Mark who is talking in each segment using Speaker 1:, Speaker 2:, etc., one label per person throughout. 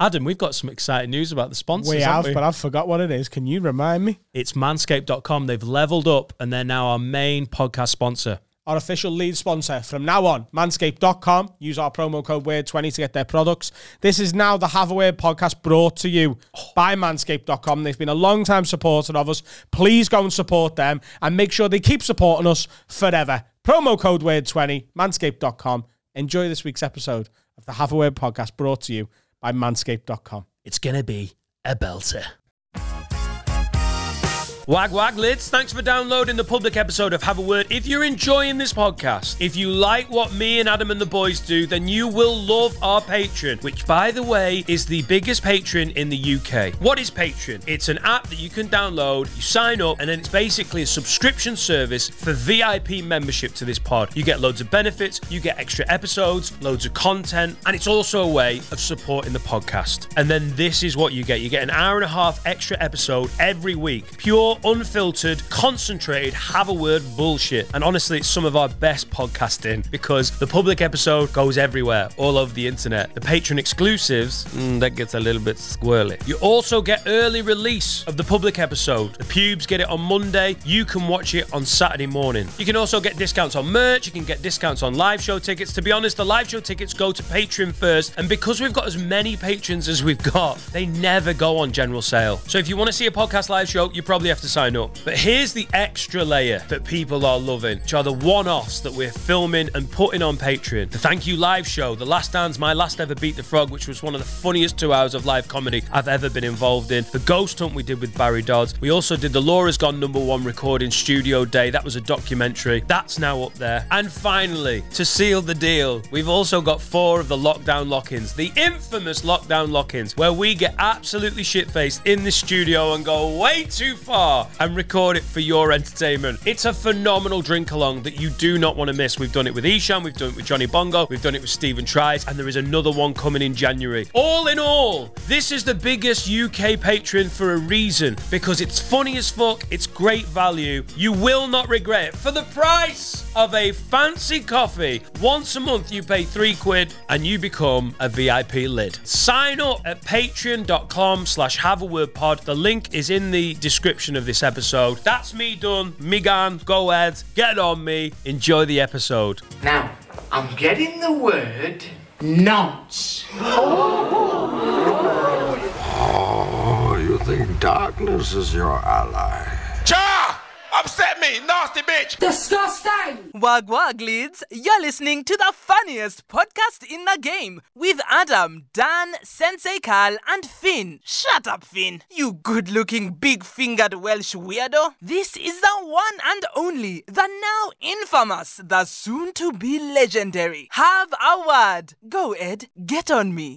Speaker 1: Adam, we've got some exciting news about the sponsors.
Speaker 2: We have,
Speaker 1: haven't we?
Speaker 2: but I've forgot what it is. Can you remind me?
Speaker 1: It's manscaped.com. They've leveled up and they're now our main podcast sponsor.
Speaker 2: Our official lead sponsor from now on, manscaped.com. Use our promo code WORD20 to get their products. This is now the Have a Word podcast brought to you by manscaped.com. They've been a long time supporter of us. Please go and support them and make sure they keep supporting us forever. Promo code WORD20, manscaped.com. Enjoy this week's episode of the Have a Word podcast brought to you by manscaped.com.
Speaker 1: It's going to be a belter. Wag wag lids, thanks for downloading the public episode of Have a Word. If you're enjoying this podcast, if you like what me and Adam and the boys do, then you will love our Patreon, which by the way is the biggest Patreon in the UK. What is Patreon? It's an app that you can download, you sign up, and then it's basically a subscription service for VIP membership to this pod. You get loads of benefits, you get extra episodes, loads of content, and it's also a way of supporting the podcast. And then this is what you get. You get an hour and a half extra episode every week. Pure unfiltered, concentrated, have a word bullshit. And honestly, it's some of our best podcasting because the public episode goes everywhere, all over the internet. The patron exclusives, mm, that gets a little bit squirrely. You also get early release of the public episode. The pubes get it on Monday. You can watch it on Saturday morning. You can also get discounts on merch. You can get discounts on live show tickets. To be honest, the live show tickets go to Patreon first. And because we've got as many patrons as we've got, they never go on general sale. So if you want to see a podcast live show, you probably have to sign up. But here's the extra layer that people are loving, which are the one offs that we're filming and putting on Patreon. The Thank You Live show, The Last Dance, My Last Ever Beat the Frog, which was one of the funniest two hours of live comedy I've ever been involved in. The Ghost Hunt we did with Barry Dodds. We also did the Laura's Gone number one recording studio day. That was a documentary. That's now up there. And finally, to seal the deal, we've also got four of the lockdown lock ins, the infamous lockdown lock ins, where we get absolutely shit faced in the studio and go way too far and record it for your entertainment. It's a phenomenal drink along that you do not want to miss. We've done it with Ishan, we've done it with Johnny Bongo, we've done it with Stephen Tries, and there is another one coming in January. All in all, this is the biggest UK patron for a reason because it's funny as fuck, it's great value. You will not regret it. For the price of a fancy coffee, once a month you pay three quid and you become a VIP lid. Sign up at patreon.com slash have a word pod. The link is in the description of this episode. That's me done. Me gone. Go ahead. Get on me. Enjoy the episode.
Speaker 3: Now, I'm getting the word nonce.
Speaker 4: Oh, you think darkness is your ally?
Speaker 5: Cha! Upset me, nasty bitch!
Speaker 6: Disgusting!
Speaker 7: Wag Wag leads, you're listening to the funniest podcast in the game with Adam, Dan, Sensei Carl, and Finn. Shut up, Finn, you good looking, big fingered Welsh weirdo. This is the one and only, the now infamous, the soon to be legendary. Have a word. Go, Ed, get on me.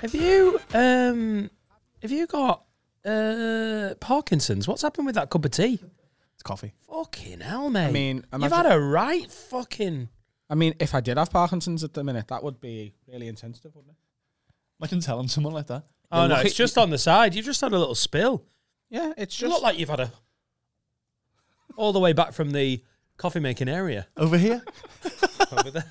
Speaker 1: Have you um have you got uh Parkinson's? What's happened with that cup of tea?
Speaker 2: It's coffee.
Speaker 1: Fucking hell, mate.
Speaker 2: mean,
Speaker 1: you've
Speaker 2: imagine-
Speaker 1: had a right fucking
Speaker 2: I mean, if I did have Parkinson's at the minute, that would be really insensitive, wouldn't it?
Speaker 8: Imagine telling someone like that.
Speaker 1: Oh no, it's just on the side. You've just had a little spill.
Speaker 2: Yeah, it's
Speaker 1: You
Speaker 2: just
Speaker 1: look like you've had a all the way back from the coffee making area
Speaker 8: Over here?
Speaker 1: over there.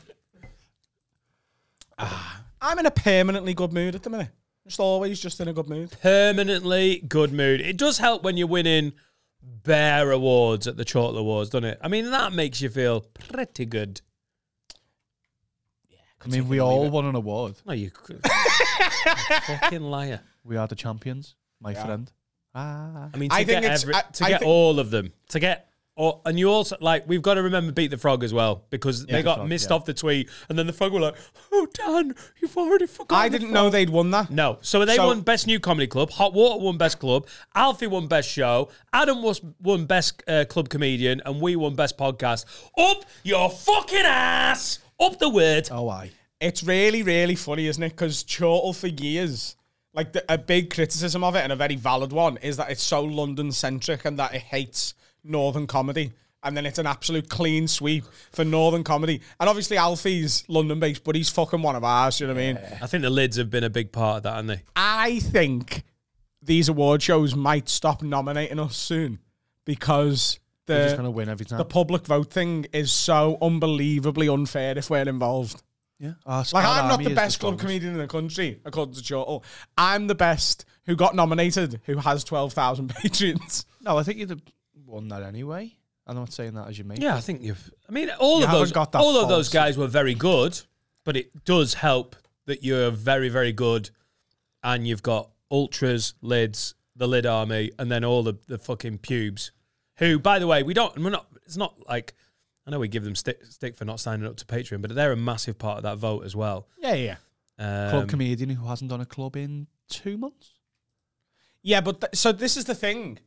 Speaker 2: I'm in a permanently good mood at the minute. Just always just in a good mood.
Speaker 1: Permanently good mood. It does help when you're winning bear awards at the Chortle Awards, doesn't it? I mean, that makes you feel pretty good.
Speaker 8: I mean, we all won an award.
Speaker 1: No, you, you fucking liar.
Speaker 8: We are the champions, my friend. Ah.
Speaker 1: I mean, to
Speaker 2: I think
Speaker 1: get
Speaker 2: it's-
Speaker 1: every,
Speaker 2: I-
Speaker 1: to
Speaker 2: I
Speaker 1: get
Speaker 2: think-
Speaker 1: all of them, to get all, and you also like we've got to remember beat the frog as well because they
Speaker 8: the
Speaker 1: got
Speaker 8: frog,
Speaker 1: missed
Speaker 8: yeah.
Speaker 1: off the tweet, and then the frog were like, "Oh, Dan, you've already forgotten."
Speaker 2: I
Speaker 1: the
Speaker 2: didn't
Speaker 1: frog."
Speaker 2: know they'd won that.
Speaker 1: No, so they
Speaker 2: So-
Speaker 1: won best new comedy club. Hot Water won best club. Alfie won best show. Adam was won best uh, club comedian, and we won best podcast. Up your fucking ass! Up the word.
Speaker 8: Oh, I.
Speaker 2: It's really, really funny, isn't it? Because Chortle for years, like the, a big criticism of it and a very valid one is that it's so London centric and that it hates Northern comedy. and then it's an absolute clean sweep for Northern comedy. And obviously Alfie's London based, but he's fucking one of ours. You know what I mean?
Speaker 1: I think the lids have been a big part of that, haven't they?
Speaker 2: I think these award shows might stop nominating us soon because
Speaker 8: We're just
Speaker 2: the
Speaker 8: gonna win every time.
Speaker 2: the public vote thing is so unbelievably unfair if we're involved.
Speaker 8: yeah. Our
Speaker 2: Like
Speaker 8: Scarlet
Speaker 2: I'm not
Speaker 8: Army
Speaker 2: the
Speaker 8: is
Speaker 2: best club
Speaker 8: strongest.
Speaker 2: comedian in the country, according to Chortle. I'm the best who got nominated, who has twelve thousand patrons.
Speaker 8: No, I think you'd have won that anyway. And I'm not saying that as your mate.
Speaker 1: Yeah, I think you've. I mean, all of
Speaker 2: haven't
Speaker 1: those,
Speaker 2: got that
Speaker 1: all of those
Speaker 2: false-
Speaker 1: guys were very good, but it does help that you're very, very good, and you've got ultras, lids, the lid army, and then all the the fucking pubes. Who, by the way, we don't. We're not. It's not like I know we give them stick stick for not signing up to Patreon, but they're a massive part of that vote as well.
Speaker 2: Yeah, yeah,
Speaker 1: Um,
Speaker 8: Club comedian who hasn't done a club in two months.
Speaker 2: yeah. But th- so this is the thing.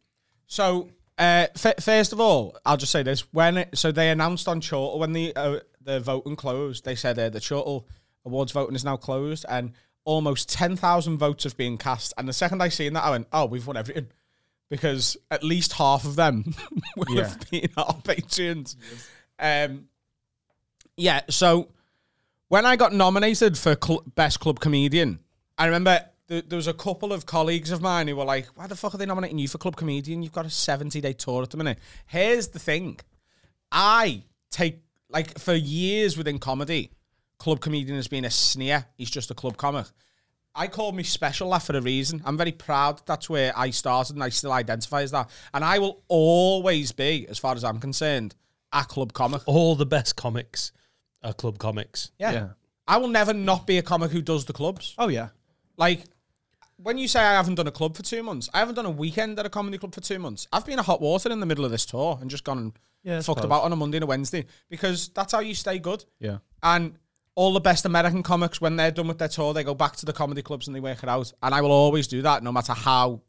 Speaker 2: So uh, f- first of all, I'll just say this: when it, so they announced on Chortle when the uh, the voting closed, they said uh, the Chortle Awards voting is now closed, and almost ten thousand votes have been cast. And the second I seen that, I went, "Oh, we've won everything." Because at least half of them will have been our patrons. Um, Yeah, so when I got nominated for cl- best club comedian, I remember th- there was a couple of colleagues of mine who were like, "Why the fuck are they nominating you for club comedian? You've got a seventy-day tour at the minute." Here's the thing: I take like for years within comedy, club comedian has been a sneer. He's just a club comic. I call me special laugh for a reason. I'm very proud that that's where I started and I still identify as that. And I will always be, as far as I'm concerned, a club comic.
Speaker 1: all the best comics are club comics.
Speaker 2: Yeah.
Speaker 8: Yeah.
Speaker 2: I will never not be a comic who does the clubs.
Speaker 8: Oh yeah.
Speaker 2: Like, when you say I haven't done a club for two months, I haven't done a weekend at a comedy club for two months. I've been a hot water in the middle of this tour and just gone and
Speaker 8: Yeah, I
Speaker 2: fucked
Speaker 8: suppose.
Speaker 2: about on a Monday and a Wednesday because that's how you stay good.
Speaker 8: Yeah.
Speaker 2: And all the best American comics, when they're done with their tour, they go back to the comedy clubs and they work it out. And I will always do that, no matter how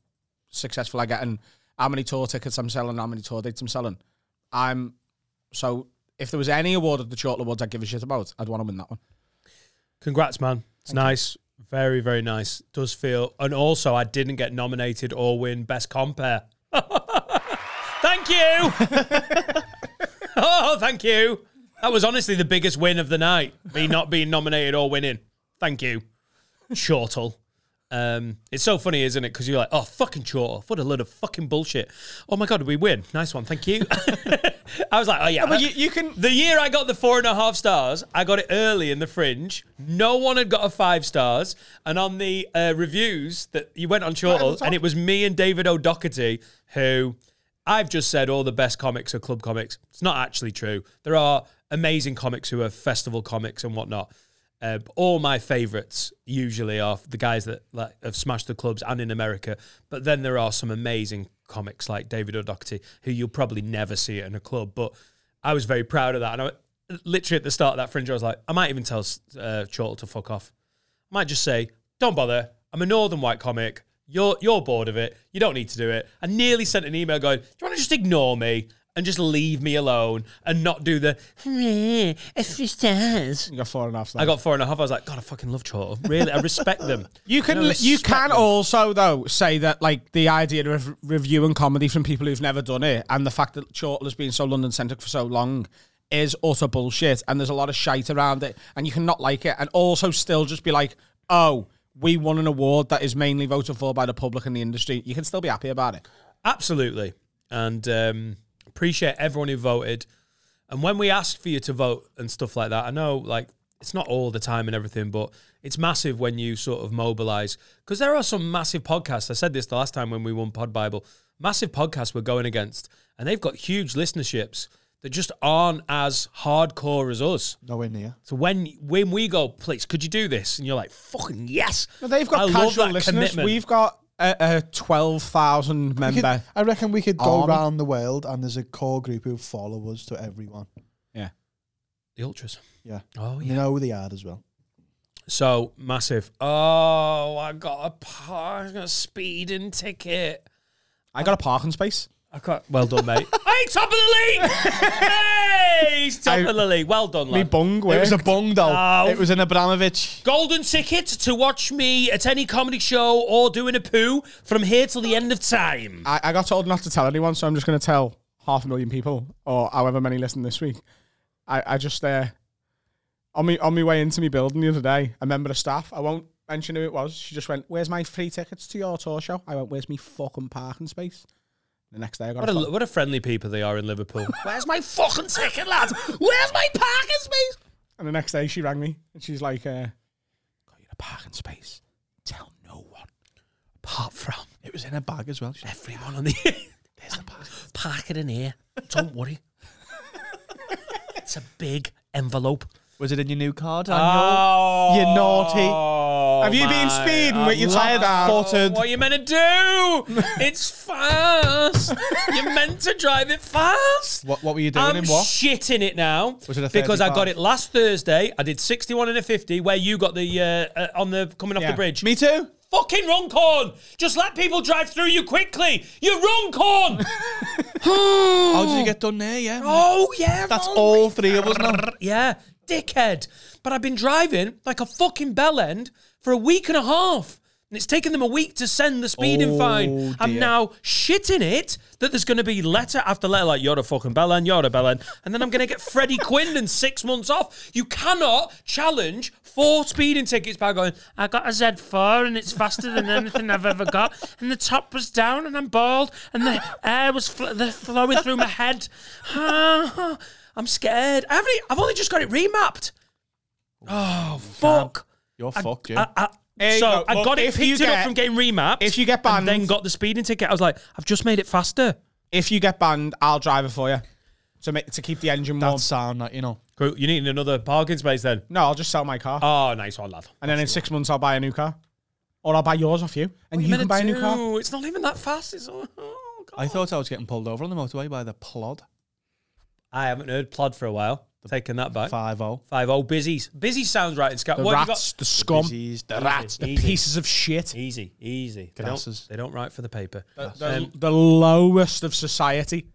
Speaker 2: successful I get and how many tour tickets I'm selling, how many tour dates I'm selling. I'm so if there was any award at the Chortle Awards I'd give a shit about, I'd want to win that one.
Speaker 1: Congrats, man. It's nice. Very, very nice. Does feel. And also, I didn't get nominated or win Best Compare. thank you. oh, thank you. That was honestly the biggest win of the night. Me not being nominated or winning. Thank you, Chortle. Um, it's so funny, isn't it? Because you're like, oh, fucking Chortle. What a load of fucking bullshit. Oh my God, we win. Nice one. Thank you. I was like, oh yeah.
Speaker 2: but you- you can-
Speaker 1: The year I got the four and a half stars, I got it early in the fringe. No one had got a five stars, and on the uh, reviews that you went on Chortle, and it was me and David O'Doherty who I've just said all the best comics are club comics. It's not actually true. There are amazing comics who are festival comics and whatnot. Uh, but all my favourites usually are the guys that like, have smashed the clubs and in America. But then there are some amazing comics like David O'Doherty, who you'll probably never see at in a club. But I was very proud of that. And I, literally at the start of that fringe, I was like, I might even tell uh, Chortle to fuck off. I might just say, don't bother. I'm a northern white comic. You're you're bored of it. You don't need to do it. I nearly sent an email going, do you want to just ignore me and just leave me alone and not do the
Speaker 2: You got four and a half.
Speaker 1: I got four and a half. I was like, God, I fucking love Chortle. Really, I respect them.
Speaker 2: You can
Speaker 1: know,
Speaker 2: li- you
Speaker 1: respect
Speaker 2: can
Speaker 1: them.
Speaker 2: also though say that like the idea of rev- reviewing comedy from people who've never done it, and the fact that Chortle has been so London centric for so long is utter bullshit. And there's a lot of shite around it, and you can not like it, and also still just be like, oh, we won an award that is mainly voted for by the public and the industry. You can still be happy about it.
Speaker 1: Absolutely. And um, appreciate everyone who voted. And when we asked for you to vote and stuff like that, I know like it's not all the time and everything, but it's massive when you sort of mobilize. Because there are some massive podcasts. I said this the last time when we won Pod Bible. Massive podcasts we're going against, and they've got huge listenerships that just aren't as hardcore as us.
Speaker 8: Nowhere near.
Speaker 1: So when when we go, please, could you do this? And you're like, fucking yes.
Speaker 2: No, they've got
Speaker 1: I love
Speaker 2: casual
Speaker 1: that
Speaker 2: listeners.
Speaker 1: commitment.
Speaker 2: We've got a, a twelve thousand
Speaker 9: We
Speaker 2: member.
Speaker 9: could- I reckon we could go
Speaker 2: Army.
Speaker 9: round the world and there's a core group who follow us to everyone.
Speaker 1: the ultras.
Speaker 9: Yeah.
Speaker 1: Oh
Speaker 9: You know who they are as well.
Speaker 1: So massive. Oh, I got a par- I got a speeding ticket.
Speaker 2: I got a parking space.
Speaker 1: I got well done, mate. hey, top of the league. hey, he's top
Speaker 2: I-
Speaker 1: of the league. Well done,
Speaker 2: Me
Speaker 1: lad.
Speaker 2: bung
Speaker 8: It was a
Speaker 2: worked.
Speaker 8: bung though.
Speaker 1: Oh.
Speaker 8: It was an Abramovich.
Speaker 1: Golden ticket to watch me at any comedy show or doing a poo from here till the end of time.
Speaker 2: I, I got told not to tell anyone, so I'm just going to tell half a million people or however many listened this week. I, I just uh, on me on my way into my building the other day, a member of staff, I won't mention who it was, she just went, Where's my free tickets to your tour show? I went, Where's my fucking parking space? The next day I got
Speaker 1: What
Speaker 2: a,
Speaker 1: a,
Speaker 2: phone-
Speaker 1: what a friendly people they are in Liverpool. Where's my fucking ticket, lad? Where's my parking space?
Speaker 2: And the next day she rang me and she's like, uh, Got you a parking space. Tell no one.
Speaker 1: Apart from
Speaker 8: It was in a bag as well. She-
Speaker 1: everyone on the. There's the park. Park it in here. Don't worry. it's a big envelope.
Speaker 8: Was it in your new card? Daniel?
Speaker 1: Oh,
Speaker 8: you naughty.
Speaker 2: Have you been
Speaker 1: my-
Speaker 2: speeding with your
Speaker 8: I'm
Speaker 2: tire down?
Speaker 8: footed.
Speaker 1: What are you meant to do? It's fast. You're meant to drive it fast.
Speaker 8: What, what were you doing
Speaker 1: I'm
Speaker 8: in what?
Speaker 1: shitting it now
Speaker 8: Was it a
Speaker 1: because I
Speaker 8: 35?
Speaker 1: got it last Thursday. I did 61 and a 50, where you got the uh, uh, on the coming off
Speaker 2: Yeah.
Speaker 1: the bridge.
Speaker 8: Me too.
Speaker 1: Fucking wrong corn. Just let people drive through you quickly. You're wrong corn.
Speaker 8: How did you get done there? Yeah.
Speaker 1: oh yeah,
Speaker 8: That's
Speaker 1: wrong.
Speaker 8: all three of us now.
Speaker 1: Yeah, dickhead. But I've been driving like a fucking bell end for a week and a half. And it's taken them a week to send the speeding
Speaker 8: Oh,
Speaker 1: fine. I'm
Speaker 8: dear.
Speaker 1: now shitting it that there's going to be letter after letter, like, you're a fucking bell end, you're a bell end. And then I'm going to get Freddie Quinn and six months off. You cannot challenge four speeding tickets by going, I got a Z4 and it's faster than anything I've ever got. And the top was down and I'm bald and the air was fl- the flowing through my head. Ah, I'm scared. I haven't, e- I've only just got it remapped. Oh, fuck.
Speaker 8: You're
Speaker 1: I-
Speaker 8: fucked,
Speaker 1: I,
Speaker 8: yeah.
Speaker 1: I,
Speaker 2: There you
Speaker 1: so
Speaker 2: go.
Speaker 1: I
Speaker 2: Look,
Speaker 1: got it
Speaker 2: if you
Speaker 1: picked it up
Speaker 2: get-
Speaker 1: from getting remapped.
Speaker 2: if you get
Speaker 1: and then
Speaker 2: banned-
Speaker 1: got the speeding ticket. I was like, I've just made it faster.
Speaker 2: If you get banned, I'll drive it for you to make, to keep the engine warm.
Speaker 8: That sound like you know.
Speaker 1: Cool. You need another parking space then.
Speaker 2: No, I'll just sell my car,
Speaker 1: Oh, nice one, lad.
Speaker 2: and then in six months I'll buy a new car, or I'll buy yours off you, and you can buy a new car.
Speaker 1: It's not even that fast. It's oh, oh, God.
Speaker 8: I thought I was getting pulled over on the motorway by the plod.
Speaker 1: I haven't heard plod for a while. Taking that back.
Speaker 8: Five oh. zero.
Speaker 1: Five old busies. Busy sounds right in Scott.
Speaker 2: The
Speaker 1: What have you
Speaker 2: rats, the scum,
Speaker 8: Disease.
Speaker 2: the rats, the
Speaker 1: easy.
Speaker 2: pieces of shit,
Speaker 1: got? Easy, easy. They don't,
Speaker 8: Grasses.
Speaker 1: they don't write for the paper. Um,
Speaker 2: the, the lowest of society,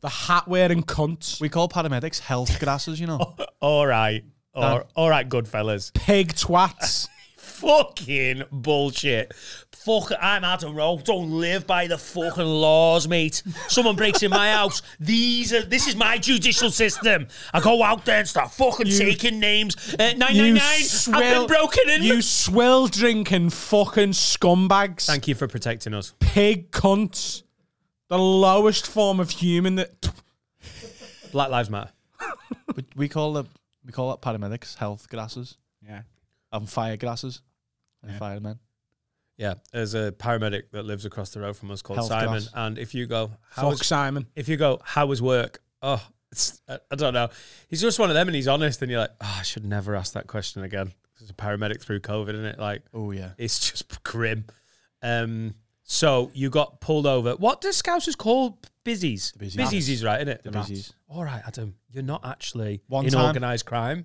Speaker 2: the hat wearing cunts,
Speaker 8: We call paramedics health grasses, you know.
Speaker 1: all right. Or, all right, good fellas.
Speaker 2: pig twats.
Speaker 1: fucking bullshit. Fuck, I'm Adam Rowe. Don't live by the fucking laws, mate. Someone breaks in my house. These are this is my judicial system. I go out there and start fucking taking names. Uh, nine nine nine. I've been broken in.
Speaker 2: You swill drinking fucking scumbags.
Speaker 1: Thank you for protecting us.
Speaker 2: pig cunts. The lowest form of human that.
Speaker 1: Black Lives Matter.
Speaker 8: we, we call the we call it paramedics health grasses
Speaker 2: Yeah.
Speaker 8: and fire grasses and firemen.
Speaker 1: Yeah, there's a paramedic that lives across the road from us called
Speaker 8: Health
Speaker 1: Simon.
Speaker 8: class.
Speaker 1: And if you go, how
Speaker 2: Fuck
Speaker 1: is,
Speaker 2: Simon.
Speaker 1: if you go, how was work? Oh, it's, I I don't know. He's just one of them, and he's honest. And you're like, oh, I should never ask that question again. It's a paramedic through COVID, isn't it? Like,
Speaker 8: Oh yeah.
Speaker 1: it's just grim. Um, so you got pulled over. What do Scousers call busies?
Speaker 8: busies.
Speaker 1: Busies is right, isn't it? The
Speaker 8: busies.
Speaker 1: All right, Adam, you're not actually
Speaker 8: One
Speaker 1: in
Speaker 8: time.
Speaker 1: organised crime.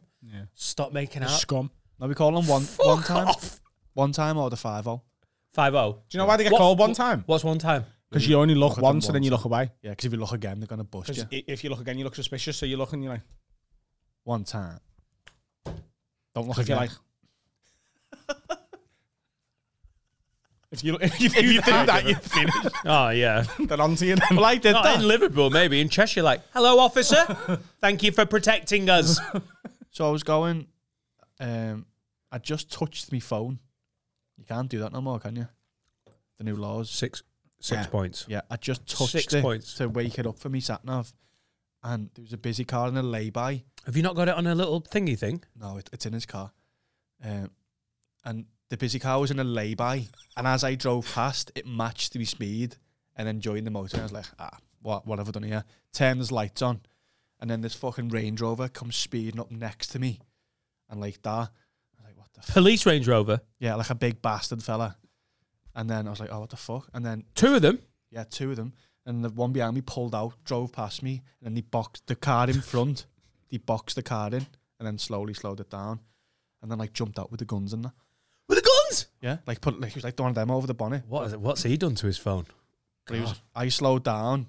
Speaker 1: Stop making out.
Speaker 2: Scum.
Speaker 8: No, we call them one
Speaker 1: Fuck
Speaker 8: one time.
Speaker 1: off.
Speaker 8: One time or the five oh. zero.
Speaker 1: Five zero.
Speaker 2: Do you know why they get
Speaker 1: What-
Speaker 2: called one time?
Speaker 1: What's one time?
Speaker 2: Because you only look
Speaker 8: at them
Speaker 2: once and then
Speaker 8: once.
Speaker 2: you look away.
Speaker 8: Yeah, because if you look again, they're gonna bust you.
Speaker 2: Because if you look again, you look suspicious. So you look and you're like,
Speaker 8: One time. Don't look
Speaker 2: if you're
Speaker 8: again.
Speaker 2: like. If you, if you, if
Speaker 1: you
Speaker 2: you
Speaker 1: do
Speaker 2: do that,
Speaker 1: that.
Speaker 2: you're finished.
Speaker 1: Oh yeah.
Speaker 2: They're onto you then.
Speaker 8: Well, I did
Speaker 1: Not in
Speaker 8: that.
Speaker 1: Liverpool, maybe in Cheshire. Like, hello, officer. Thank you for protecting us.
Speaker 8: So I was going. Um, I just touched my phone. You can't do that no more, can you? The new laws.
Speaker 1: Six, six
Speaker 8: Yeah.
Speaker 1: points.
Speaker 8: Yeah, I just touched
Speaker 1: Six
Speaker 8: it
Speaker 1: points.
Speaker 8: to wake it up for me sat nav, and there was a busy car and a lay by.
Speaker 1: Have you not got it on a little thingy thing?
Speaker 8: No, it, it's in his car. Um, and the busy car was in a lay-by, and as I drove past, it matched the speed and then joined the motor. I was like, ah, what, what have I done here? Turned his lights on, and then this fucking Range Rover comes speeding up next to me, and like that. I was like, what the f-?
Speaker 1: Police Range Rover.
Speaker 8: Yeah, like a big bastard fella. And then I was like, oh, what the fuck? And then,
Speaker 1: Two of them.
Speaker 8: yeah, two of them. And the one behind me pulled out, drove past me, and then they boxed the car in front. they boxed the car in, and then slowly slowed it down. And then, like, jumped out with the guns and that.
Speaker 1: With the guns.
Speaker 8: Yeah, like put like he was like one of them over the bonnet.
Speaker 1: What? is it- What's he done to his phone?
Speaker 8: But he was, I slowed down,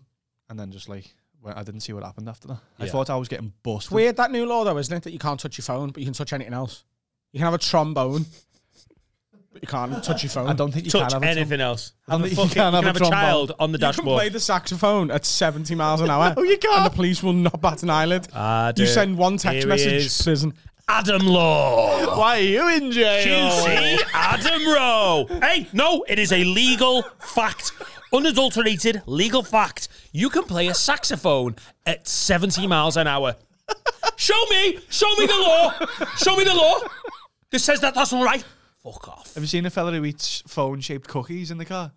Speaker 8: and then just like went, I didn't see what happened after that. I
Speaker 1: Yeah.
Speaker 8: thought I was getting busted.
Speaker 2: Weird that new law though, isn't it? That you can't touch your phone, but you can touch anything else. You can have a trombone. You can't touch your phone.
Speaker 8: I don't think you
Speaker 1: touch
Speaker 8: can have a
Speaker 1: anything else.
Speaker 8: I don't
Speaker 1: Have a
Speaker 8: think you
Speaker 1: fucking-
Speaker 8: can have a
Speaker 1: have a
Speaker 8: trombone.
Speaker 1: child on the
Speaker 2: You can play
Speaker 1: dashboard.
Speaker 2: the saxophone at 70 miles an hour.
Speaker 8: No, you can't.
Speaker 2: And the police will not bat an eyelid.
Speaker 1: Ah,
Speaker 2: you
Speaker 1: dear.
Speaker 2: send one text
Speaker 1: Here he
Speaker 2: message,
Speaker 1: is.
Speaker 2: prison.
Speaker 1: Adam Law.
Speaker 8: Why are you in jail?
Speaker 1: QC Adam Rowe. Hey, no, it is a legal fact. Unadulterated legal fact. You can play a saxophone at 70 miles an hour. Show me, show me the law. Show me the law. This says that that's not right. Fuck off.
Speaker 8: Have you seen a fella who eats phone shaped cookies in the car?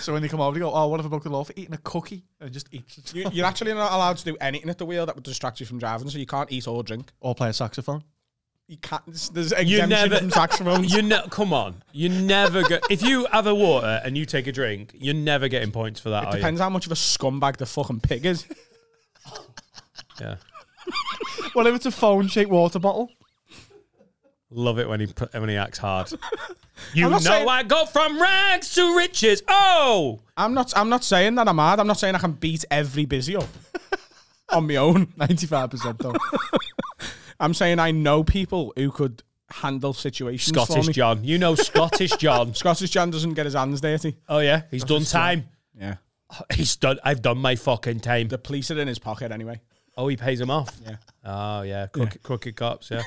Speaker 8: so when they come over, they go, Oh, what if I broke the law for eating a cookie? And just eat
Speaker 2: You, you're actually not allowed to do anything at the wheel that would distract you from driving, so you can't eat or drink.
Speaker 8: or play a saxophone.
Speaker 2: You can't. There's, there's exemption
Speaker 1: never-
Speaker 2: from saxophones.
Speaker 1: You ne- come on. You never get if you have a water and you take a drink, you're never getting points for that. are you?
Speaker 2: Depends how much of a scumbag the fucking pig is.
Speaker 1: Yeah.
Speaker 8: What if it's a phone shaped water bottle?
Speaker 1: Love it when he put- when he acts hard. You
Speaker 2: I'm
Speaker 1: know
Speaker 2: not saying-
Speaker 1: I go from rags to riches. Oh,
Speaker 2: I'm not. I'm not saying that I'm hard. I'm not saying I can beat every busy up on my own.
Speaker 8: 95% though.
Speaker 2: I'm saying I know people who could handle situations. for
Speaker 1: Scottish
Speaker 2: me.
Speaker 1: John. You know Scottish John.
Speaker 2: Scottish John doesn't get his hands dirty.
Speaker 1: Oh yeah, he's done time.
Speaker 2: Yeah.
Speaker 1: He's done. I've done my fucking time.
Speaker 2: The police are in his pocket anyway.
Speaker 1: Oh, he pays him off. Yeah. Oh yeah, crooked, crooked cops. Yeah.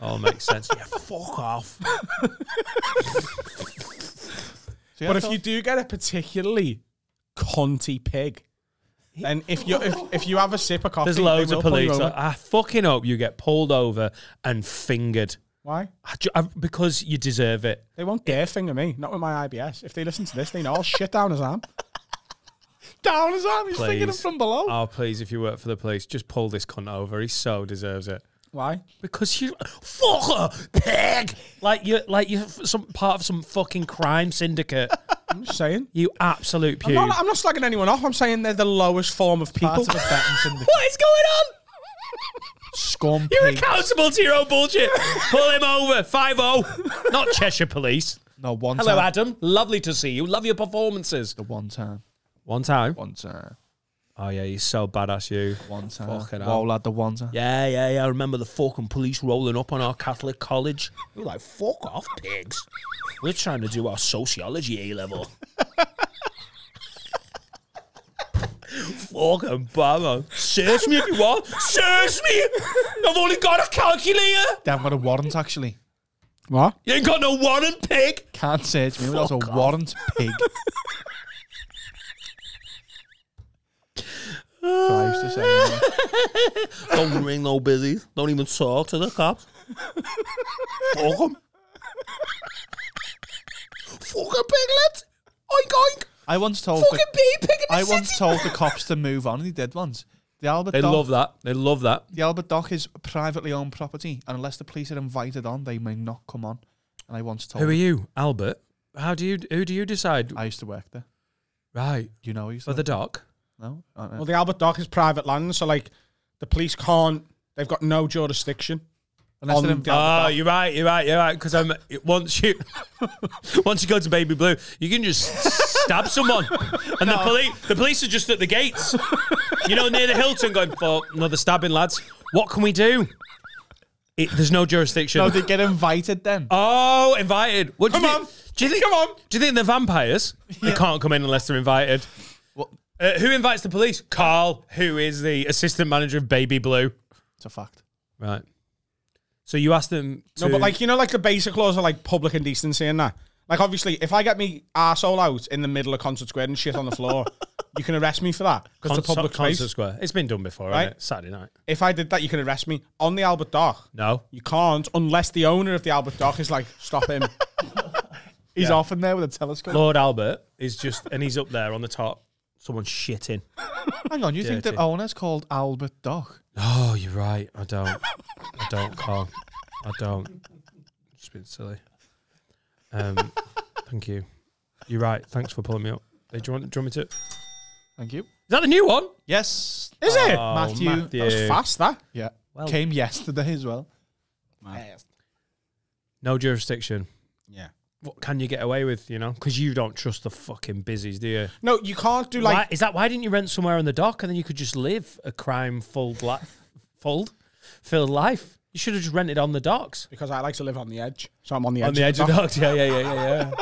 Speaker 1: Oh, makes sense. Yeah, fuck off.
Speaker 8: So yeah,
Speaker 2: But if
Speaker 8: so-
Speaker 2: you do get a particularly cunty pig, then if you if, if you have a sip of coffee,
Speaker 1: There's loads
Speaker 2: they
Speaker 1: of
Speaker 2: will pull you
Speaker 1: police. uh,
Speaker 2: over.
Speaker 1: I, I fucking hope you get pulled over and fingered
Speaker 2: Why?
Speaker 1: I ju- I- because you deserve it.
Speaker 2: They won't dare finger me. Not with my IBS. If they listen to this, they know I'll shit down his arm.
Speaker 8: down his arm, he's thinking him
Speaker 1: Please.
Speaker 8: from below.
Speaker 1: Oh please, if you work for the police, just pull this cunt over. He so deserves it.
Speaker 2: Why?
Speaker 1: Because you fuck a pig like you like you some part of some fucking crime syndicate.
Speaker 2: I'm just saying.
Speaker 1: You absolute
Speaker 2: I'm
Speaker 1: pube.
Speaker 2: not, I'm not slagging anyone off. I'm saying they're the lowest form of people.
Speaker 8: Part of a betting syndicate.
Speaker 1: What is going on?
Speaker 8: Scum.
Speaker 1: You're
Speaker 8: pig.
Speaker 1: accountable to your own bullshit. Pull him over. 5 0. Not Cheshire Police.
Speaker 8: No, one
Speaker 1: Hello,
Speaker 8: time.
Speaker 1: Adam. Lovely to see you. Love your performances.
Speaker 8: The one time.
Speaker 1: One time.
Speaker 8: One time.
Speaker 1: Oh, yeah, he's so badass, you.
Speaker 8: One time.
Speaker 1: Fucking
Speaker 8: Whoa,
Speaker 1: hell.
Speaker 8: lad, the one time.
Speaker 1: Yeah, yeah, yeah. I remember the fucking police rolling up on our Catholic college. We were like, fuck off, pigs. We're trying to do our sociology A level. fucking bummer. Search me if you want. Search me. I've only got a calculator.
Speaker 8: They haven't got a warrant, actually.
Speaker 2: What?
Speaker 1: You ain't got no warrant, pig.
Speaker 8: Can't search me without a
Speaker 1: Fuck off.
Speaker 8: warrant, pig. Five to seven.
Speaker 1: Don't ring no busy. Don't even talk to the cops. Fuck 'em. Fucking piglet. Oink oink.
Speaker 8: I once told
Speaker 1: Fucking
Speaker 8: the,
Speaker 1: bee pig in the
Speaker 8: Oh, I
Speaker 1: city.
Speaker 8: once told the cops to move on, and they did once. The Albert
Speaker 1: They
Speaker 8: Dock,
Speaker 1: love that. They love that.
Speaker 8: the Albert Dock is privately owned property, and unless the police are invited on, they may not come on. And I once told
Speaker 1: Who are you, Albert? How do you? Who do you decide?
Speaker 8: I used to work there.
Speaker 1: Right
Speaker 8: Do you know who used to
Speaker 1: for the doc.
Speaker 8: No, I don't know.
Speaker 2: Well, the Albert Dock is private land, so like the police can't. They've got no jurisdiction.
Speaker 8: unless
Speaker 2: on
Speaker 8: they're
Speaker 2: the
Speaker 8: invited.
Speaker 1: Oh, you're right. You're right. You're right. Because I'm once you once you go to Baby Blue, you can just stab someone, and the police the police are just at the gates. You know, near the Hilton, going for another stabbing, lads. What can we do? It, there's no jurisdiction.
Speaker 8: no, they get invited then.
Speaker 1: oh, invited. What do you
Speaker 2: Come
Speaker 1: think?
Speaker 2: on.
Speaker 1: Do you think?
Speaker 2: Come on.
Speaker 1: Do you think they're vampires? They can't come in unless they're invited.
Speaker 8: What?
Speaker 1: Uh, who invites the police? Carl, who is the assistant manager of Baby Blue.
Speaker 8: It's a fact.
Speaker 1: Right. So you asked them. To,
Speaker 2: No, but like you know, like the basic laws are like public indecency and that. Like obviously, if I get me arsehole out in the middle of concert square and shit on the floor, you can arrest me for that because the
Speaker 1: Concert-
Speaker 2: public
Speaker 1: Concert
Speaker 2: space.
Speaker 1: Square. It's been done before, right?
Speaker 2: Right.
Speaker 1: Isn't it? Saturday night.
Speaker 2: If I did that, you can arrest me on the Albert Dock.
Speaker 1: No.
Speaker 2: You can't unless the owner of the Albert Dock is like, stop him.
Speaker 8: He's off in there with a telescope.
Speaker 1: Lord Albert is just, and he's up there on the top. Someone's shitting.
Speaker 8: Hang on, you think the
Speaker 1: Dirty.
Speaker 8: owner's called Albert Dock?
Speaker 1: Oh, you're right. I don't. I don't, Carl. I don't. It's been silly. Um, thank you. You're right. Thanks for pulling me up. Hey, do, you want, do you want me to? Is
Speaker 8: Thank you.
Speaker 1: that the new one?
Speaker 8: Yes. Ah,
Speaker 2: Is it?
Speaker 8: Matthew.
Speaker 2: That was fast, that.
Speaker 8: Yeah.
Speaker 1: Well-
Speaker 8: Came yesterday as well.
Speaker 1: No jurisdiction.
Speaker 2: Yeah.
Speaker 1: What can you get away with, you know? Because you don't trust the fucking busies, do you?
Speaker 2: No, you can't do like
Speaker 1: why, is that why didn't you rent somewhere on the dock and then you could just live a crime full bla- fold filled life? You should have just rented on the docks.
Speaker 2: because I like to live on the edge. So I'm on the edge.
Speaker 1: On the edge of the
Speaker 2: dock.
Speaker 1: docks. Yeah, yeah, yeah, yeah,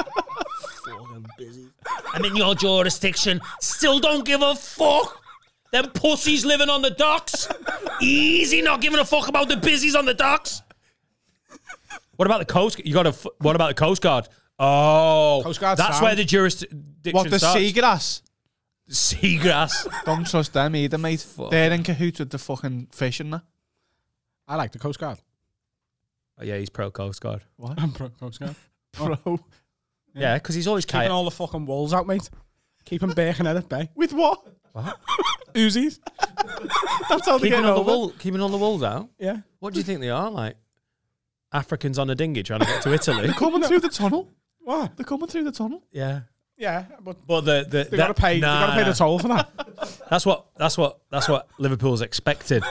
Speaker 1: yeah. I'm in your jurisdiction. Still don't give a fuck. Them pussies living on the docks. Easy, not giving a fuck about the busies on the docks. What about the coast? You got a. f- What about the coast guard? Oh,
Speaker 2: Coast Guard's
Speaker 1: That's
Speaker 2: sound.
Speaker 1: where the jurisdiction
Speaker 8: What the
Speaker 1: starts.
Speaker 8: seagrass?
Speaker 1: seagrass?
Speaker 8: Don't trust them either, mate. They're in cahoots with the fucking fish and that.
Speaker 2: I like the Coast Guard.
Speaker 1: Oh, yeah, he's pro coast guard.
Speaker 2: I'm pro Coast Guard.
Speaker 8: Bro.
Speaker 1: Yeah, because he's always
Speaker 2: Keeping
Speaker 1: kayak.
Speaker 2: all the fucking wolves out, mate. Keep them Birkenhead at bay.
Speaker 8: With what?
Speaker 2: Uzis.
Speaker 8: That's how they
Speaker 1: keeping
Speaker 8: get
Speaker 1: all the
Speaker 8: over.
Speaker 1: wool, keeping all the wolves out.
Speaker 2: Yeah.
Speaker 1: What do you think they are like? Africans on a dinghy trying to get to Italy.
Speaker 8: Coming through the tunnel.
Speaker 2: What?
Speaker 8: They're coming through the tunnel.
Speaker 1: yeah,
Speaker 2: Yeah, but
Speaker 1: but the the
Speaker 2: they gotta pay. they gotta pay the toll for that.
Speaker 1: That's what that's what that's what Liverpool's expected.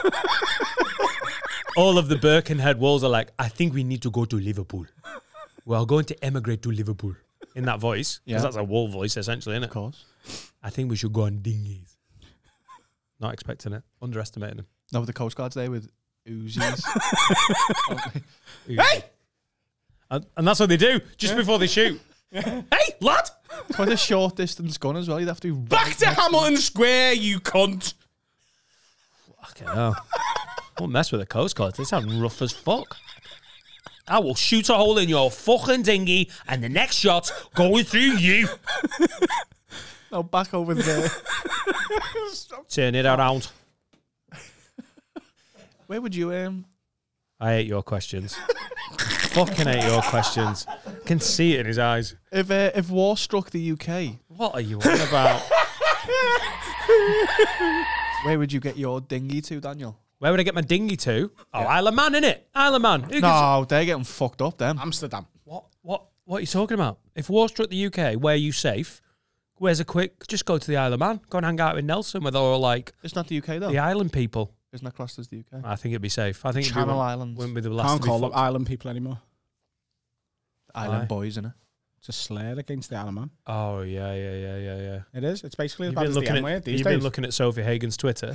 Speaker 1: all of the Birkenhead walls are like, I think we need to go to Liverpool. We are going to emigrate to Liverpool in that voice because
Speaker 8: Yeah.
Speaker 1: that's a wall voice essentially, isn't it?
Speaker 8: course.
Speaker 1: I think we should go on dinghies. Not expecting it, underestimating him.
Speaker 8: No, the Coast Guard's there with Uzis.
Speaker 1: Hey, and, and that's what they do just before they shoot. hey, lad,
Speaker 8: Quite a short distance gun as well. You'd have to be
Speaker 2: Back to Hamilton Square, you cunt.
Speaker 1: Fucking hell. Don't mess with the Coast Guard. They sound rough as fuck. I will shoot a hole in your fucking dinghy, and the next shot's going through you.
Speaker 8: No, back over there.
Speaker 1: Turn it around.
Speaker 8: Where would you um?
Speaker 1: I hate your questions. fucking hate your questions. Can see it in his eyes.
Speaker 8: If uh, if war struck the UK,
Speaker 1: What are you on about?
Speaker 8: where would you get your dinghy to, Daniel?
Speaker 1: Where would I get my dinghy to? Oh, Isle of Man, innit? Isle of Man. Who gives a-
Speaker 8: No, they're getting fucked up. Them.
Speaker 2: Amsterdam.
Speaker 1: What? What? What are you talking about? If war struck the UK, where are you safe? Where's a quick? Just go to the Isle of Man. Go and hang out with Nelson, with all like
Speaker 8: It's not the UK though.
Speaker 1: the island people.
Speaker 8: Isn't that classed as the UK?
Speaker 1: I think it'd be safe. I think it'd be
Speaker 8: Channel
Speaker 1: one-
Speaker 8: Islands.
Speaker 1: Wouldn't be the last. to
Speaker 2: Can't
Speaker 1: be
Speaker 2: call them
Speaker 1: fucked.
Speaker 2: island people anymore.
Speaker 8: Island
Speaker 1: Aye.
Speaker 8: boys, innit?
Speaker 2: It's a slur against the island man.
Speaker 1: Oh yeah, yeah, yeah, yeah, yeah.
Speaker 2: It is. It's basically as
Speaker 1: You've
Speaker 2: bad
Speaker 1: been
Speaker 2: as the
Speaker 1: looking
Speaker 2: N word
Speaker 1: at
Speaker 2: these
Speaker 1: you've
Speaker 2: days.
Speaker 1: been looking at Sophie Hagen's Twitter.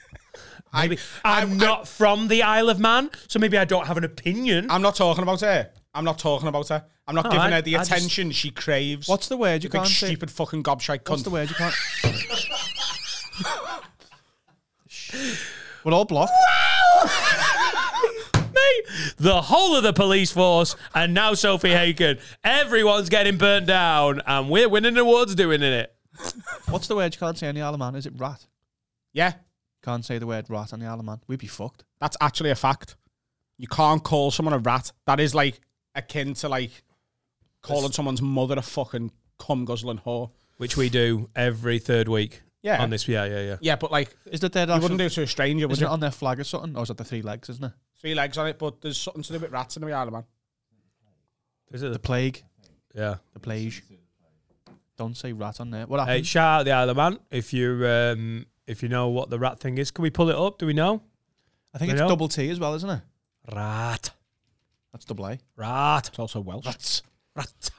Speaker 2: I,
Speaker 1: I'm not from the Isle of Man, so maybe I don't have an opinion.
Speaker 2: I'm not talking about her. I'm not talking about her. I'm not
Speaker 1: No,
Speaker 2: giving
Speaker 1: I-
Speaker 2: her the
Speaker 1: I just-
Speaker 2: attention she craves.
Speaker 8: What's the word you
Speaker 2: you big
Speaker 8: can't say?
Speaker 2: stupid fucking gobshite
Speaker 8: What's
Speaker 2: cunt?
Speaker 8: the word you can't? We're all blocked.
Speaker 1: Mate, the whole of the police force and now Sophie Hagen. Everyone's getting burnt down, and we're winning awards doing it.
Speaker 8: What's the word you can't say on the Isle of Man? Is it rat?
Speaker 2: yeah,
Speaker 8: Can't say the word rat on the Isle of Man. We'd be fucked.
Speaker 2: that's actually a fact. You can't call someone a rat. That is like akin to like calling someone's mother a fucking cum guzzling whore.
Speaker 1: Which we do every third week.
Speaker 2: Yeah.
Speaker 1: On this, yeah, yeah, yeah.
Speaker 2: Yeah, but like
Speaker 8: Is that their
Speaker 2: you
Speaker 8: actual,
Speaker 2: wouldn't do it to a stranger, would
Speaker 8: Isn't
Speaker 2: you?
Speaker 8: it on their flag or something? Or is that the three legs, isn't it?
Speaker 2: Three legs on it, but there's something to do with rats in the island, man.
Speaker 1: Is it?
Speaker 8: The plague.
Speaker 1: yeah.
Speaker 2: Mm-hmm.
Speaker 8: The plague. Don't say rat on there. What
Speaker 1: Hey,
Speaker 8: happened?
Speaker 1: shout out the Isle of Man if you um, if you know what the rat thing is. Can we pull it up? Do we know?
Speaker 8: I think
Speaker 1: you
Speaker 8: it's
Speaker 1: know?
Speaker 8: double T as well, isn't it?
Speaker 1: Rat,
Speaker 8: That's double A.
Speaker 1: rat,
Speaker 2: It's also Welsh.
Speaker 8: Rats.
Speaker 1: rat.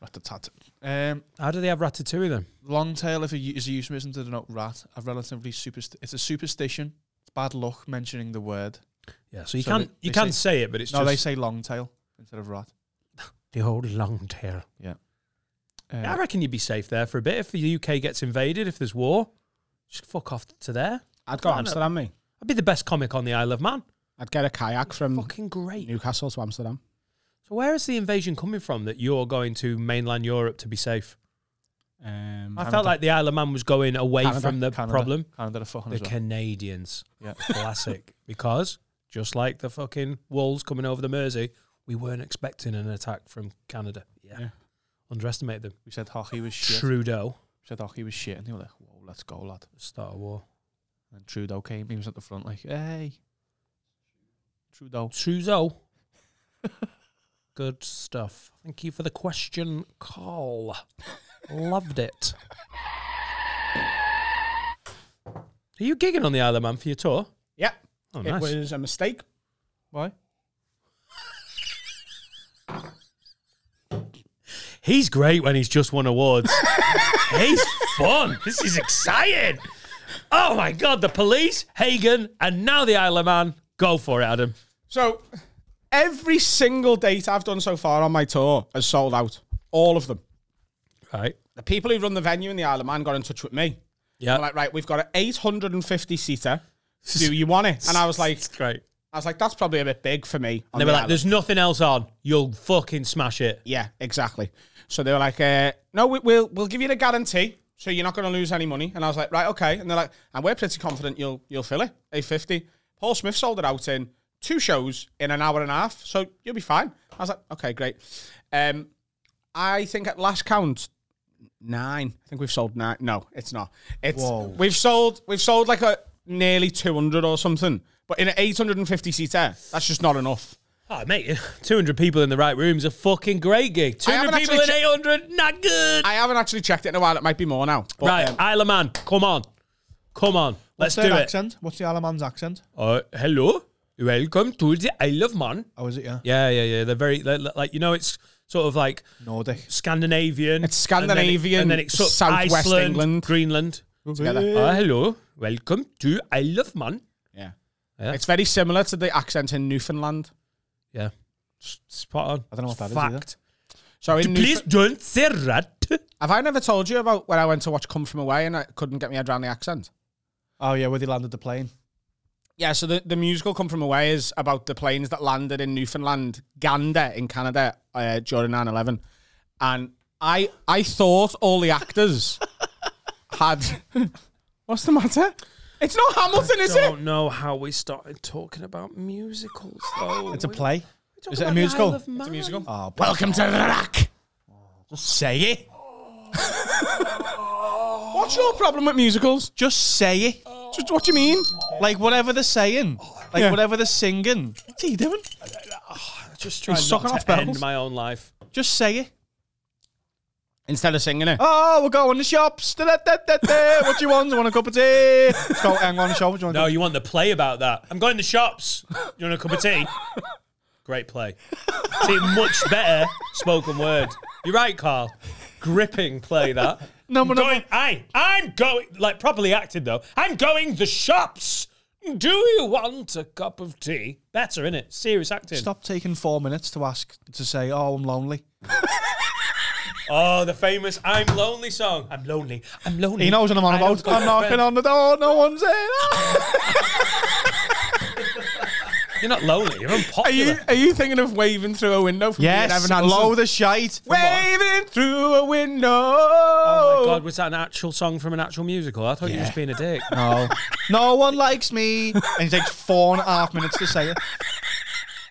Speaker 8: Rat a tat. Um,
Speaker 1: How do they have ratatouille then?
Speaker 8: long tail if a, is a euphemism to denote rat. A relatively superst. It's a superstition. It's bad luck mentioning the word.
Speaker 1: Yeah, so you
Speaker 8: So
Speaker 1: can't
Speaker 8: they-
Speaker 1: you
Speaker 8: they
Speaker 1: can't
Speaker 8: say-
Speaker 1: say it, but it's
Speaker 8: no,
Speaker 1: just
Speaker 8: they say long tail instead of rat.
Speaker 1: the old long tail.
Speaker 8: Uh,
Speaker 1: I reckon you'd be safe there for a bit if the UK gets invaded, if there's war. Just fuck off to there.
Speaker 2: I'd go
Speaker 1: No, no.
Speaker 2: Amsterdam, me.
Speaker 1: I'd be the best comic on the Isle of Man.
Speaker 2: I'd get a kayak
Speaker 8: Mm.
Speaker 2: from
Speaker 1: Fucking great.
Speaker 2: Newcastle to Amsterdam.
Speaker 1: So where is the invasion coming from that you're going to mainland Europe to be
Speaker 8: Mm,
Speaker 1: safe?
Speaker 2: Um,
Speaker 1: I felt like the Isle of Man was going away
Speaker 2: Canada,
Speaker 1: from the
Speaker 8: Canada.
Speaker 1: problem.
Speaker 8: Canada are fucking
Speaker 1: The
Speaker 8: as well.
Speaker 1: Canadians.
Speaker 8: Yeah.
Speaker 1: Classic. because just like the fucking wolves coming over the Mersey, we weren't expecting an attack from Canada. Yeah.
Speaker 2: Yeah.
Speaker 1: Underestimate them.
Speaker 8: We said hockey was shit.
Speaker 1: Trudeau.
Speaker 8: We said hockey was shit, and they were like, "Whoa, let's go, lad."
Speaker 1: Start a war.
Speaker 8: And then Trudeau came. He was at the front, like, "Hey, Trudeau."
Speaker 1: Trudeau. Good stuff. Thank you for the question, Carl. Loved it. Are you gigging on the Isle of Man for your tour?
Speaker 2: yeah,
Speaker 1: Oh,
Speaker 2: it
Speaker 1: nice.
Speaker 2: was a mistake.
Speaker 8: Why?
Speaker 1: He's great when he's just won awards. he's fun. This is exciting. Oh my God, the police, Hagen, and now the Isle of Man. Go for it, Adam.
Speaker 2: So every single date I've done so far on my tour has sold out. All of them.
Speaker 1: Right.
Speaker 2: The people who run the venue in the Isle of Man got in touch with me.
Speaker 1: Yeah.
Speaker 2: I'm like, right, we've got an 850 seater. Do you want it? And I was like,
Speaker 1: it's great.
Speaker 2: I was like, that's probably a bit big for me.
Speaker 1: And
Speaker 2: on
Speaker 1: they were
Speaker 2: the
Speaker 1: like,
Speaker 2: island.
Speaker 1: there's nothing else on. You'll fucking smash it.
Speaker 2: yeah, exactly. So they were like, uh, no, we, we'll we'll give you the guarantee, so you're not going to lose any money. And I was like, right, okay. And they're like, and we're pretty confident you'll you'll fill it, 850. Paul Smith sold it out in two shows in an hour and a half, so you'll be fine. I was like, okay, great. Um, I think at last count, nine. I think we've sold nine. No, it's not. It's we've sold we've sold like a nearly 200 or something, but in an 850 seater, that's just not enough.
Speaker 1: Oh, mate, 200 people in the right room's a fucking great gig.
Speaker 2: haven't
Speaker 1: 200 people in
Speaker 2: actually
Speaker 1: 800, not good.
Speaker 2: I haven't actually checked it in a while. It might be more now. But,
Speaker 1: right,
Speaker 2: um,
Speaker 1: Isle of Man, come on. Come on. Let's
Speaker 8: What's
Speaker 1: do
Speaker 8: their
Speaker 1: it.
Speaker 8: accent? What's the Alaman's accent?
Speaker 1: Uh, hello. Welcome to the Isle of Man.
Speaker 8: Oh, is it, yeah?
Speaker 1: Yeah, yeah, yeah. They're very, they're, like, you know, it's sort of like
Speaker 8: Nordic.
Speaker 1: Scandinavian.
Speaker 2: It's
Speaker 1: and then it-
Speaker 2: Scandinavian,
Speaker 1: And then it's sort of
Speaker 2: Southwest
Speaker 1: Iceland,
Speaker 2: England.
Speaker 1: Greenland.
Speaker 2: Together.
Speaker 1: Uh, hello. Welcome to Isle of Man.
Speaker 2: Yeah.
Speaker 1: Yeah.
Speaker 2: It's very similar to the accent in Newfoundland.
Speaker 1: Yeah. S- Spot on.
Speaker 8: I don't know what that is either.
Speaker 1: Fact.
Speaker 2: So in
Speaker 1: Please
Speaker 2: Newfoundland,
Speaker 1: don't say rat.
Speaker 2: have I never told you about when I went to watch Come From Away and I couldn't get my head around the accent?
Speaker 8: Oh, yeah, where they landed the plane.
Speaker 2: Yeah, so the, the musical Come From Away is about the planes that landed in Newfoundland, Gander in Canada uh, during 9 11. And I I thought all the actors had. What's the matter? It's not Hamilton, is it?
Speaker 1: don't know how we started talking about musicals though.
Speaker 8: It's a play. Is it a musical? It's
Speaker 1: a musical.
Speaker 8: Oh,
Speaker 2: Welcome to the rack.
Speaker 8: say it.
Speaker 2: What's your problem with musicals?
Speaker 8: Just say it.
Speaker 2: Just what do you mean?
Speaker 8: Like whatever they're saying. Like
Speaker 1: Oh,
Speaker 2: Yeah.
Speaker 8: whatever they're singing. What's he doing?
Speaker 1: Just trying
Speaker 2: sucking
Speaker 1: not
Speaker 2: off
Speaker 1: to
Speaker 2: bells.
Speaker 1: end my own life.
Speaker 8: Just say it.
Speaker 2: Instead of singing it.
Speaker 8: Oh, we're going to shops. Da, da, da, da, da. What do you want? Do you want a cup of tea? Let's go hang on the shop. Do you want a
Speaker 1: No, you want the play about that. I'm going to the shops. You want a cup of tea? Great play. See, much better spoken word. You're right, Carl. Gripping play that.
Speaker 8: No, but no,
Speaker 1: going, I, I'm going, like properly acted though. I'm going the shops. Do you want a cup of tea? Better, innit? Serious acting.
Speaker 8: Stop taking four minutes to ask to say, "Oh, I'm lonely."
Speaker 1: Oh, the famous I'm Lonely song. I'm lonely. I'm lonely.
Speaker 8: He knows what I'm on
Speaker 1: I don't
Speaker 8: about.
Speaker 1: go
Speaker 8: I'm
Speaker 1: to
Speaker 8: knocking
Speaker 1: bed.
Speaker 8: on the door. No one's in. Ah!
Speaker 1: You're not lonely. You're unpopular.
Speaker 2: Are you are you thinking of waving through a window from
Speaker 8: Yes,
Speaker 2: Evan Hansen?
Speaker 8: load the shite.
Speaker 2: Waving through a window.
Speaker 1: Oh
Speaker 2: Oh
Speaker 1: my god, was that an actual song from an actual musical? I thought you were just being a dick.
Speaker 8: No, no one likes me. And he takes four and a half minutes to say it.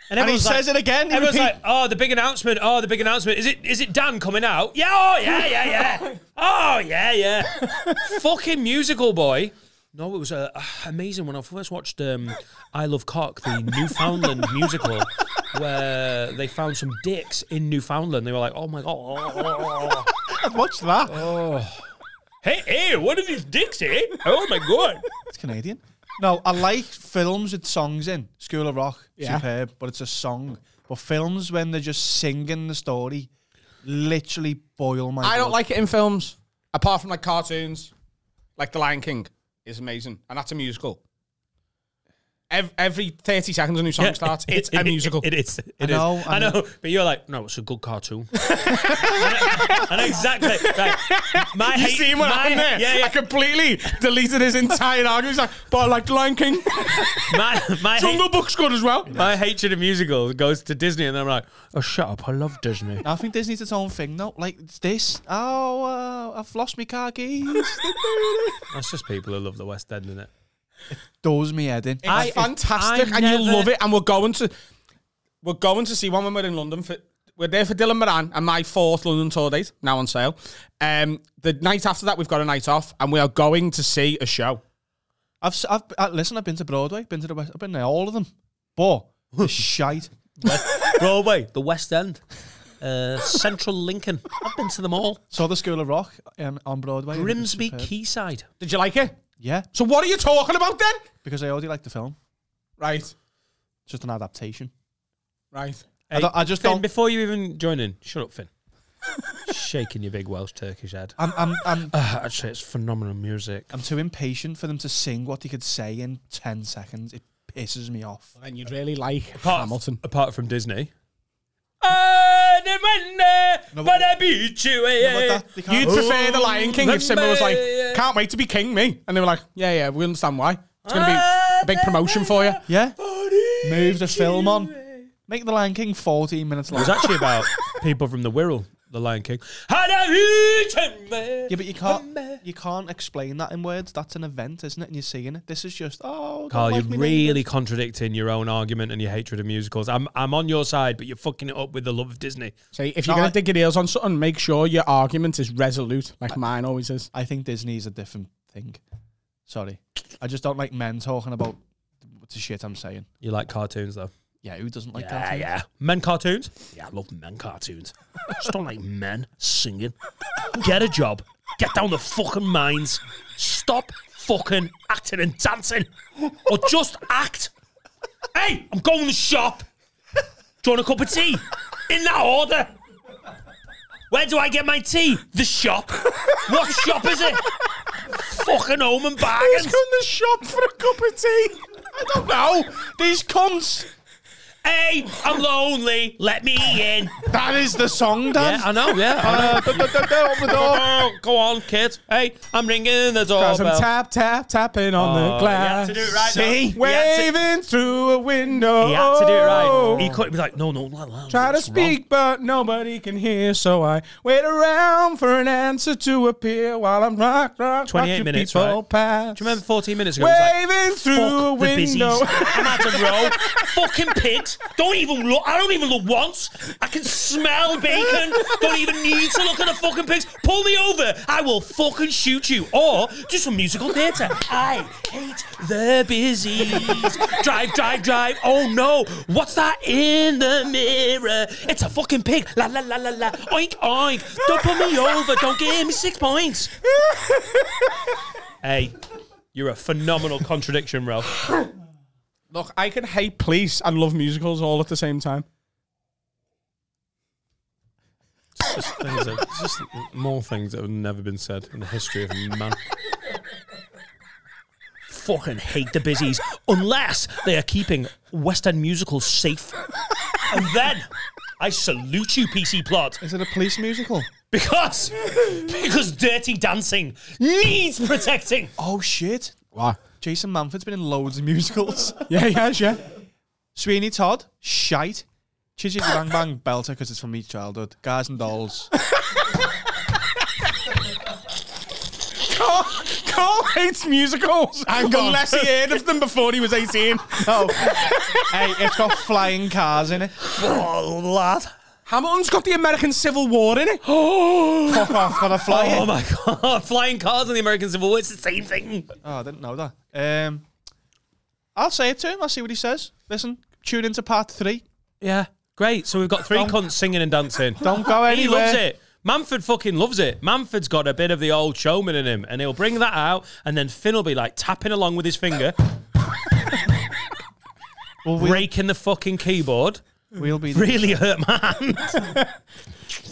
Speaker 8: And he
Speaker 1: everyone's like-
Speaker 8: says it again. He
Speaker 1: Everyone's
Speaker 8: repeat-
Speaker 1: like, "Oh, the big announcement! Oh, the big announcement! Is it? Is it Dan coming out? Yeah! Oh, yeah, yeah, yeah! oh, yeah, yeah! Fucking musical boy! No, it was uh, amazing when I first watched um, I Love Cock, the Newfoundland musical, where they found some dicks in Newfoundland. They were like, "Oh my god! oh, oh, oh."
Speaker 8: "What's that?"
Speaker 1: Hey, hey, what are these dicks, eh? Oh my god!"
Speaker 8: It's Canadian. No, I like films with songs in. School of Rock,
Speaker 2: Yeah.
Speaker 8: superb, but it's a song. But films when they're just singing the story, literally boil my.
Speaker 2: I don't
Speaker 8: blood.
Speaker 2: like it in films. Apart from like cartoons. Like The Lion King is amazing. And that's a musical. Ev- Every 30 seconds a new song starts. It's a musical.
Speaker 1: It is. It
Speaker 8: I
Speaker 1: is.
Speaker 8: know,
Speaker 1: I
Speaker 8: I
Speaker 1: know.
Speaker 8: know.
Speaker 1: But you're like, no, it's a good cartoon. I, know, I know exactly. Right. My
Speaker 2: you
Speaker 1: hate-
Speaker 2: see what
Speaker 1: my-
Speaker 2: happened there?
Speaker 1: Yeah, yeah.
Speaker 2: I completely deleted his entire argument. He's like, but I like The Lion King.
Speaker 1: my, my,
Speaker 2: Jungle
Speaker 1: hate,
Speaker 2: Book's good as well.
Speaker 1: my hatred of musicals goes to Disney, and I'm like, oh, shut up. I love Disney.
Speaker 8: I think Disney's its own thing. No, like it's this. Oh, uh, I've lost my car keys.
Speaker 1: That's just people who love the West End, isn't it?
Speaker 8: Does me head in.
Speaker 1: I-
Speaker 2: It's fantastic,
Speaker 1: I
Speaker 2: and you
Speaker 1: never-
Speaker 2: love it. And we're going to we're going to see one when we're in London. For we're there for Dylan Moran and my fourth London tour date now on sale. Um, the night after that, we've got a night off, and we are going to see a show.
Speaker 8: I've, s- I've uh, listen. I've been to Broadway. Been to the West. I've been there. All of them. But the shite.
Speaker 1: Broadway, the West End, uh, Central Lincoln. I've been to them all.
Speaker 8: Saw the School of Rock um, on Broadway. and it was
Speaker 1: Grimsby
Speaker 8: superb.
Speaker 1: Quayside.
Speaker 2: Did you like it?
Speaker 8: Yeah,
Speaker 2: So what are you talking about then?
Speaker 8: because I already liked the film.
Speaker 2: Right,
Speaker 8: It's just an adaptation.
Speaker 2: right.
Speaker 8: I, don't- I just
Speaker 1: Finn,
Speaker 8: don't.
Speaker 1: before you even join in, shut up, Finn. Shaking your big Welsh Turkish head.
Speaker 8: I'm, I'm, I'm,
Speaker 1: Uh, I'd say it's phenomenal music.
Speaker 8: I'm too impatient for them to sing what they could say in ten seconds. It pisses me off.
Speaker 2: And you'd really like
Speaker 1: Apart,
Speaker 2: Hamilton.
Speaker 1: apart from Disney. I didn't win there,
Speaker 8: No,
Speaker 1: but uh,
Speaker 8: but-
Speaker 1: I beat you. eh, eh.
Speaker 8: they can't-
Speaker 2: You'd prefer the Lion King if someone was like,
Speaker 1: Remember-
Speaker 2: "Can't wait to be king, me," and they were like, "Yeah, yeah, we understand why. It's gonna be a big promotion for you."
Speaker 8: yeah, move the film on. Make the Lion King 14 minutes long.
Speaker 1: It was actually about people from the Wirral, the Lion King. Had a huge man.
Speaker 8: Yeah, but you can't you can't explain that in words. That's an event, isn't it? And you're seeing it. This is just oh. don't
Speaker 1: Carl,
Speaker 8: like
Speaker 1: you're
Speaker 8: me
Speaker 1: really contradicting your own argument and your hatred of musicals. I'm I'm on your side, but you're fucking it up with the love of Disney.
Speaker 2: So if you're
Speaker 8: No,
Speaker 2: gonna
Speaker 8: I-
Speaker 2: dig your heels on something, make sure your argument is resolute, like mine always is.
Speaker 8: I think Disney's a different thing. Sorry, I just don't like men talking about the shit I'm saying.
Speaker 1: You like cartoons though.
Speaker 8: Yeah, who doesn't like
Speaker 1: Yeah,
Speaker 8: that?
Speaker 1: Uh, yeah. Men cartoons? Yeah, I love men cartoons. Just don't like men singing. Get a job. Get down the fucking mines. Stop fucking acting and dancing. Or just act. Hey, I'm going to the shop. Do you want a cup of tea? In that order. Where do I get my tea? The shop. What shop is it? fucking home and bargains.
Speaker 2: the shop for a cup of tea? I don't know.
Speaker 8: These cons.
Speaker 1: Hey, I'm lonely. Let me in.
Speaker 8: That is the song, Dan.
Speaker 1: I know, yeah. Go on, kids. Hey, I'm ringing the
Speaker 2: As I'm
Speaker 1: doorbell.
Speaker 2: tap tap tapping on the glass.
Speaker 1: Oh, to do it right, though.
Speaker 2: See?
Speaker 1: He had to-
Speaker 2: waving through a window.
Speaker 1: He had to do it right. He couldn't be like, no, no, la, la,
Speaker 2: Oh. Try to
Speaker 1: it's wrong.
Speaker 2: speak, but nobody can hear, so I wait around for an answer to appear while I'm rock, rock,
Speaker 1: 28
Speaker 2: watching
Speaker 1: minutes,
Speaker 2: people
Speaker 1: right?
Speaker 2: pass.
Speaker 1: Do you remember 14 minutes ago? it was
Speaker 2: Waving
Speaker 1: like,
Speaker 2: through
Speaker 1: Fuck
Speaker 2: a
Speaker 1: the busies.
Speaker 2: window.
Speaker 1: I'm out of row. Fucking pigs. Don't even look. I don't even look once. I can smell bacon. Don't even need to look at the fucking pigs. Pull me over. I will fucking shoot you. Or do some musical theatre. I hate the busies. Drive, drive, drive. Oh no. What's that in the mirror? It's a fucking pig. La la la la la. Oink oink. Don't pull me over. Don't give me six points. Hey. You're a phenomenal contradiction, Ralph.
Speaker 2: Look, I can hate police and love musicals all at the same time.
Speaker 1: just things that, just more things that have never been said in the history of man. Fucking hate the busies unless they are keeping West End musicals safe. And then I salute you, PC Plot,
Speaker 8: Is it a police musical?
Speaker 1: because because Dirty Dancing needs protecting.
Speaker 8: Oh shit!
Speaker 2: Wow.
Speaker 8: Jason Manford's been in loads of musicals.
Speaker 2: Yeah, yeah, yeah.
Speaker 8: Sweeney Todd, shite. Chitty Bang Bang, belter because it's from me childhood. Guys and dolls.
Speaker 2: Carl, Carl hates musicals
Speaker 8: Hang on.
Speaker 2: unless he heard of them before he was 18.
Speaker 8: Oh, hey, it's got flying cars in it.
Speaker 1: Oh, lad.
Speaker 2: Hamilton's got the American Civil War in it.
Speaker 8: Fuck off, gotta fly
Speaker 1: Oh
Speaker 8: it.
Speaker 1: my god, flying cars in the American Civil War, it's the same thing.
Speaker 8: Oh, I didn't know that. Um, I'll say it to him. I'll see what he says. Listen, tune into part three.
Speaker 1: Yeah, great. So we've got three cunts singing and dancing.
Speaker 8: Don't go anywhere.
Speaker 1: He loves it. Manford fucking loves it. Manford's got a bit of the old showman in him, and he'll bring that out, and then Finn will be like tapping along with his finger,
Speaker 8: Well, we'll,
Speaker 1: breaking the fucking keyboard.
Speaker 8: we'll be.
Speaker 1: Really hurt my hand.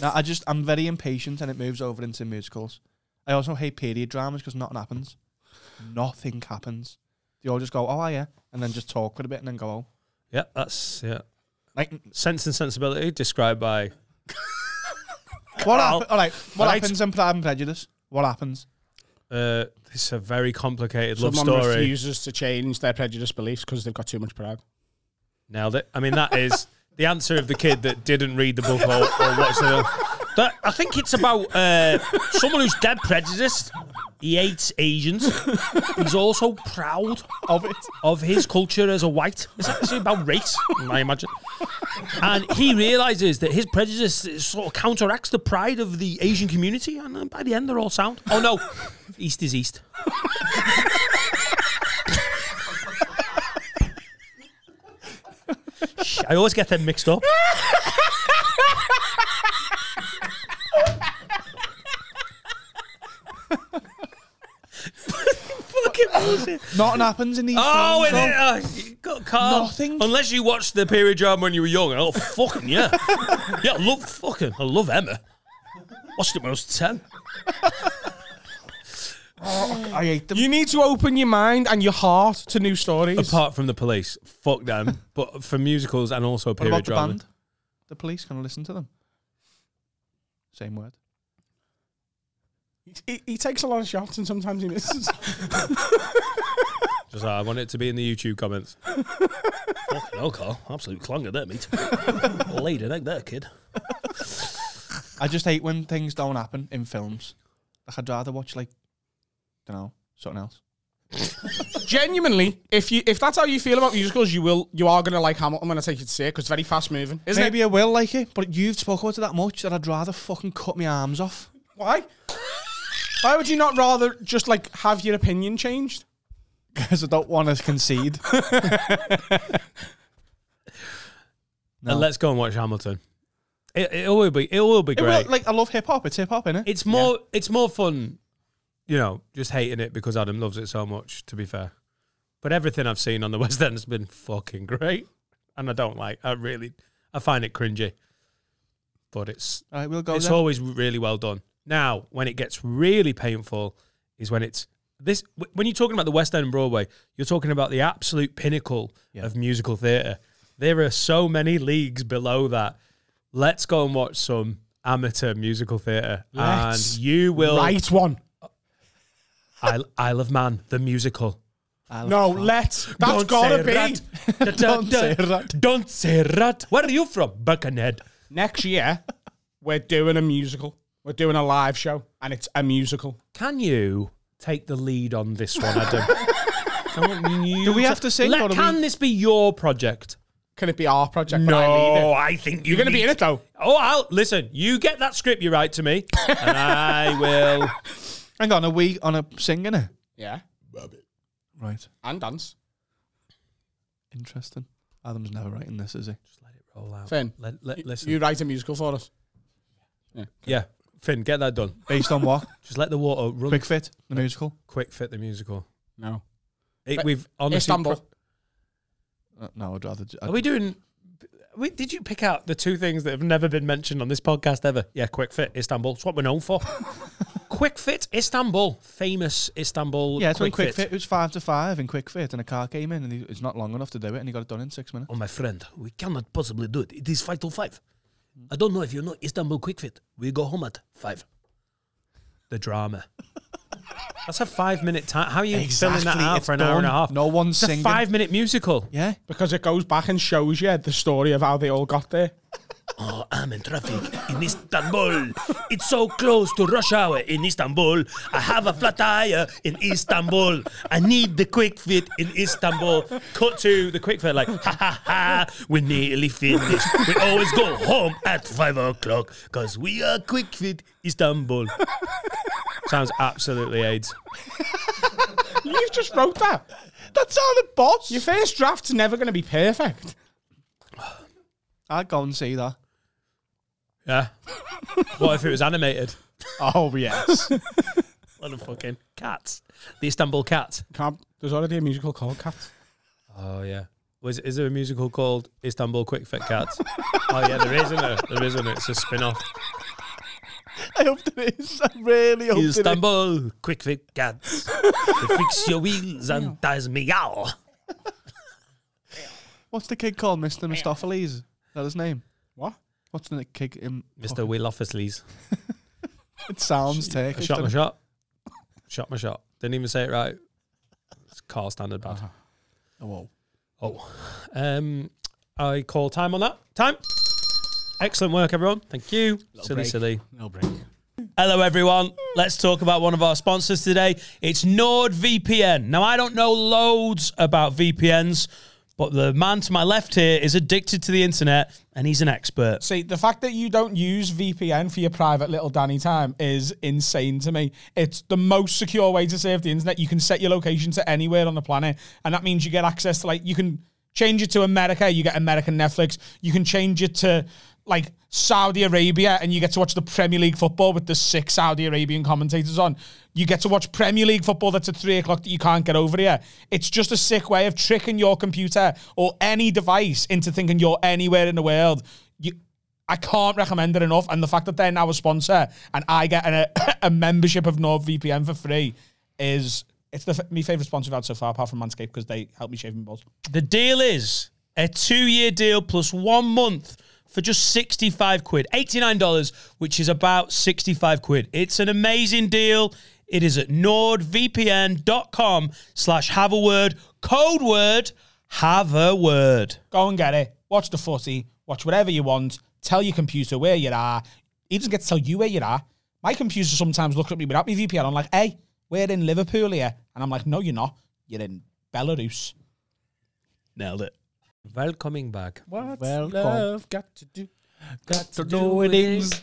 Speaker 8: No, I just, I'm very impatient, and it moves over into musicals. I also hate period dramas because nothing happens. Nothing happens. They all just go, oh yeah, and then just talk for a bit and then go home.
Speaker 1: yeah, that's yeah.
Speaker 8: Like,
Speaker 1: Sense and sensibility described by
Speaker 8: what
Speaker 1: Carl.
Speaker 8: happened? All right, what
Speaker 1: Right.
Speaker 8: happens in Pride and Prejudice? What happens?
Speaker 1: uh it's a very complicated
Speaker 2: Someone
Speaker 1: love story.
Speaker 2: refuses to change their prejudiced beliefs because they've got too much pride.
Speaker 1: Nailed it. I mean, that is the answer of the kid that didn't read the book or, or watch the film. That, I think it's about uh, someone who's dead prejudiced. He hates Asians. He's also proud
Speaker 8: Of it.
Speaker 1: of his culture as a white. It's actually about race, I imagine. And he realizes that his prejudice is- sort of counteracts the pride of the Asian community. And uh, by the end, they're all sound. Oh no, East is East. Sh- I always get them mixed up. Fucking bullshit.
Speaker 8: Nothing happens in these.
Speaker 1: Oh,
Speaker 8: films,
Speaker 1: and it,
Speaker 8: though.
Speaker 1: uh, you got Carl.
Speaker 8: Nothing.
Speaker 1: Unless you watched the period drama when you were young. Oh, fucking yeah. yeah, I love fucking. I love Emma. Watched it when I was ten.
Speaker 8: I hate them.
Speaker 2: You need to open your mind and your heart to new stories.
Speaker 1: Apart from the police, fuck them. but for musicals and also
Speaker 8: what
Speaker 1: period
Speaker 8: about the
Speaker 1: drama.
Speaker 8: band? The police, can I listen to them? Same word.
Speaker 2: he, he takes a lot of shots and sometimes he misses.
Speaker 1: Just like, I want it to be in the YouTube comments. Fucking hell, Carl. Absolute clanger there, mate. Lady, egg there, kid.
Speaker 8: I just hate when things don't happen in films. Like I'd rather watch like, don't know, something else.
Speaker 2: Genuinely, if you if that's how you feel about musicals, you will you are gonna like Hamilton when I take you to see it because it's very fast moving, isn't
Speaker 8: Maybe
Speaker 2: it?
Speaker 8: I will like it, but you've spoken about it that much that I'd rather fucking cut my arms off.
Speaker 2: Why? Why would you not rather just like have your opinion changed?
Speaker 8: Because I don't want to concede. No.
Speaker 1: And let's go and watch Hamilton. It, it'll all be it'll all be
Speaker 8: It
Speaker 1: great.
Speaker 8: will, like I love hip hop. It's hip hop, innit?
Speaker 1: it's more it's more fun, you know, just hating it because Adam loves it so much. To be fair, but everything I've seen on the West End has been fucking great, and I don't like. I really I find it cringy, but it's
Speaker 8: All right, we'll go.
Speaker 1: it's
Speaker 8: then.
Speaker 1: always really well done. Now, when it gets really painful, is when it's this. wh- When you're talking about the West End and Broadway, you're talking about the absolute pinnacle of musical theatre. There are so many leagues below that. Let's go and watch some amateur musical theatre, and
Speaker 2: Let's
Speaker 1: you will.
Speaker 2: Right one.
Speaker 1: Isle, Isle of Man, the musical.
Speaker 2: No, let. that has
Speaker 1: Don't say
Speaker 2: gotta be
Speaker 1: rat. Da, da,
Speaker 8: Don't
Speaker 1: da.
Speaker 8: say rat.
Speaker 1: Don't say rat. Where are you from, Birkenhead?
Speaker 2: next year. We're doing a musical. We're doing a live show, and it's a musical.
Speaker 1: Can you take the lead on this one, Adam? I want you
Speaker 8: Do we have to sing, or
Speaker 1: Let,
Speaker 8: do
Speaker 1: can
Speaker 8: we-
Speaker 1: this be your project?
Speaker 2: Can it be our project? when I lead it?
Speaker 1: I think you
Speaker 2: you're gonna be in it though.
Speaker 1: Oh, I'll listen. You get that script you write to me, and I will.
Speaker 8: Hang on, are we on a singing it?
Speaker 2: Yeah,
Speaker 8: Right.
Speaker 2: and dance.
Speaker 8: Interesting. Adam's never writing this, is he?
Speaker 1: Roll out.
Speaker 2: Finn,
Speaker 1: Let- let- listen.
Speaker 2: You write a musical for us.
Speaker 1: yeah, Finn, get that done.
Speaker 8: Based on what?
Speaker 1: Just let the water run.
Speaker 8: Quick Fit, the musical.
Speaker 1: quick fit the musical.
Speaker 2: No,
Speaker 1: It,
Speaker 2: But-
Speaker 1: we've honestly.
Speaker 2: Istanbul.
Speaker 8: Uh, no, I'd rather. ju- I'd,
Speaker 1: Are we doing? We, did you pick out the two things that have never been mentioned on this podcast ever? Yeah, quick fit Istanbul. It's what we're known for. quick fit Istanbul, famous Istanbul.
Speaker 8: yeah, it's when Quick Fit. It was five to five in Quick Fit, and a car came in, and he, it's not long enough to do it, and he got it done in six minutes.
Speaker 1: Oh, my friend, we cannot possibly do it. It is five to five. I don't know if you know Istanbul quick fit. We go home at five. The drama. That's a five minute time. How are you filling that
Speaker 8: Exactly,
Speaker 1: out
Speaker 8: it's
Speaker 1: for an hour and a
Speaker 8: done.
Speaker 1: half?
Speaker 8: No one's
Speaker 1: it's a
Speaker 8: singing.
Speaker 1: five minute musical.
Speaker 8: Yeah,
Speaker 2: because it goes back and shows you the story of how they all got there.
Speaker 1: Oh, I'm in traffic in Istanbul. It's so close to rush hour in Istanbul. I have a flat tire in Istanbul. I need the quick fit in Istanbul. Cut to the quick fit, like, ha ha ha, we're nearly finished. We always go home at five o'clock because we are quick fit Istanbul. Sounds absolutely AIDS.
Speaker 2: You've just wrote that.
Speaker 8: that's how the boss.
Speaker 2: Your first draft's never going to be perfect.
Speaker 8: I'd go and see that.
Speaker 1: Yeah. What if it was animated?
Speaker 8: Oh yes.
Speaker 1: What the fucking cats. The Istanbul cats.
Speaker 2: Can't, there's already a musical called Cats.
Speaker 1: Oh yeah. Was is there a musical called Istanbul Quick Fit Cats? oh yeah, there is, isn't there? There is, isn't there? It's a spin-off.
Speaker 8: I hope there is. I really hope there is.
Speaker 1: Istanbul Quick Fit Cats. They fix your wheels and does meow.
Speaker 8: What's the kid called, Mister Mistopheles? Is that his name?
Speaker 2: What?
Speaker 8: What's the kid? In,
Speaker 1: Mr. Will Officeley's.
Speaker 8: It sounds
Speaker 1: I
Speaker 8: Turkish.
Speaker 1: shot my
Speaker 8: doesn't it?
Speaker 1: shot. Shot my shot. Didn't even say it right. It's car standard bad.
Speaker 8: Oh, whoa.
Speaker 1: Oh. Um I call time on that. Time. Excellent work, everyone. Thank you. silly, silly.
Speaker 2: No break.
Speaker 1: Hello, everyone. Let's talk about one of our sponsors today. It's NordVPN. Now, I don't know loads about VPNs, but the man to my left here is addicted to the internet and he's an expert.
Speaker 2: See, the fact that you don't use VPN for your private little Danny time is insane to me. It's the most secure way to save the internet. You can set your location to anywhere on the planet, and that means you get access to like you can change it to America, you get American Netflix. You can change it to like Saudi Arabia, and you get to watch the Premier League football with the six Saudi Arabian commentators on. You get to watch Premier League football that's at three o'clock that you can't get over here. It's just a sick way of tricking your computer or any device into thinking you're anywhere in the world. You, I can't recommend it enough. And the fact that they're now a sponsor and I get an, a, a membership of NordVPN for free is it's the f- my favorite sponsor I've had so far, apart from Manscaped, because they help me shave my balls.
Speaker 1: The deal is a two-year deal plus one month for just 65 quid, $89, which is about 65 quid. It's an amazing deal. It is at nordvpn.com slash have a word, code word, have a word.
Speaker 2: Go and get it. Watch the footy. Watch whatever you want. Tell your computer where you are. He doesn't get to tell you where you are. My computer sometimes looks at me without my VPN. I'm like, hey, we're in Liverpool here. And I'm like, no, you're not. You're in Belarus.
Speaker 1: Nailed it. Welcoming back.
Speaker 2: What?
Speaker 8: got to do.
Speaker 1: Got to
Speaker 8: do it is.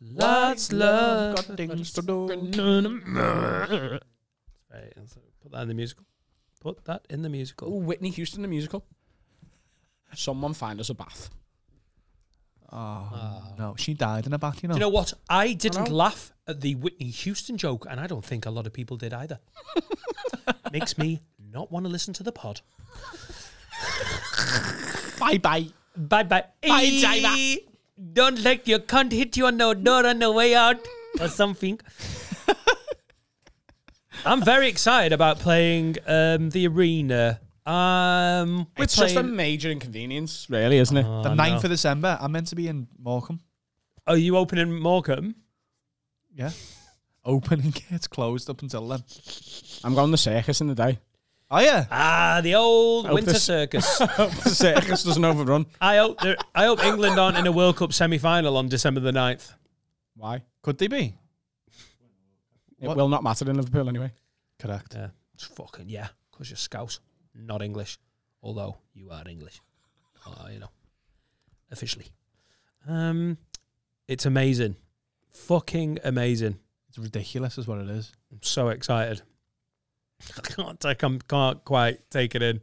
Speaker 1: Lots love.
Speaker 8: Got things to do.
Speaker 1: Right, so put that in the musical. Put that in the musical.
Speaker 2: Whitney Houston, the musical. Someone find us a bath.
Speaker 8: No, she died in a bath, you know.
Speaker 1: You know what? I didn't laugh at the Whitney Houston joke, and I don't think a lot of people did either. Makes me not want to listen to the pod.
Speaker 2: Bye bye.
Speaker 1: Bye bye.
Speaker 2: Bye, driver.
Speaker 1: Don't let your cunt hit you on the door on the way out or something. I'm very excited about playing um, the arena. Um, we're
Speaker 2: It's just a
Speaker 1: playing-
Speaker 2: major inconvenience, really, isn't
Speaker 1: Uh.
Speaker 2: it?
Speaker 8: the 9th of December, I'm meant to be in Morecambe.
Speaker 1: Are you opening Morecambe?
Speaker 8: Yeah. Open and it's closed up until then.
Speaker 2: I'm going to the circus in the day.
Speaker 8: Oh, yeah.
Speaker 1: Ah, the old
Speaker 2: hope
Speaker 1: winter
Speaker 2: this-
Speaker 1: circus.
Speaker 2: the circus doesn't overrun.
Speaker 1: I hope they're- I hope England aren't in a World Cup semi-final on December the 9th.
Speaker 2: Why?
Speaker 8: Could they be?
Speaker 2: It
Speaker 8: What?
Speaker 2: will not matter in Liverpool anyway.
Speaker 8: Correct.
Speaker 1: Yeah, It's fucking yeah, because you're Scouse, not English. Although you are English, uh, you know, officially. Um, it's amazing, fucking amazing.
Speaker 8: It's ridiculous, is what it is.
Speaker 1: I'm so excited. I can't take, I can't quite take it in.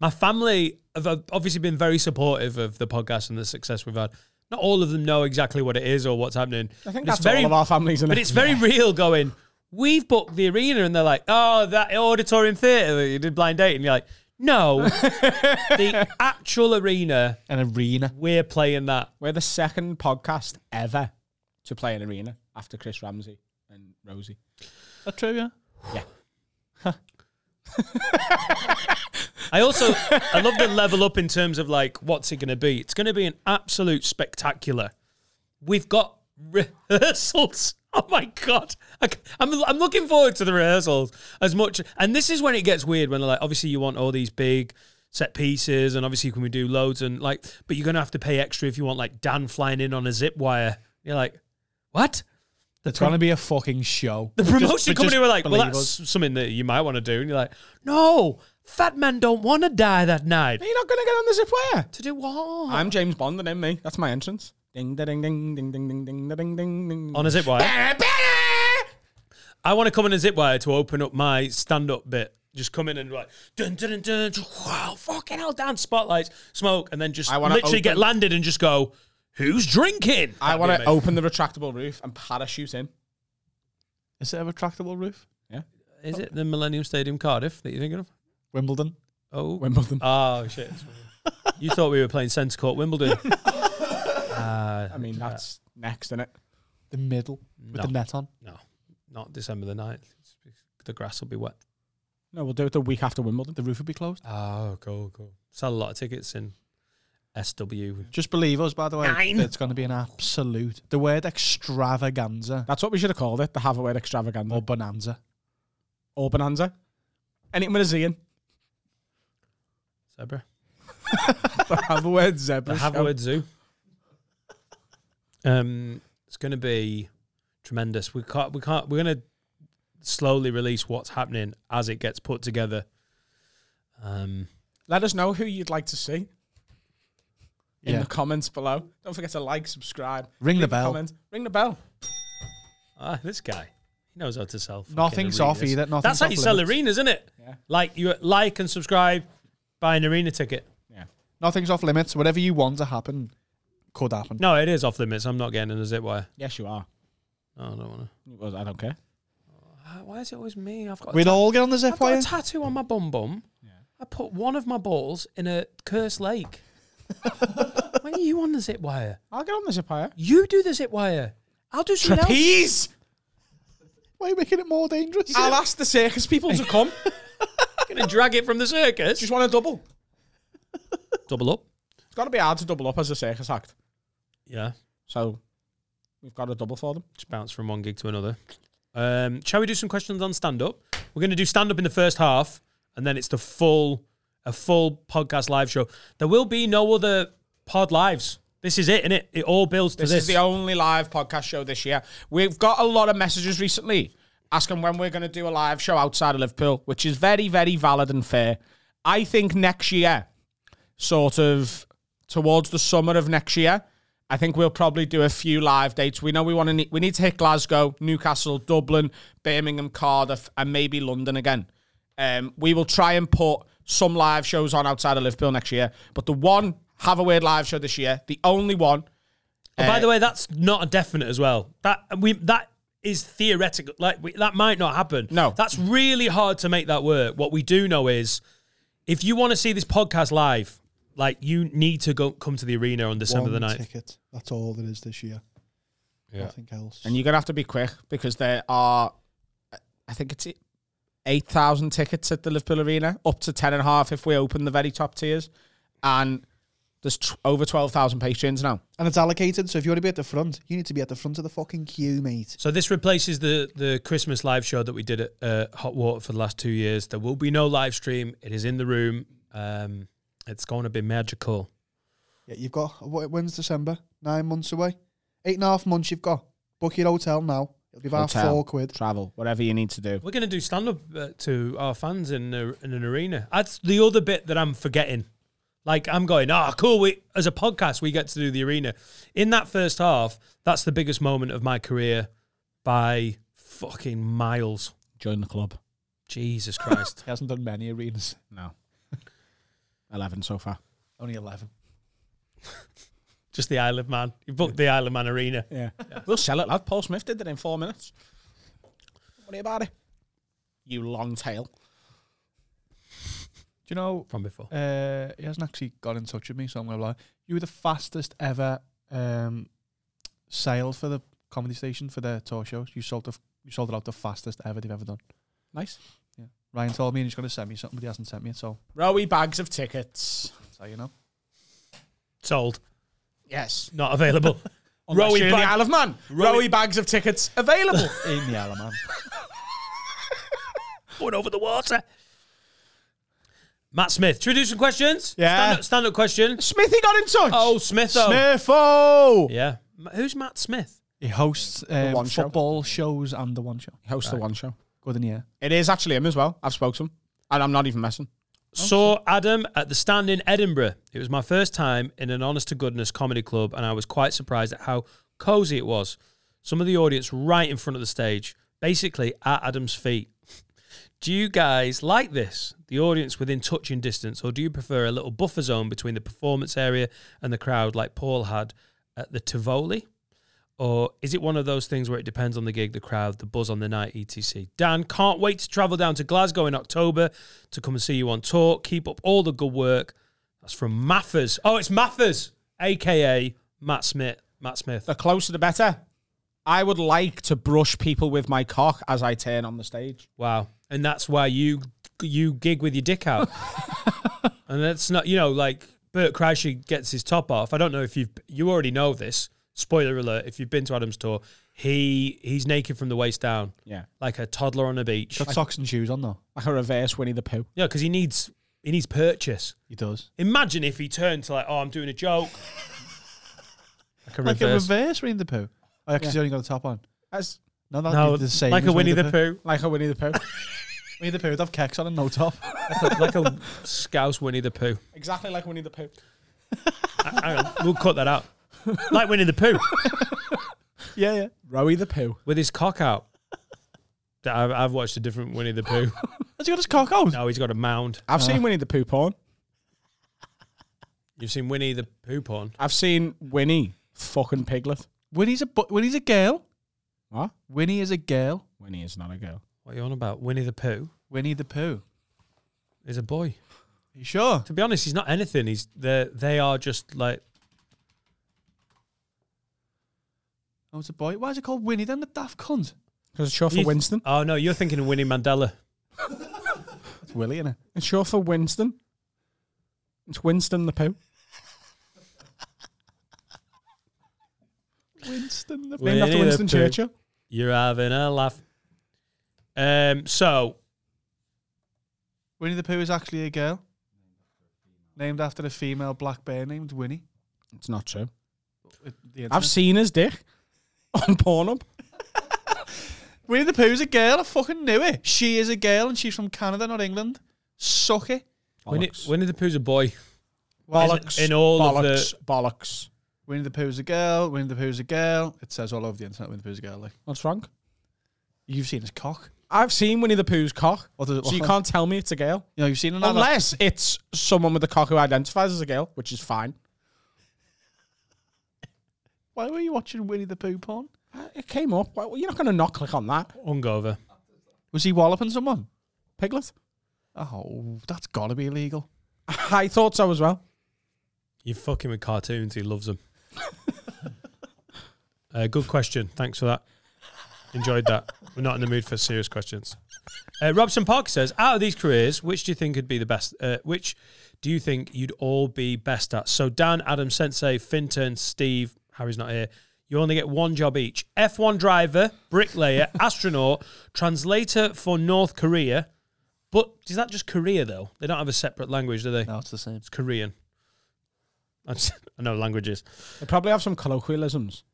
Speaker 1: My family have uh, obviously been very supportive of the podcast and the success we've had. Not all of them know exactly what it is or what's happening.
Speaker 2: I think
Speaker 1: But it's
Speaker 2: that's
Speaker 1: very-
Speaker 2: all of our families, isn't
Speaker 1: But
Speaker 2: it?
Speaker 1: it's very real going, we've booked the arena and they're like, oh, that auditorium theatre that you did blind date. And you're like, no, the actual arena,
Speaker 8: An arena.
Speaker 1: we're playing that.
Speaker 2: We're the second podcast ever to play an arena after Chris Ramsey and Rosie.
Speaker 8: That's true, yeah.
Speaker 1: I also, I love the level up in terms of like, what's it going to be? It's going to be an absolute spectacular. We've got rehearsals. Oh my God. I c- I'm, I'm looking forward to the rehearsals as much. And this is when it gets weird when they're like, obviously, you want all these big set pieces, and obviously, can we do loads? And like, but you're going to have to pay extra if you want like Dan flying in on a zip wire. You're like, what?
Speaker 8: There's going to be a fucking show.
Speaker 1: The promotion
Speaker 8: Just- but
Speaker 1: company
Speaker 8: just
Speaker 1: were like, well,
Speaker 8: believe
Speaker 1: that's something that you might want to do. And you're like, no, fat men don't want to die that night.
Speaker 2: Are you not going to get on the zip wire?
Speaker 1: To do what?
Speaker 2: I'm James Bond and then me. That's my entrance. Ding, da, ding, ding, ding, ding, ding, ding, da, ding, ding, ding.
Speaker 1: on a zip wire. I want to come in a zip wire to open up my stand up bit. Just come in and like dun dun dun dun. just, Wow, fucking hell! Down spotlights, smoke, and then just
Speaker 2: I wanna
Speaker 1: literally get
Speaker 2: open-
Speaker 1: landed and just go. Who's drinking?
Speaker 2: I
Speaker 1: That'd
Speaker 2: want
Speaker 1: be
Speaker 2: to
Speaker 1: amazing.
Speaker 2: open the retractable roof and parachute in.
Speaker 8: Is it a retractable roof?
Speaker 1: Is it the Millennium Stadium, Cardiff, that you're thinking of?
Speaker 8: Wimbledon.
Speaker 1: Oh,
Speaker 2: Wimbledon.
Speaker 1: oh shit! you thought we were playing Centre Court Wimbledon? uh,
Speaker 2: I mean, that's next, isn't it?
Speaker 8: The middle. With
Speaker 1: No.
Speaker 8: the net on.
Speaker 1: no, not December the 9th. The grass will be wet.
Speaker 2: No, we'll do it the week after Wimbledon.
Speaker 8: The roof would be closed.
Speaker 1: Oh, cool, cool. Sell a lot of tickets in SW.
Speaker 8: Just believe us, by the way.
Speaker 1: Nine.
Speaker 8: It's going to be an absolute. The word extravaganza
Speaker 2: That's what we should have called it, the Haverware Extravaganza.
Speaker 8: or bonanza.
Speaker 2: Or Bonanza. Anything with a Z in.
Speaker 1: Zebra.
Speaker 2: The Haverware Zebra.
Speaker 1: The Haverwood Zoo. Um, it's going to be tremendous. We can't. We can't. We're going to slowly release what's happening as it gets put together. Um,
Speaker 2: Let us know who you'd like to see in
Speaker 8: Yeah.
Speaker 2: the comments below. Don't forget to like, subscribe,
Speaker 8: Ring the
Speaker 2: leave a
Speaker 8: bell.
Speaker 2: comment, ring the bell.
Speaker 1: ah, this guy. He knows how to sell. fucking
Speaker 8: Nothing's off
Speaker 1: arenas.
Speaker 8: either, nothing's
Speaker 1: That's how
Speaker 8: off
Speaker 1: you sell
Speaker 8: limits.
Speaker 1: arenas, isn't it?
Speaker 2: Yeah.
Speaker 1: Like you like and subscribe, buy an arena ticket.
Speaker 8: Nothing's off limits. Whatever you want to happen could happen.
Speaker 1: No, it is off limits. I'm not getting in a zip wire.
Speaker 2: Yes, you are.
Speaker 1: No, I don't want to.
Speaker 2: Well, I don't care.
Speaker 1: Uh, Why is it always me? I've got.
Speaker 8: We'd all get on the
Speaker 1: I've
Speaker 8: zip
Speaker 1: got
Speaker 8: wire.
Speaker 1: a tattoo on my bum bum. I put one of my balls in a cursed lake. when are you on the zip wire?
Speaker 2: I'll get on the zip wire.
Speaker 1: You do the zip wire. I'll do something else.
Speaker 2: Trapeze.
Speaker 8: Why are you making it more dangerous?
Speaker 2: I'll ask the circus people to come.
Speaker 1: Gonna drag it from the circus.
Speaker 2: Just want a double.
Speaker 1: double up.
Speaker 2: It's got to be hard to double up as a circus act.
Speaker 1: Yeah.
Speaker 2: So we've got a double for them.
Speaker 1: Just bounce from one gig to another. Um, shall we do some questions on stand up? We're going to do stand up in the first half, and then it's the full a full podcast live show. There will be no other pod lives. This is it, innit? It all builds to
Speaker 2: This,
Speaker 1: this.
Speaker 2: is the only live podcast show this year. We've got a lot of messages recently asking when we're going to do a live show outside of Liverpool, which is very, very valid and fair. I think next year, sort of towards the summer of next year, I think we'll probably do a few live dates. We know we want to need, we need to hit Glasgow, Newcastle, Dublin, Birmingham, Cardiff, and maybe London again. Um, we will try and put some live shows on outside of Liverpool next year, but the one have a weird live show this year, the only one
Speaker 1: And by the way, that's not a definite as well. That we that is theoretical. Like we, that might not happen.
Speaker 2: No.
Speaker 1: that's really hard to make that work. What we do know is, if you want to see this podcast live, like you need to go come to the arena on December
Speaker 10: One
Speaker 1: the 9th.
Speaker 10: ticket. That's all there is this year. Nothing else.
Speaker 2: And you're gonna have to be quick because there are, I think it's eight thousand tickets at the Liverpool Arena, up to ten and a half if we open the very top tiers, and there's t- over twelve thousand patrons now.
Speaker 10: and it's allocated, so if you want to be at the front, you need to be at the front of the fucking queue, mate.
Speaker 1: So this replaces the the Christmas live show that we did at uh, Hot Water for the last two years. There will be no live stream. It is in the room. Um, it's going to be magical.
Speaker 10: Yeah, you've got wh- when's December? Nine months away. Eight and a half months you've got. Book your hotel now. It'll be about
Speaker 2: Hotel,
Speaker 10: four quid.
Speaker 2: Travel, whatever you need to do.
Speaker 1: We're going to do stand up uh, to our fans in a, in an arena. That's the other bit that I'm forgetting. Like I'm going, ah, cool. We as a podcast we get to do the arena. In that first half, that's the biggest moment of my career by fucking miles.
Speaker 11: Join the club.
Speaker 1: Jesus Christ.
Speaker 8: He hasn't done many arenas.
Speaker 11: No. Eleven so far.
Speaker 8: Only 11.
Speaker 1: Just the Isle of Man. You booked the Isle of Man arena.
Speaker 11: Yeah. We'll sell it, lad. Paul Smith did it in four minutes. Don't worry about it. You long tail.
Speaker 8: Do you know,
Speaker 1: From before.
Speaker 8: uh, he hasn't actually got in touch with me, so I'm going to lie. You were the fastest ever um, sale for the comedy station for their tour shows. You sold, the, f- you sold it out the fastest ever they've ever done.
Speaker 11: Nice.
Speaker 8: Yeah. Ryan told me and he's going to send me something, but he hasn't sent me it, so
Speaker 2: Rowy bags of tickets.
Speaker 8: that's how you know.
Speaker 1: Sold.
Speaker 2: Yes.
Speaker 1: Not available.
Speaker 2: Rowy
Speaker 1: Rowie
Speaker 2: in the
Speaker 1: bag-
Speaker 2: Isle of Man. Rowy bags of tickets available.
Speaker 8: In the Isle of Man.
Speaker 1: Put over the water. Matt Smith. Should we do some questions?
Speaker 2: Yeah.
Speaker 1: Stand up, stand up question.
Speaker 2: Smithy got in touch.
Speaker 1: Oh, Smith. though.
Speaker 2: Smitho.
Speaker 1: Yeah. M- Who's Matt Smith?
Speaker 8: He hosts um,
Speaker 2: One Show.
Speaker 8: football shows and the one show.
Speaker 2: Host the one show.
Speaker 8: Good in the air.
Speaker 2: It is actually him as well. I've spoke to him, and I'm not even messing.
Speaker 1: Saw Adam at the stand in Edinburgh. It was my first time in an honest to goodness comedy club, and I was quite surprised at how cozy it was. Some of the audience right in front of the stage, basically at Adam's feet. Do you guys like this? The audience within touching distance, or do you prefer a little buffer zone between the performance area and the crowd, like Paul had at the Tivoli? Or is it one of those things where it depends on the gig, the crowd, the buzz on the night, etc.? Dan, can't wait to travel down to Glasgow in October to come and see you on tour. Keep up all the good work. That's from Maffers. Oh, it's Maffers, aka Matt Smith. Matt Smith.
Speaker 2: The closer, the better. I would like to brush people with my cock as I turn on the stage.
Speaker 1: Wow. And that's why you you gig with your dick out. and that's not you know like Bert Kreischer gets his top off. I don't know if you've you already know this. Spoiler alert: If you've been to Adam's tour, he he's naked from the waist down,
Speaker 2: Yeah,
Speaker 1: like a toddler on a beach.
Speaker 8: Got socks and shoes on, though.
Speaker 2: like a reverse Winnie the Pooh.
Speaker 1: Yeah, because he needs he needs purchase.
Speaker 8: He does.
Speaker 1: Imagine if he turned to like, oh, I'm doing a joke. Like a
Speaker 8: Like
Speaker 1: reverse.
Speaker 8: a reverse Winnie the Pooh. Oh, because he only got a top on.
Speaker 2: That's
Speaker 8: No, that'd
Speaker 1: no,
Speaker 8: be the same.
Speaker 1: like a
Speaker 8: as
Speaker 1: Winnie the Pooh,
Speaker 2: like a Winnie the Pooh.
Speaker 8: Winnie the Pooh would have keks on and no top.
Speaker 1: like a Scouse Winnie the Pooh.
Speaker 2: exactly like Winnie the Pooh.
Speaker 1: Hang on, we'll cut that out. Like Winnie the Pooh
Speaker 8: yeah, yeah.
Speaker 2: Rowie the Pooh.
Speaker 1: with his cock out. I've, I've watched a different Winnie the Pooh.
Speaker 8: Has he got his cock out?
Speaker 1: No, he's got a mound.
Speaker 2: I've seen Winnie the Pooh porn.
Speaker 1: You've seen Winnie the Pooh porn.
Speaker 2: I've seen Winnie fucking piglet.
Speaker 8: Winnie's a bu- Winnie's a girl.
Speaker 2: What?
Speaker 8: Winnie is a girl.
Speaker 2: Winnie is not a girl.
Speaker 1: What are you on about? Winnie the Pooh
Speaker 8: Winnie the Pooh.
Speaker 1: is a boy.
Speaker 8: You sure?
Speaker 1: To be honest, he's not anything. He's they they are just like
Speaker 8: Oh, it's a boy. Why is it called Winnie then? The daft cunt.
Speaker 2: because it's sure for
Speaker 1: You-
Speaker 2: Winston.
Speaker 1: Oh no, you're thinking of Winnie Mandela.
Speaker 8: It's Willie, innit?
Speaker 2: It's sure for Winston. It's Winston the poo.
Speaker 8: Winston the
Speaker 2: Named
Speaker 1: Winnie
Speaker 2: after
Speaker 1: the
Speaker 2: Winston
Speaker 1: Pooh.
Speaker 2: Churchill.
Speaker 1: You're having a laugh. Um, so
Speaker 8: Winnie the Pooh is actually a girl. Named after a female black bear named Winnie.
Speaker 2: It's not true.
Speaker 8: It- the
Speaker 2: I've
Speaker 8: internet-
Speaker 2: seen his dick on Pornhub.
Speaker 8: Winnie the Pooh's a girl. I fucking knew it. She is a girl and she's from Canada, not England. Suck it.
Speaker 1: Winnie, Winnie the Pooh's a boy.
Speaker 2: Bollocks.
Speaker 1: In all
Speaker 2: bollocks,
Speaker 1: of the-
Speaker 2: bollocks.
Speaker 8: Winnie the Pooh's a girl. Winnie the Pooh's a girl. It says all over the internet Winnie the Pooh's a girl. Like
Speaker 2: What's wrong?
Speaker 8: you've seen his cock.
Speaker 2: I've seen Winnie the Pooh's cock,
Speaker 8: What does
Speaker 2: so
Speaker 8: it look
Speaker 2: you
Speaker 8: like?
Speaker 2: can't tell me it's a girl.
Speaker 8: You know, you've seen another.
Speaker 2: Unless it's someone with a cock who identifies as a girl, which is fine.
Speaker 8: Why were you watching Winnie the Pooh porn?
Speaker 2: Uh, It came up. Well, you're not going to not click on that,
Speaker 1: Hungover.
Speaker 8: Was he walloping someone?
Speaker 2: Piglet.
Speaker 8: Oh, that's gotta be illegal.
Speaker 2: I thought so as well.
Speaker 1: You're fucking with cartoons. He loves them. uh, good question. Thanks for that. Enjoyed that. We're not in the mood for serious questions. Uh, Robson Parker says, out of these careers, which do you think would be the best? Uh, which do you think you'd all be best at? So Dan, Adam, Sensei, Finton, Steve, Harry's not here. You only get one job each. F1 driver, bricklayer, astronaut, translator for North Korea. But is that just Korea though? They don't have a separate language, do they?
Speaker 8: No, it's the same.
Speaker 1: It's Korean. I, just, I know languages.
Speaker 2: They probably have some colloquialisms.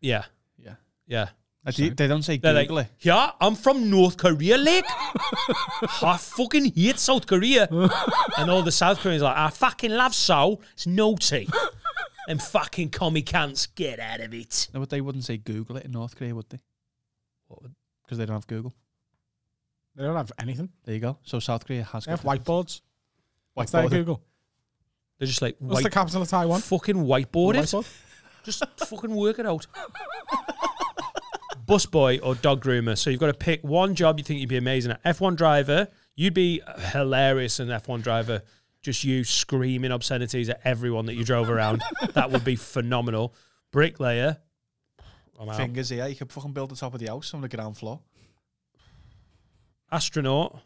Speaker 1: Yeah,
Speaker 8: Yeah.
Speaker 1: yeah.
Speaker 8: Uh, do you- they don't say
Speaker 1: They're
Speaker 8: Google
Speaker 1: like,
Speaker 8: it.
Speaker 1: yeah, I'm from North Korea, Lake. I fucking hate South Korea. and all the South Koreans are like, I fucking love Seoul. It's naughty. and fucking commie cunts, get out of it.
Speaker 8: No, but they wouldn't say Google it in North Korea, would they? Because they don't have Google.
Speaker 2: They don't have anything.
Speaker 8: There you go. So South Korea has
Speaker 2: They have
Speaker 8: got the-
Speaker 2: whiteboards. What's that?
Speaker 8: whiteboarding.
Speaker 2: Google.
Speaker 1: They're just like,
Speaker 2: What's the
Speaker 1: white,
Speaker 2: capital of Taiwan?
Speaker 1: fucking whiteboard it.
Speaker 2: Whiteboard?
Speaker 1: Just fucking work it out. Busboy or dog groomer. So you've got to pick one job you think you'd be amazing at. F1 driver, you'd be hilarious as an F1 driver. Just you screaming obscenities at everyone that you drove around. that would be phenomenal. Bricklayer. I'm out.
Speaker 8: Fingers here. You could fucking build the top of the house on the ground floor.
Speaker 1: Astronaut.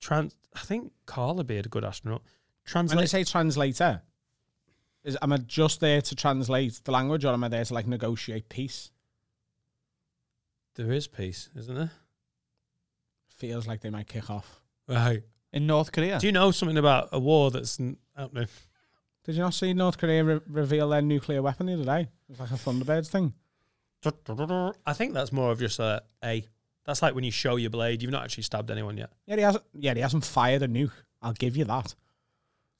Speaker 1: Trans. I think Carl would be a good astronaut.
Speaker 2: When they
Speaker 1: Translate.
Speaker 2: say translator, is am I just there to translate the language, or am I there to like negotiate peace?
Speaker 1: There is peace, isn't there?
Speaker 2: Feels like they might kick off.
Speaker 1: Right.
Speaker 8: In North Korea.
Speaker 1: Do you know something about a war that's n- happening?
Speaker 2: Did you not see North Korea re- reveal their nuclear weapon the other day? It was like a Thunderbirds thing.
Speaker 1: I think that's more of just a a. That's like when you show your blade. You've not actually stabbed anyone yet.
Speaker 2: Yeah, he hasn't. Yeah, he hasn't fired a nuke. I'll give you that.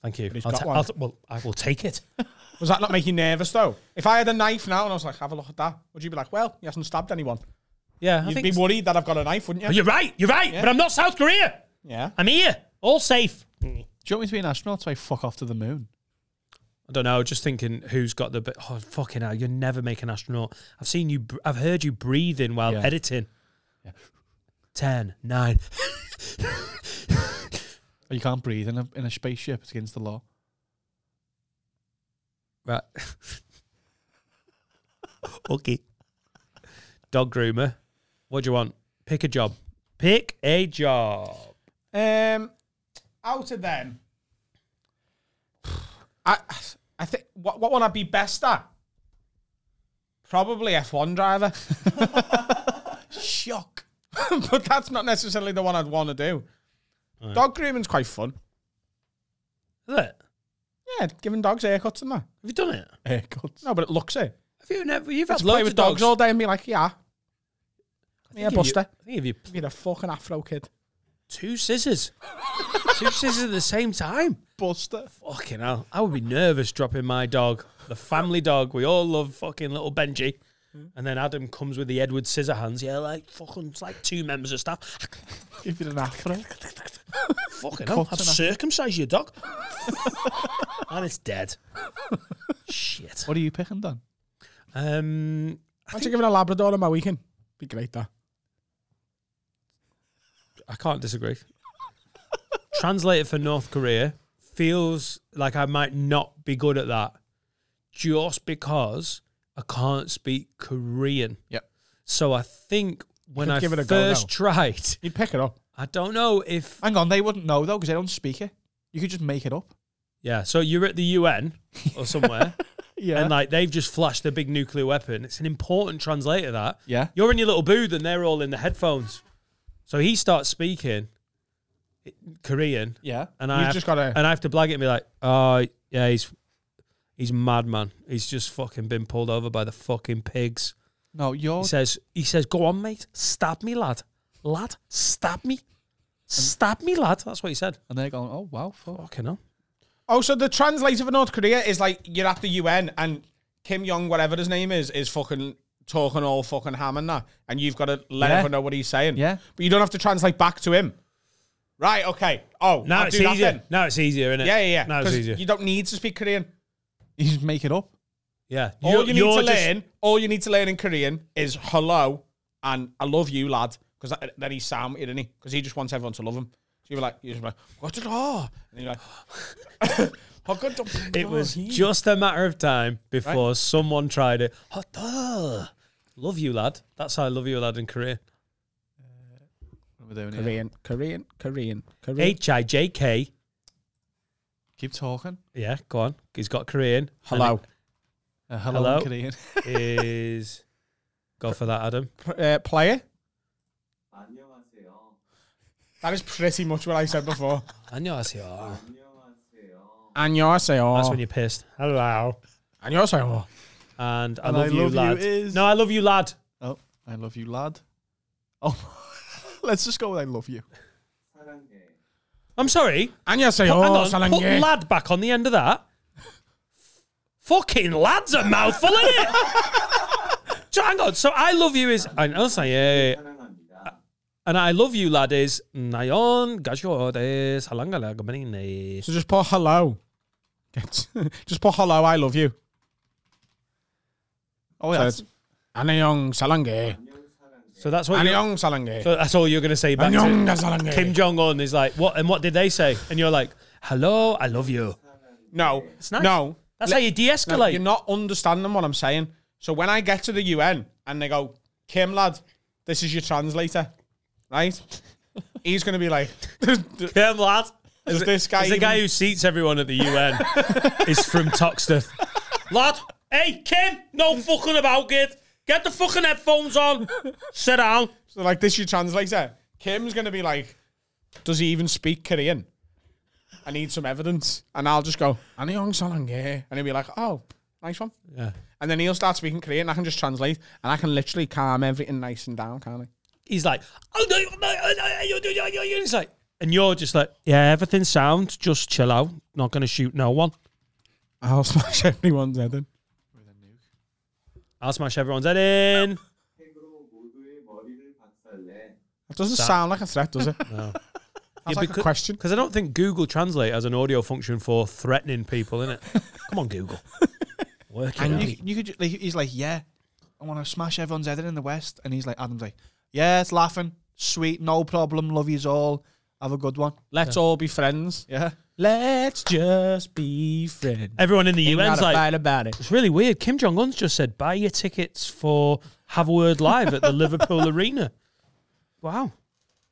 Speaker 1: Thank you.
Speaker 2: But he's
Speaker 1: I'll
Speaker 2: got
Speaker 1: ta-
Speaker 2: one.
Speaker 1: I'll t- well, I will take it.
Speaker 2: Was that not make you nervous though? If I had a knife now and I was like, "Have a look at that," would you be like, "Well, he hasn't stabbed anyone"?
Speaker 1: Yeah, I
Speaker 2: You'd
Speaker 1: think
Speaker 2: be
Speaker 1: it's- Oh,
Speaker 2: worried that I've got a knife, wouldn't you?
Speaker 1: you're right. You're right. But I'm not South Korea.
Speaker 2: Yeah.
Speaker 1: I'm here, all safe.
Speaker 8: Do you want me to be an astronaut so I fuck off to the moon?
Speaker 1: I don't know. Just thinking, who's got the? bi- Oh fucking hell! You'll never make an astronaut. I've seen you. br- I've heard you breathing while
Speaker 8: Yeah.
Speaker 1: editing. Ten, nine.
Speaker 8: Oh, you can't breathe in a, in a spaceship. It's against the law.
Speaker 1: Right. okay. Dog groomer. What do you want? Pick a job. Pick a job.
Speaker 2: Um, out of them, I I think what what one I'd be best at? Probably F one driver. Shock, but that's not necessarily the one I'd want to do. Dog grooming's quite fun.
Speaker 1: Is it?
Speaker 2: Yeah, giving dogs haircuts and that.
Speaker 1: Have you done it?
Speaker 8: Haircuts.
Speaker 2: No, but it looks it.
Speaker 1: Have you never? You've
Speaker 2: Let's
Speaker 1: had
Speaker 2: play
Speaker 1: loads
Speaker 2: with
Speaker 1: of dogs.
Speaker 2: dogs all day and be like, yeah, yeah,
Speaker 1: Give you-
Speaker 2: Buster.
Speaker 1: I think if you
Speaker 2: You're a fucking afro kid.
Speaker 1: two scissors, two scissors at the same time.
Speaker 8: Buster.
Speaker 1: Fucking hell! I would be nervous dropping my dog, the family dog. We all love fucking little Benji. And then Adam comes with the Edward Scissorhands. Yeah, like fucking, it's like two members of staff.
Speaker 8: Give it an afro.
Speaker 1: Fucking hell! I'd circumcise your dog, and it's dead. Shit.
Speaker 8: What are you picking, Dan?
Speaker 1: Um,
Speaker 2: Imagine giving a Labrador on my weekend. Be great, that.
Speaker 1: I can't disagree. Translated for North Korea feels like I might not be good at that just because I can't speak Korean.
Speaker 8: Yep.
Speaker 1: So I think when
Speaker 2: could
Speaker 1: I
Speaker 2: give it a
Speaker 1: first
Speaker 2: go now.
Speaker 1: tried,
Speaker 2: You'd pick it up.
Speaker 1: I don't know if
Speaker 8: Hang on, they wouldn't know though because they don't speak it. You could just make it up.
Speaker 1: yeah. So you're at the UN or somewhere,
Speaker 8: Yeah.
Speaker 1: and like they've just flashed their big nuclear weapon. It's an important translator that.
Speaker 8: Yeah.
Speaker 1: You're in your little booth, and they're all in the headphones. So he starts speaking Korean,
Speaker 8: yeah.
Speaker 1: and
Speaker 2: You've
Speaker 1: I have,
Speaker 2: just gotta-
Speaker 1: and I have to blag it and be like, oh yeah, he's he's mad man. He's just fucking been pulled over by the fucking pigs.
Speaker 8: No, you're
Speaker 1: He says, he says, go on, mate, stab me, lad, lad, stab me, stab me, lad. That's what he said.
Speaker 8: and they're going, oh wow, fuck.
Speaker 1: Fucking hell.
Speaker 2: Oh, so the translator for North Korea is like you're at the UN and Kim Jong, whatever his name is, is fucking talking all fucking ham and that, and you've got to let
Speaker 8: Yeah.
Speaker 2: everyone know what he's saying.
Speaker 8: Yeah.
Speaker 2: but you don't have to translate back to him. Right? Okay. Oh,
Speaker 1: Now
Speaker 2: I'll
Speaker 1: it's
Speaker 2: do that
Speaker 1: easier.
Speaker 2: then.
Speaker 1: Now it's easier, isn't it?
Speaker 2: Yeah, yeah, yeah.
Speaker 1: Now it's
Speaker 2: 'Cause
Speaker 1: easier.
Speaker 2: You don't need to speak Korean.
Speaker 8: You just make it up.
Speaker 1: yeah.
Speaker 2: All you need
Speaker 1: you're
Speaker 2: to
Speaker 1: just-
Speaker 2: learn, all you need to learn in Korean is hello and I love you, lad. Because then he's Sam, isn't he? Because he just wants everyone to love him. So you're like, you're just like, what it all? And you're like, "Oh, good job."
Speaker 1: It was just a matter of time before someone tried it. Hot dog. Love you, lad. That's how I love you, lad, in Korea.
Speaker 8: What we're doing here.
Speaker 2: Korean, Korean, Korean, Korean.
Speaker 1: H I J K.
Speaker 8: Keep talking.
Speaker 1: Yeah, go on. He's got Korean.
Speaker 2: Hello.
Speaker 8: Uh, hello,
Speaker 1: Hello?
Speaker 8: in Korean.
Speaker 1: And it Is. Go for that, Adam.
Speaker 2: Uh, player. That is pretty much what I said before.
Speaker 1: 안녕하세요.
Speaker 2: and you're say
Speaker 1: That's
Speaker 2: oh.
Speaker 1: when you're pissed. Hello.
Speaker 2: And you're say oh.
Speaker 1: And I
Speaker 8: And
Speaker 1: love
Speaker 8: I
Speaker 1: you,
Speaker 8: love you
Speaker 1: lad.
Speaker 8: is-
Speaker 1: No, I love you, lad.
Speaker 8: Oh, I love you, lad. Oh, let's just go with I love you.
Speaker 1: I'm sorry.
Speaker 2: And you're say
Speaker 1: Put, hang
Speaker 2: oh.
Speaker 1: on. Put
Speaker 2: Salange.
Speaker 1: lad back on the end of that. Fucking lad's a mouthful, isn't it? so hang on. So I love you is I know say and I love you lad is 나연 가져오대 사랑가라 가만히네.
Speaker 2: So just put hello. just put hello. I love you.
Speaker 8: Oh yeah, that's-
Speaker 2: Annyeong salange.
Speaker 1: So that's what. you
Speaker 2: Annyeong salange.
Speaker 1: so that's all you're gonna say back
Speaker 2: Annyeong
Speaker 1: to
Speaker 2: salange.
Speaker 1: Kim Jong Un is like what and what did they say? And you're like, hello, I love you.
Speaker 2: No,
Speaker 1: nice.
Speaker 2: no.
Speaker 1: That's
Speaker 2: Le-
Speaker 1: how you
Speaker 2: no,
Speaker 1: de-escalate.
Speaker 2: You're not understanding what I'm saying. So when I get to the UN and they go, Kim lad, this is your translator, right? He's gonna be like,
Speaker 1: Kim lad.
Speaker 2: does this guy?
Speaker 1: It's the guy
Speaker 2: even-
Speaker 1: who seats everyone at the UN is from Toxteth. Lad, hey Kim, no fucking about it. Get the fucking headphones on. Sit down.
Speaker 2: So like this, your translator. Kim's gonna be like, does he even speak Korean? I need some evidence, and I'll just go Anyong Salange, and he'll be like, oh, nice one.
Speaker 1: Yeah.
Speaker 2: And then he'll start speaking Korean, and I can just translate, and I can literally calm everything nice and down, can't I?
Speaker 1: He's like, oh, no, no, no, no, you do- you- you- you-" he's like, and you're just like, yeah, everything sounds. Just chill out. Not gonna shoot no one.
Speaker 2: I'll smash everyone's head in.
Speaker 1: I'll smash everyone's head in.
Speaker 2: That doesn't sound like a threat, does it? no. That's like a question.
Speaker 1: Because I don't think Google Translate has an audio function for threatening people, innit? Come on, Google. Work it
Speaker 8: and
Speaker 1: out.
Speaker 8: you, you could. ju- Like, he's like, yeah, I want to smash everyone's head in in the West, and he's like, Adam's like, yeah, it's laughing, sweet, no problem, love yous all, have a good one.
Speaker 2: Let's all be friends.
Speaker 8: Yeah,
Speaker 2: Let's just be friends.
Speaker 1: Everyone in the UN's like,
Speaker 2: about it.
Speaker 1: It's really weird. Kim Jong Un's just said, "Buy your tickets for Have a Word Live at the Liverpool Arena." Wow!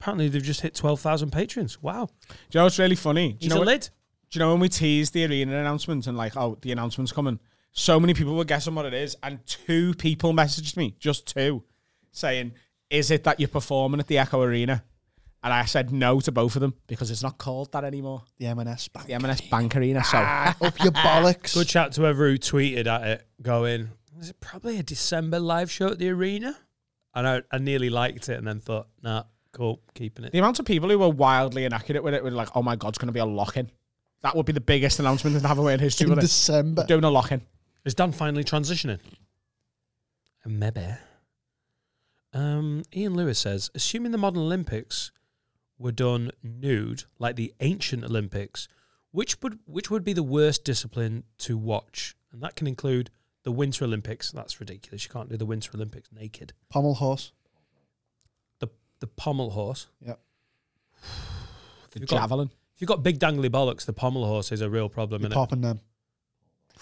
Speaker 1: Apparently, they've just hit twelve thousand patrons. Wow!
Speaker 2: Do you know what's really funny? Do
Speaker 1: He's
Speaker 2: you know
Speaker 1: a
Speaker 2: what-
Speaker 1: lid.
Speaker 2: do you know when we teased the arena announcement and like, oh, the announcement's coming? So many people were guessing what it is, and two people messaged me, just two, saying, "Is it that you're performing at the Echo Arena?" And I said no to both of them because it's not called that anymore.
Speaker 8: the M&S back.
Speaker 2: The M&S Bank Arena. So
Speaker 6: Up your bollocks.
Speaker 1: Good shout to whoever who tweeted at it, going, "Is it probably a December live show at the arena?" And I, I nearly liked it, and then thought, "Nah, cool, keeping it."
Speaker 2: the amount of people who were wildly inaccurate with it were like, "Oh my God, it's going to be a lock-in." That would be the biggest announcement in Hathaway in history.
Speaker 6: in
Speaker 2: wouldn't it?
Speaker 6: December.
Speaker 2: Doing a lock-in.
Speaker 1: Is Dan finally transitioning? Maybe. Um, Ian Lewis says, assuming the modern Olympics were done nude, like the ancient Olympics, which would which would be the worst discipline to watch? And that can include the Winter Olympics. That's ridiculous. You can't do the Winter Olympics naked.
Speaker 6: Pommel horse.
Speaker 1: The the pommel horse.
Speaker 6: Yep.
Speaker 1: The
Speaker 2: javelin.
Speaker 1: if you've got big dangly bollocks, the pommel horse is a real problem.
Speaker 6: You're
Speaker 1: Innit?
Speaker 6: popping them.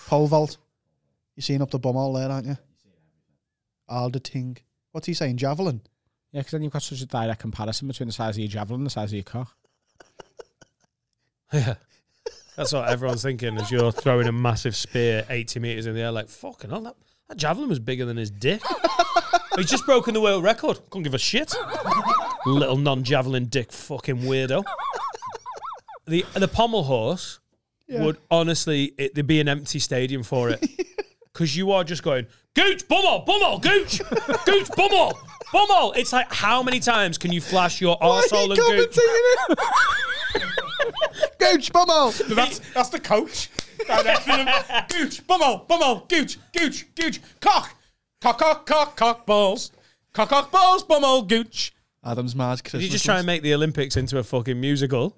Speaker 6: Pole vault. You're seeing up the bum all there, aren't you? Alder ting.
Speaker 12: What's he saying? Javelin.
Speaker 2: Yeah, because then you've got such a direct comparison between the size of your javelin and the size of your cock.
Speaker 1: That's what everyone's thinking as you're throwing a massive spear 80 metres in the air, like, fucking hell, that, that javelin was bigger than his dick. He's just broken the world record. Couldn't give a shit. Little non javelin dick fucking weirdo. The, the pommel horse would honestly, it, there'd be an empty stadium for it. Because you are just going, Gooch, bummel, bummel, gooch, gooch, bummel, bummel. It's like, how many times can you flash your arsehole and gooch?
Speaker 12: Gooch Bumble.
Speaker 2: That's that's the coach. Directing him. Gooch, bummo, bummo, gooch, gooch, gooch, cock, cock, cock, cock, cock balls, cock, cock balls, bummo, gooch,
Speaker 8: Adam's Mars Christmas.
Speaker 1: Did you just try and make the Olympics into a fucking musical?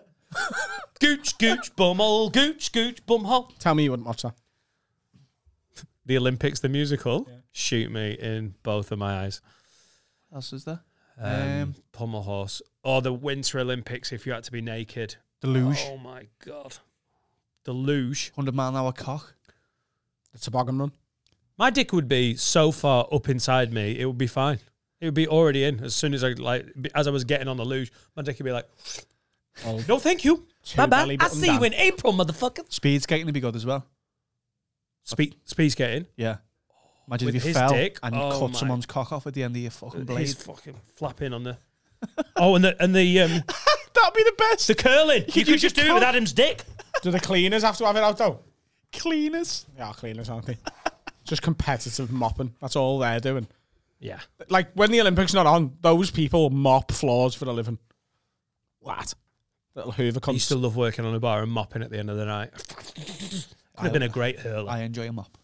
Speaker 1: gooch, gooch, bumhole, gooch, gooch, bumhole.
Speaker 2: Tell me you wouldn't watch that.
Speaker 1: The Olympics, the musical. Shoot me in both of my eyes.
Speaker 8: What else is there?
Speaker 1: Um, Pummel horse. Or the Winter Olympics if you had to be naked.
Speaker 8: The Luge.
Speaker 1: Oh my God. The luge.
Speaker 8: 100 mile an hour cock.
Speaker 2: The toboggan run.
Speaker 1: My dick would be so far up inside me, it would be fine. It would be already in as soon as I like as I was getting on the luge. My dick would be like, "No, thank you, bye bye.
Speaker 2: belly
Speaker 1: I
Speaker 2: button
Speaker 1: see you
Speaker 2: down.
Speaker 1: in April, motherfucker."
Speaker 8: Speed skating would be good as well.
Speaker 1: Speed speed skating.
Speaker 8: Yeah. Imagine
Speaker 1: With
Speaker 8: if you
Speaker 1: his
Speaker 8: fell
Speaker 1: dick?
Speaker 8: and you
Speaker 1: Oh
Speaker 8: cut
Speaker 1: my-
Speaker 8: someone's cock off at the end of your fucking blade.
Speaker 1: Uh, He's fucking flapping on the. oh, and the and the um,
Speaker 8: That'd be the best.
Speaker 1: the curling. You, could just do it with Adam's dick.
Speaker 2: Do the cleaners have to have it out though?
Speaker 8: cleaners.
Speaker 2: Yeah, cleaners aren't they? Just competitive mopping. That's all they're doing.
Speaker 1: Yeah,
Speaker 2: Like when the Olympics not on, those people mop floors for a living. What? Little Hoover
Speaker 1: I used
Speaker 2: cunts.
Speaker 1: to love working on a bar and mopping at the end of the night. Could have been a great hurler.
Speaker 8: I enjoy a mop.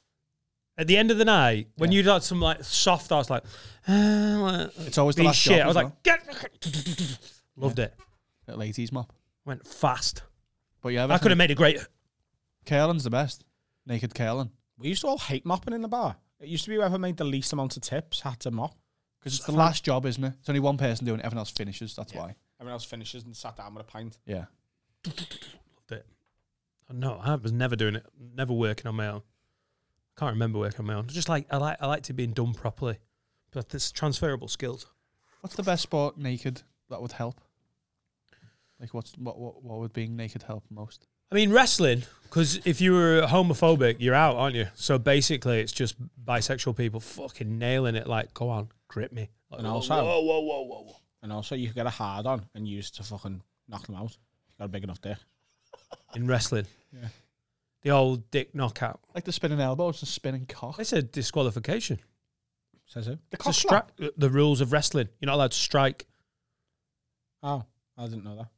Speaker 1: at the end of the night, when you'd had some like soft, I was like, uh,
Speaker 8: It's always the
Speaker 1: being
Speaker 8: last
Speaker 1: shit.
Speaker 8: job
Speaker 1: I
Speaker 8: as
Speaker 1: was
Speaker 8: well.
Speaker 1: like, get. Loved it.
Speaker 8: A ladies mop.
Speaker 1: Went fast.
Speaker 8: But yeah,
Speaker 1: I could have made a great.
Speaker 8: Curling's the best. Naked curling.
Speaker 2: we used to all hate mopping in the bar. It used to be whoever made the least amount of tips had to mop.
Speaker 8: Because it's the last job, isn't it? It's only one person doing it, everyone else finishes. That's why.
Speaker 2: Everyone else finishes and sat down with a pint.
Speaker 8: Yeah.
Speaker 1: No, I was never doing it. Never working on my own. Can't remember working on my own. Just like I like, I like to being done properly. But there's transferable skills.
Speaker 8: What's the best sport naked that would help? Like, what's what what, what would being naked help most?
Speaker 1: I mean, wrestling, because if you were homophobic, you're out, aren't you? So basically, it's just bisexual people fucking nailing it. Like, go on, grip me. Like,
Speaker 2: And
Speaker 1: whoa,
Speaker 2: also-
Speaker 1: whoa, whoa, whoa, whoa, whoa.
Speaker 2: And also, you could get a hard on and use it to fucking knock them out. You got a big enough dick.
Speaker 1: in wrestling. The old dick knockout.
Speaker 8: Like the spinning elbows and spinning cock.
Speaker 1: It's a disqualification.
Speaker 2: Says who?
Speaker 8: The
Speaker 1: It's a stri- the rules of wrestling. You're not allowed to strike.
Speaker 2: Oh, I didn't know that.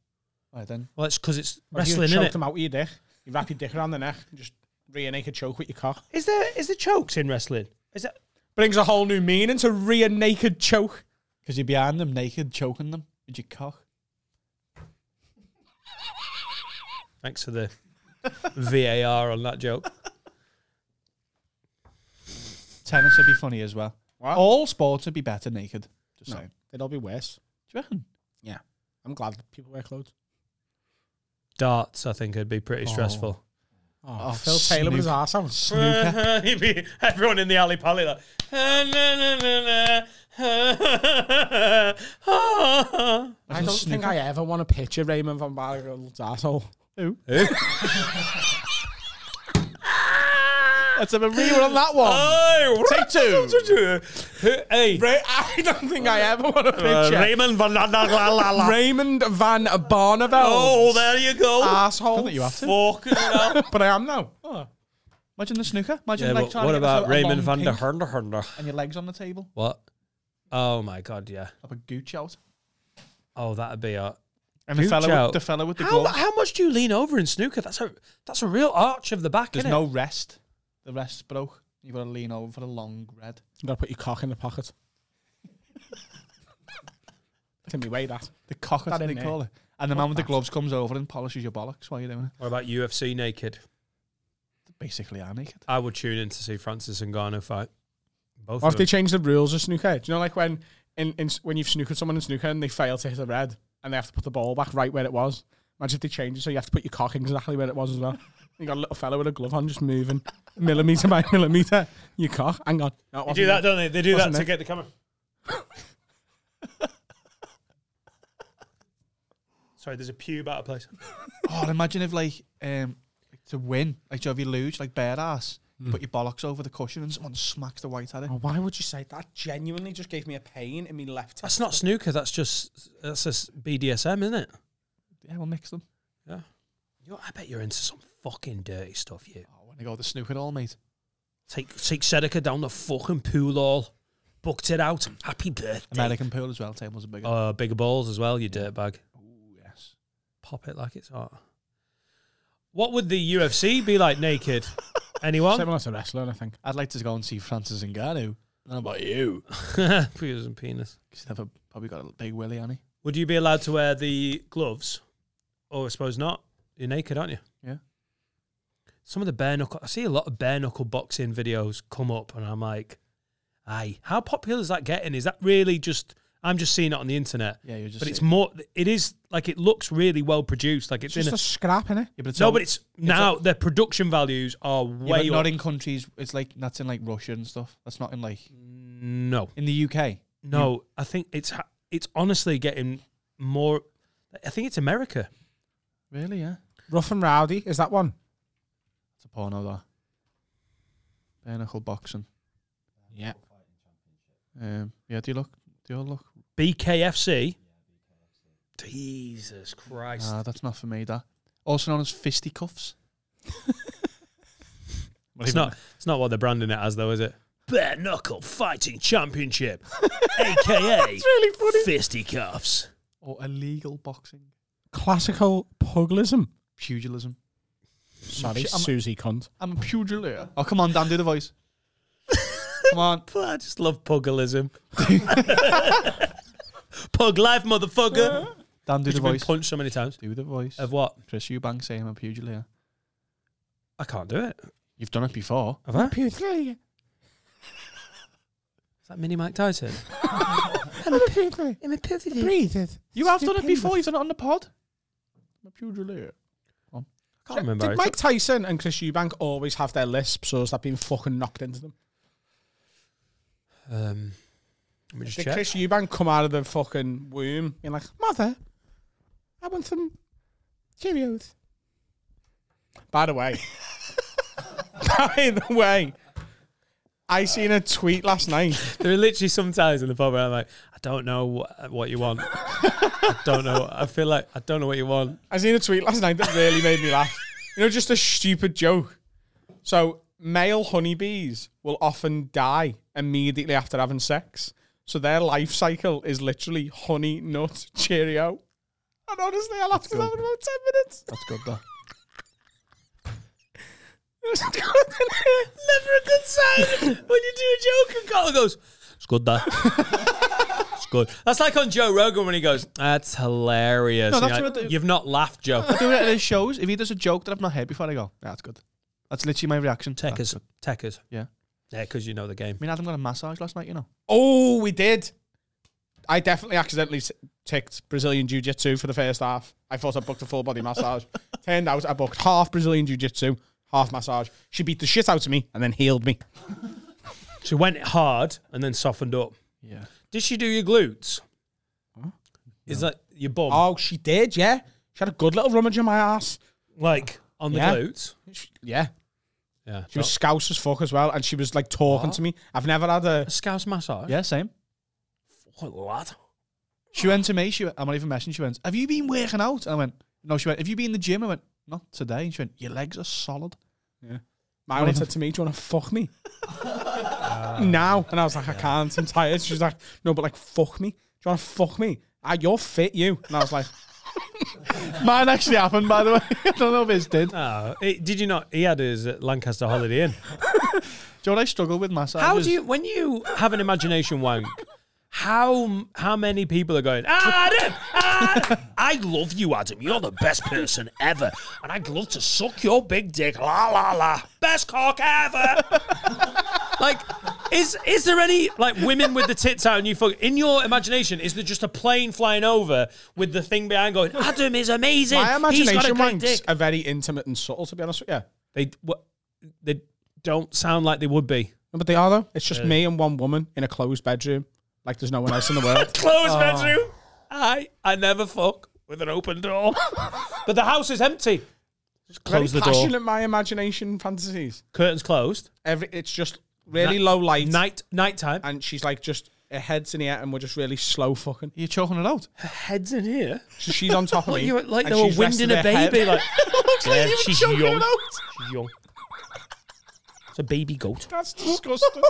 Speaker 8: Right then.
Speaker 1: Well, it's because it's
Speaker 2: Like, you
Speaker 1: wrestling,
Speaker 2: choke
Speaker 1: isn't it?
Speaker 2: them out with your dick. You wrap your dick around the neck and just rear naked choke with your cock.
Speaker 1: Is there is there chokes in wrestling? Is that
Speaker 2: Brings a whole new meaning to rear naked choke.
Speaker 8: Because you're behind them naked, choking them with your cock.
Speaker 1: thanks for the VAR on that joke?
Speaker 8: Tennis would be funny as well. All sports would be better naked. Just saying.
Speaker 2: They'd all be worse.
Speaker 8: Do you reckon?
Speaker 2: Yeah. I'm glad that people wear clothes.
Speaker 1: Darts, I think, would be pretty stressful.
Speaker 2: Oh, Phil Taylor with his
Speaker 8: snook.
Speaker 2: arse out.
Speaker 8: Snooker.
Speaker 1: He'd be- Everyone in the alley pally like. "Ah, na, na, na, na."
Speaker 2: I don't think I ever want to picture Raymond Van Barregel's asshole.
Speaker 8: Let's have a rerun on that one.
Speaker 1: Hey,
Speaker 8: Take two.
Speaker 1: Hey,
Speaker 2: Ray- I don't think I ever want to
Speaker 1: uh,
Speaker 2: picture
Speaker 1: Raymond Van La La La La. La.
Speaker 2: Raymond Van Barneveld.
Speaker 1: Oh, there you go.
Speaker 2: asshole.
Speaker 8: Don't think you have to.
Speaker 1: Fucking hell.
Speaker 2: but I am now.
Speaker 8: Imagine the snooker. Imagine
Speaker 1: Yeah,
Speaker 8: like
Speaker 1: but
Speaker 8: trying
Speaker 1: what
Speaker 8: to get
Speaker 1: about
Speaker 8: a- a
Speaker 1: Raymond
Speaker 8: long
Speaker 1: van der
Speaker 8: pink
Speaker 1: Hernder Hernder?
Speaker 8: And your legs on the table.
Speaker 1: What? Oh my god, yeah.
Speaker 8: Have a gooch out.
Speaker 1: Oh, that'd be a
Speaker 8: And the
Speaker 1: Gooch
Speaker 8: fella,
Speaker 1: out.
Speaker 8: With, the fella with the
Speaker 1: how,
Speaker 8: gloves.
Speaker 1: how much do you lean over in snooker? That's a that's a real arch of the back,
Speaker 8: There's
Speaker 1: isn't
Speaker 8: no rest. The rest's broke. You've got to lean over for a long red.
Speaker 2: You gotta put your cock in the pocket. Can we weigh that?
Speaker 8: The cock,
Speaker 2: That
Speaker 8: that's what they
Speaker 2: in there.
Speaker 8: call it. And the man with the gloves comes over and polishes your bollocks while you're doing
Speaker 1: What about UFC naked?
Speaker 8: it. Basically, I'm naked.
Speaker 1: I would tune in to see Francis and Ngannou fight. Both
Speaker 2: Or
Speaker 1: of
Speaker 2: if they
Speaker 1: them.
Speaker 2: change the rules of snooker, do you know like when in, in when you've snookered someone in snooker and they fail to hit a red and they have to put the ball back right where it was? Imagine if they change it so you have to put your cock exactly where it was as well. You got a little fella with a glove on just moving millimeter by millimeter. Your cock, hang on. No, it
Speaker 1: They do
Speaker 2: wasn't
Speaker 1: that,
Speaker 2: there.
Speaker 1: don't they? They do that
Speaker 2: Wasn't
Speaker 1: to
Speaker 2: it?
Speaker 1: get the camera. Sorry, there's a pube out of place.
Speaker 8: Oh, and imagine if like um to win, like Jovi Luge, like bare ass, you put your bollocks over the cushion and someone smacks the white at it.
Speaker 2: Oh, Why would you say that? Genuinely just gave me a pain in my left
Speaker 1: That's not snooker. That's just that's just BDSM, isn't it?
Speaker 8: Yeah, we'll mix them.
Speaker 1: Yeah. You're, I bet you're into some fucking dirty stuff. You
Speaker 8: Oh, when they go to snook at all, mate.
Speaker 1: take take Seneca down the fucking pool all, booked it out. Happy birthday.
Speaker 8: American pool as well. Tables are bigger.
Speaker 1: Uh, bigger balls as well. You dirtbag.
Speaker 8: Ooh, yes.
Speaker 1: Pop it like it's hot. What would the UFC be like naked? Anyone?
Speaker 2: Similar to wrestling, I think.
Speaker 8: I'd like to go and see Francis Ngannou. How about you?
Speaker 1: Penis and penis.
Speaker 8: He's never probably got a big willy, Annie.
Speaker 1: Would you be allowed to wear the gloves? Or I suppose not. You're naked, aren't you?
Speaker 8: Yeah.
Speaker 1: Some of the bare knuckle. I see a lot of bare knuckle boxing videos come up, and I'm like, "Aye, how popular is that getting? Is that really just? I'm just seeing it on the internet.
Speaker 8: Yeah, you're just
Speaker 1: but it's
Speaker 8: seeing-
Speaker 1: more. It is like it looks really well produced. Like it's,
Speaker 2: It's just
Speaker 1: in
Speaker 2: a
Speaker 1: a,
Speaker 2: scrap, innit?
Speaker 8: Yeah, but it's
Speaker 1: no,
Speaker 8: all-
Speaker 1: but it's now their production values are
Speaker 8: yeah, but
Speaker 1: way
Speaker 8: not
Speaker 1: up.
Speaker 8: in countries. It's like that's in like Russia and stuff. That's not in like
Speaker 1: no,
Speaker 8: in the UK.
Speaker 1: no. I think it's ha- it's honestly getting more. I think it's America.
Speaker 8: Really? Yeah.
Speaker 2: Rough and rowdy is that one?
Speaker 8: It's a porno that. Bare knuckle boxing.
Speaker 2: Yeah.
Speaker 8: Um, yeah. Do you look? Do you all look?
Speaker 1: BKFC. Jesus Christ.
Speaker 8: Nah, that's not for me. That also known as fisticuffs.
Speaker 1: it's not it's not what they're branding it as though, is it? Bare knuckle fighting championship. AKA
Speaker 2: Really funny.
Speaker 1: fisticuffs.
Speaker 8: Or illegal boxing.
Speaker 2: Classical pugilism.
Speaker 8: Pugilism.
Speaker 2: Sorry,
Speaker 8: I'm-
Speaker 2: Susie cunt.
Speaker 8: I'm a pugilist. Oh, come on, Dan, do the voice. come on.
Speaker 1: I just love pugilism. Pug life, motherfucker.
Speaker 8: Dan, do the
Speaker 1: You've been
Speaker 8: voice.
Speaker 1: punched so many times.
Speaker 8: do the voice.
Speaker 1: Of what?
Speaker 8: Chris Eubank saying I'm a pugilist.
Speaker 1: I can't do it.
Speaker 8: You've done it before.
Speaker 1: Have I? Is
Speaker 2: Pugilist.
Speaker 1: that mini Mike Tyson?
Speaker 2: I'm a pugilist.
Speaker 1: I'm a pugilist.
Speaker 2: Breathe it.
Speaker 8: You have done it before. You've done it on the pod. I'm a pugilist.
Speaker 1: I can't remember.
Speaker 2: Did Mike Tyson and Chris Eubank always have their lisps, or has that been fucking knocked into them?
Speaker 1: um, let me just
Speaker 2: Did
Speaker 1: check.
Speaker 2: Chris Eubank come out of the fucking womb being like, Mother, I want some Cheerios? By the way, by the way, I seen a tweet last night.
Speaker 1: There are literally sometimes in the pub where I'm like, I don't know what, what you want. I don't know. I feel like I don't know what you want.
Speaker 2: I seen a tweet last night that really made me laugh. You know, just a stupid joke. So, male honeybees will often die immediately after having sex. So, their life cycle is literally honey, nut, Cheerio. And honestly, I laughed at that in about 10 minutes.
Speaker 8: That's good, though.
Speaker 2: It's good, innit?
Speaker 1: Never a good sign when you do a joke and Carl goes, It's good that. it's good. That's like on Joe Rogan when he goes, That's hilarious.
Speaker 8: No,
Speaker 1: And
Speaker 8: that's
Speaker 1: you're
Speaker 8: what I
Speaker 1: like,
Speaker 8: do.
Speaker 1: You've not laughed, Joe.
Speaker 8: I do it at his shows. If he does a joke that I've not heard before, I go, "Nah, that's good. That's literally my reaction. That's
Speaker 1: Techers.
Speaker 8: good.
Speaker 1: Techers.
Speaker 8: Yeah.
Speaker 1: Yeah, because you know the game.
Speaker 8: I mean, Adam got a massage last night, you know.
Speaker 2: Oh, we did. I definitely accidentally s- ticked Brazilian Jiu Jitsu for the first half. I thought I booked a full body massage. Turned out I booked half Brazilian Jiu Jitsu, half massage. She beat the shit out of me and then healed me.
Speaker 1: She went hard and then softened up.
Speaker 8: Yeah.
Speaker 1: Did she do your glutes? Is that your bum?
Speaker 2: Oh, she did, yeah. She had a good little rummage in my ass.
Speaker 1: Like on the
Speaker 2: Yeah.
Speaker 1: glutes?
Speaker 2: Yeah.
Speaker 1: Yeah.
Speaker 2: She was scouse as fuck as well. And she was like talking
Speaker 1: Oh.
Speaker 2: to me. I've never had a.
Speaker 1: a scouse massage.
Speaker 8: Yeah, same.
Speaker 1: What lad?
Speaker 8: She went to me. She went, I'm not even messing. She went, "Have you been working out?" And I went, "No." She went, "Have you been in the gym?" I went, "Not today." And she went, "Your legs are solid."
Speaker 2: My one said to me, Do you want to fuck me? now. And I was like, I can't. I'm tired. She was like, No, but like, fuck me. Do you want to fuck me? Ah, you're fit, you. And I was like,
Speaker 8: Mine actually happened, by the way. I don't know if his did. Do you
Speaker 1: Oh, it- did you not? He had his at Lancaster Holiday Inn.
Speaker 8: know what I struggle with massage?
Speaker 1: How do you, when you have an imagination wank, how how many people are going, Adam, Adam, I love you, Adam. You're the best person ever. And I'd love to suck your big dick. La, la, la. Best cock ever. like, is is there any, like, women with the tits out and you fuck, in your imagination, is there just a plane flying over with the thing behind going, Adam is amazing.
Speaker 2: My
Speaker 1: He's got a
Speaker 2: imagination
Speaker 1: great dick.
Speaker 2: wanks are very intimate and subtle, to be honest with you.
Speaker 1: They, what, they don't sound like they would be.
Speaker 2: No, but they are, though. It's just me and one woman in a
Speaker 1: Oh.
Speaker 2: closed bedroom. Like, there's no one else in the world.
Speaker 1: Closed bedroom. I I never fuck. with an open door. but the house is empty. Just close
Speaker 2: Very
Speaker 1: the door.
Speaker 2: passionate my imagination fantasies.
Speaker 1: Curtains closed.
Speaker 2: Every it's just really low light,
Speaker 1: Night night time.
Speaker 2: and she's like just her head's in the air, and we're just really slow fucking.
Speaker 8: You're choking it out.
Speaker 1: Heads in here.
Speaker 2: So she's on top of
Speaker 1: What
Speaker 2: me.
Speaker 1: you like?
Speaker 2: and
Speaker 1: They were
Speaker 2: she's resting
Speaker 1: winding a
Speaker 2: her head-
Speaker 1: baby. Like
Speaker 2: Looks like
Speaker 1: Yeah,
Speaker 2: you were
Speaker 1: she's
Speaker 2: choking
Speaker 1: young.
Speaker 2: it out.
Speaker 1: she's young. It's a baby goat.
Speaker 2: That's disgusting.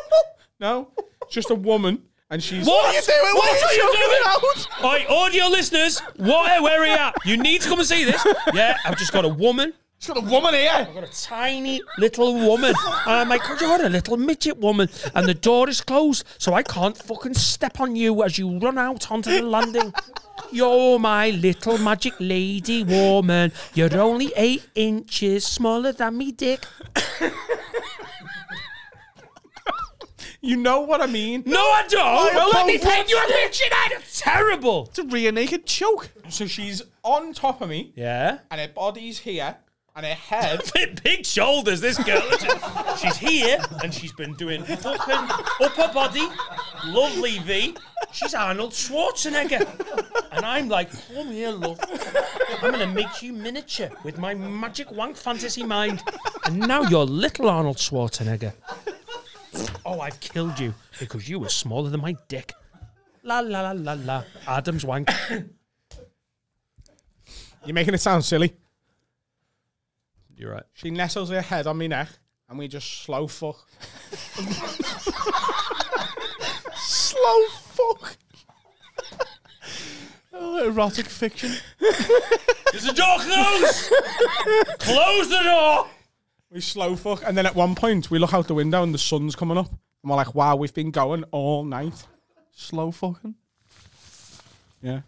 Speaker 2: no, it's just a woman, and she's
Speaker 1: What? What are you
Speaker 2: choking it out?
Speaker 1: Oi, audio listeners, what, where are you at? You need to come and see this. Yeah, I've just got a woman.
Speaker 2: She's got a woman here.
Speaker 1: I've got a tiny little woman. Um, And I'm like, you're a little midget woman. And the door is closed, so I can't fucking step on you as you run out onto the landing. You're my little magic lady woman. You're only eight inches smaller than me dick.
Speaker 2: You know what I mean?
Speaker 1: No, I don't. Well, let me
Speaker 2: Paul,
Speaker 1: take you a picture. That's terrible.
Speaker 8: It's a rear naked choke.
Speaker 2: So she's on top of me,
Speaker 1: Yeah.
Speaker 2: and her body's here, and her head.
Speaker 1: Big, big shoulders, this girl. isn't she? she's here and she's been doing fucking upper body, lovely V. She's Arnold Schwarzenegger. And I'm like, come here, love. I'm going to make you miniature with my magic wank fantasy mind. And now you're little Arnold Schwarzenegger. Oh, I've killed you because you were smaller than my dick. La la la la la. Adam's wank.
Speaker 2: You're making it sound silly.
Speaker 1: You're right.
Speaker 2: She nestles her head on my neck, and we just slow fuck.
Speaker 8: Slow fuck. oh, erotic fiction.
Speaker 1: Is the door closed? Close the door.
Speaker 2: We slow fuck, and then at one point we look out the window and the sun's coming up, and we're like, "Wow, we've been going all night."
Speaker 8: Slow fucking.
Speaker 2: Yeah.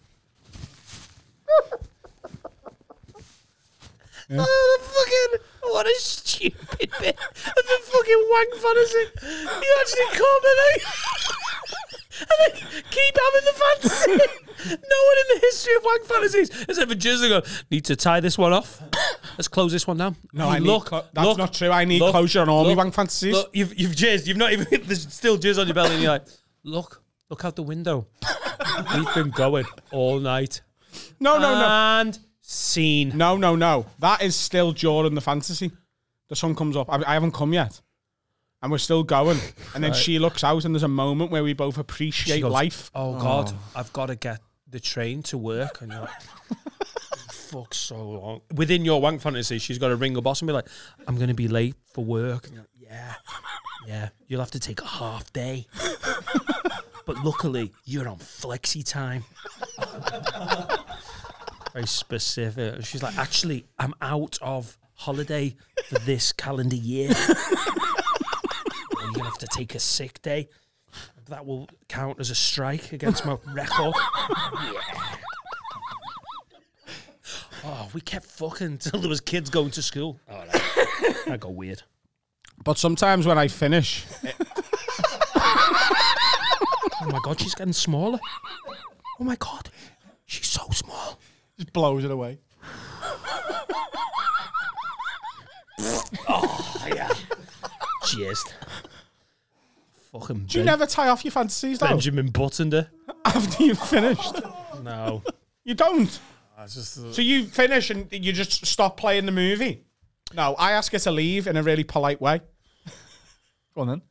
Speaker 1: Oh, the fucking what a stupid bit of the fucking wank fantasy. You actually come and then, and then keep having the fantasy. no one in the history of wank fantasies has ever just gone. Need to tie this one off. Let's close this one down.
Speaker 2: No, I need clo- that's not true. I need closure on all my wank fantasies.
Speaker 1: Look, you've you've jizzed. You've not even there's still jizz on your belly. And you're like, look, look out the window. We've been going all night
Speaker 2: No, no, no,
Speaker 1: and scene.
Speaker 2: no, no, no. That is still during the fantasy. The sun comes up. I, I haven't come yet, and we're still going. And then she looks out, and there's a moment where we both appreciate
Speaker 1: goes,
Speaker 2: life.
Speaker 1: Oh God, I've got to get the train to work, and you're like, fuck so long. Within your wank fantasy, she's got to ring her boss and be like, "I'm going to be late for work." And you're like, yeah, yeah, you'll have to take a half day. but luckily, you're on flexi time. Very specific. And She's like, actually, I'm out of holiday for this calendar year. You're gonna have to take a sick day that will count as a strike against my record. Oh, we kept fucking until there was kids going to school. Oh, that, that got weird.
Speaker 2: But sometimes when I finish,
Speaker 1: Oh my god, she's getting smaller. Oh my god, she's so small.
Speaker 8: Just blows it away.
Speaker 1: Jizzed. Fucking
Speaker 2: do you
Speaker 1: Ben-
Speaker 2: never tie off your fantasies though
Speaker 1: Benjamin buttoned her.
Speaker 2: after you've finished?
Speaker 1: No.
Speaker 2: You don't. so you finish and you just stop playing the movie. No, I ask her to leave in a really polite way.
Speaker 8: Go on then.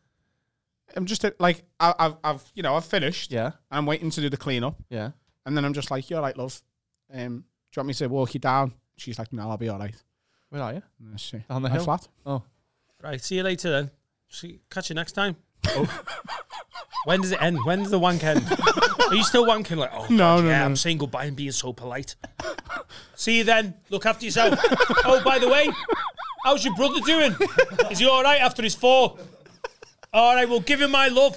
Speaker 2: I'm just uh, like I, I've, I've, you know, I've finished.
Speaker 8: Yeah.
Speaker 2: I'm waiting to do the cleanup,
Speaker 8: Yeah.
Speaker 2: and then I'm just like, "You're right, love. Um, do you want me to walk you down?" She's like, "No, I'll be all right."
Speaker 8: Where are you?
Speaker 2: And I say,
Speaker 8: On the
Speaker 2: "My
Speaker 8: hill?"
Speaker 2: flat.
Speaker 8: Oh.
Speaker 1: Right, see you later then. See, catch you next time.
Speaker 2: Oh.
Speaker 1: when does it end? When's the wank end? Are you still wanking? Like, oh,
Speaker 2: No,
Speaker 1: God,
Speaker 2: no,
Speaker 1: yeah,
Speaker 2: no.
Speaker 1: I'm saying goodbye and being so polite. See you then. Look after yourself. oh, by the way, how's your brother doing? Is he all right after his fall? All right, well, give him my love.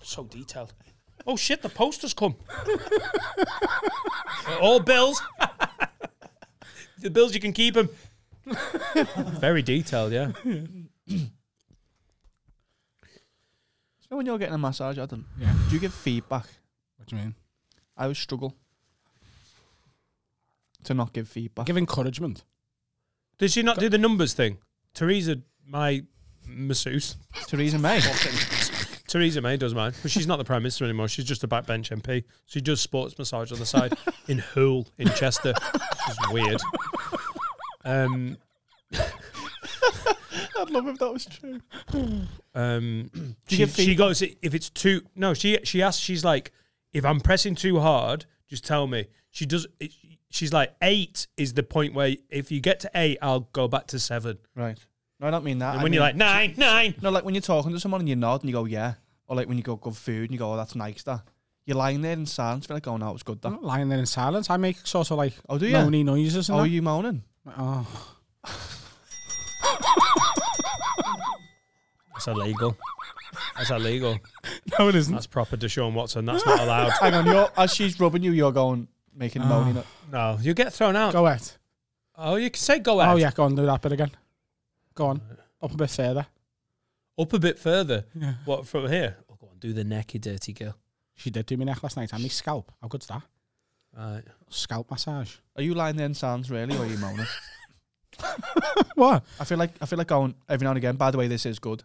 Speaker 1: so detailed. Oh, shit, the poster's come. They're all bills. the bills, you can keep them. Very detailed, yeah.
Speaker 8: So when you're getting a massage, Adam, yeah. do you give feedback?
Speaker 2: What do you mean?
Speaker 8: I always struggle to not give feedback.
Speaker 2: Give encouragement.
Speaker 1: Did she not do the numbers thing? Teresa, my masseuse,
Speaker 8: Theresa May.
Speaker 1: Theresa May does mine, but she's not the Prime Minister anymore. She's just a backbench MP. She does sports massage on the side in Hool in Chester. She's weird. Um,
Speaker 8: I'd love if that was true.
Speaker 1: um, she, she goes if it's too no. She she asks. She's like, if I'm pressing too hard, just tell me. She does. It, she's like eight is the point where if you get to eight, I'll go back to seven.
Speaker 8: Right. No, I don't mean that.
Speaker 1: And
Speaker 8: I
Speaker 1: when
Speaker 8: mean,
Speaker 1: you're like nine, nine,
Speaker 8: no, like when you're talking to someone and you nod and you go, yeah. Or like when you go, good food and you go, oh, that's nice, that. You're lying there in silence, be like, oh, no, it was good, that.
Speaker 2: I'm not lying there in silence. I make sort of like
Speaker 8: Oh, do ya?
Speaker 2: moany noises and
Speaker 8: Oh,
Speaker 2: that.
Speaker 8: are you moaning?
Speaker 2: oh.
Speaker 1: that's illegal. That's illegal.
Speaker 2: No, it isn't.
Speaker 1: That's proper Deshaun Watson. That's not allowed.
Speaker 8: Hang on, you're, as she's rubbing you, you're going, making moaning. no-
Speaker 1: No, you get thrown out.
Speaker 2: Go ahead.
Speaker 1: Oh, you can say go out.
Speaker 2: Oh, yeah, go on, do that bit again. Go on. Up a bit further.
Speaker 1: Up a bit further.
Speaker 2: Yeah.
Speaker 1: What from here? Oh, go on, do the necky dirty girl.
Speaker 2: She did do me neck last night and my scalp. How good's that?
Speaker 1: Right.
Speaker 2: Scalp massage.
Speaker 8: Are you lying there in silence, really, or are you moaning?
Speaker 2: What?
Speaker 8: I feel like I feel like going every now and again. By the way, this is good.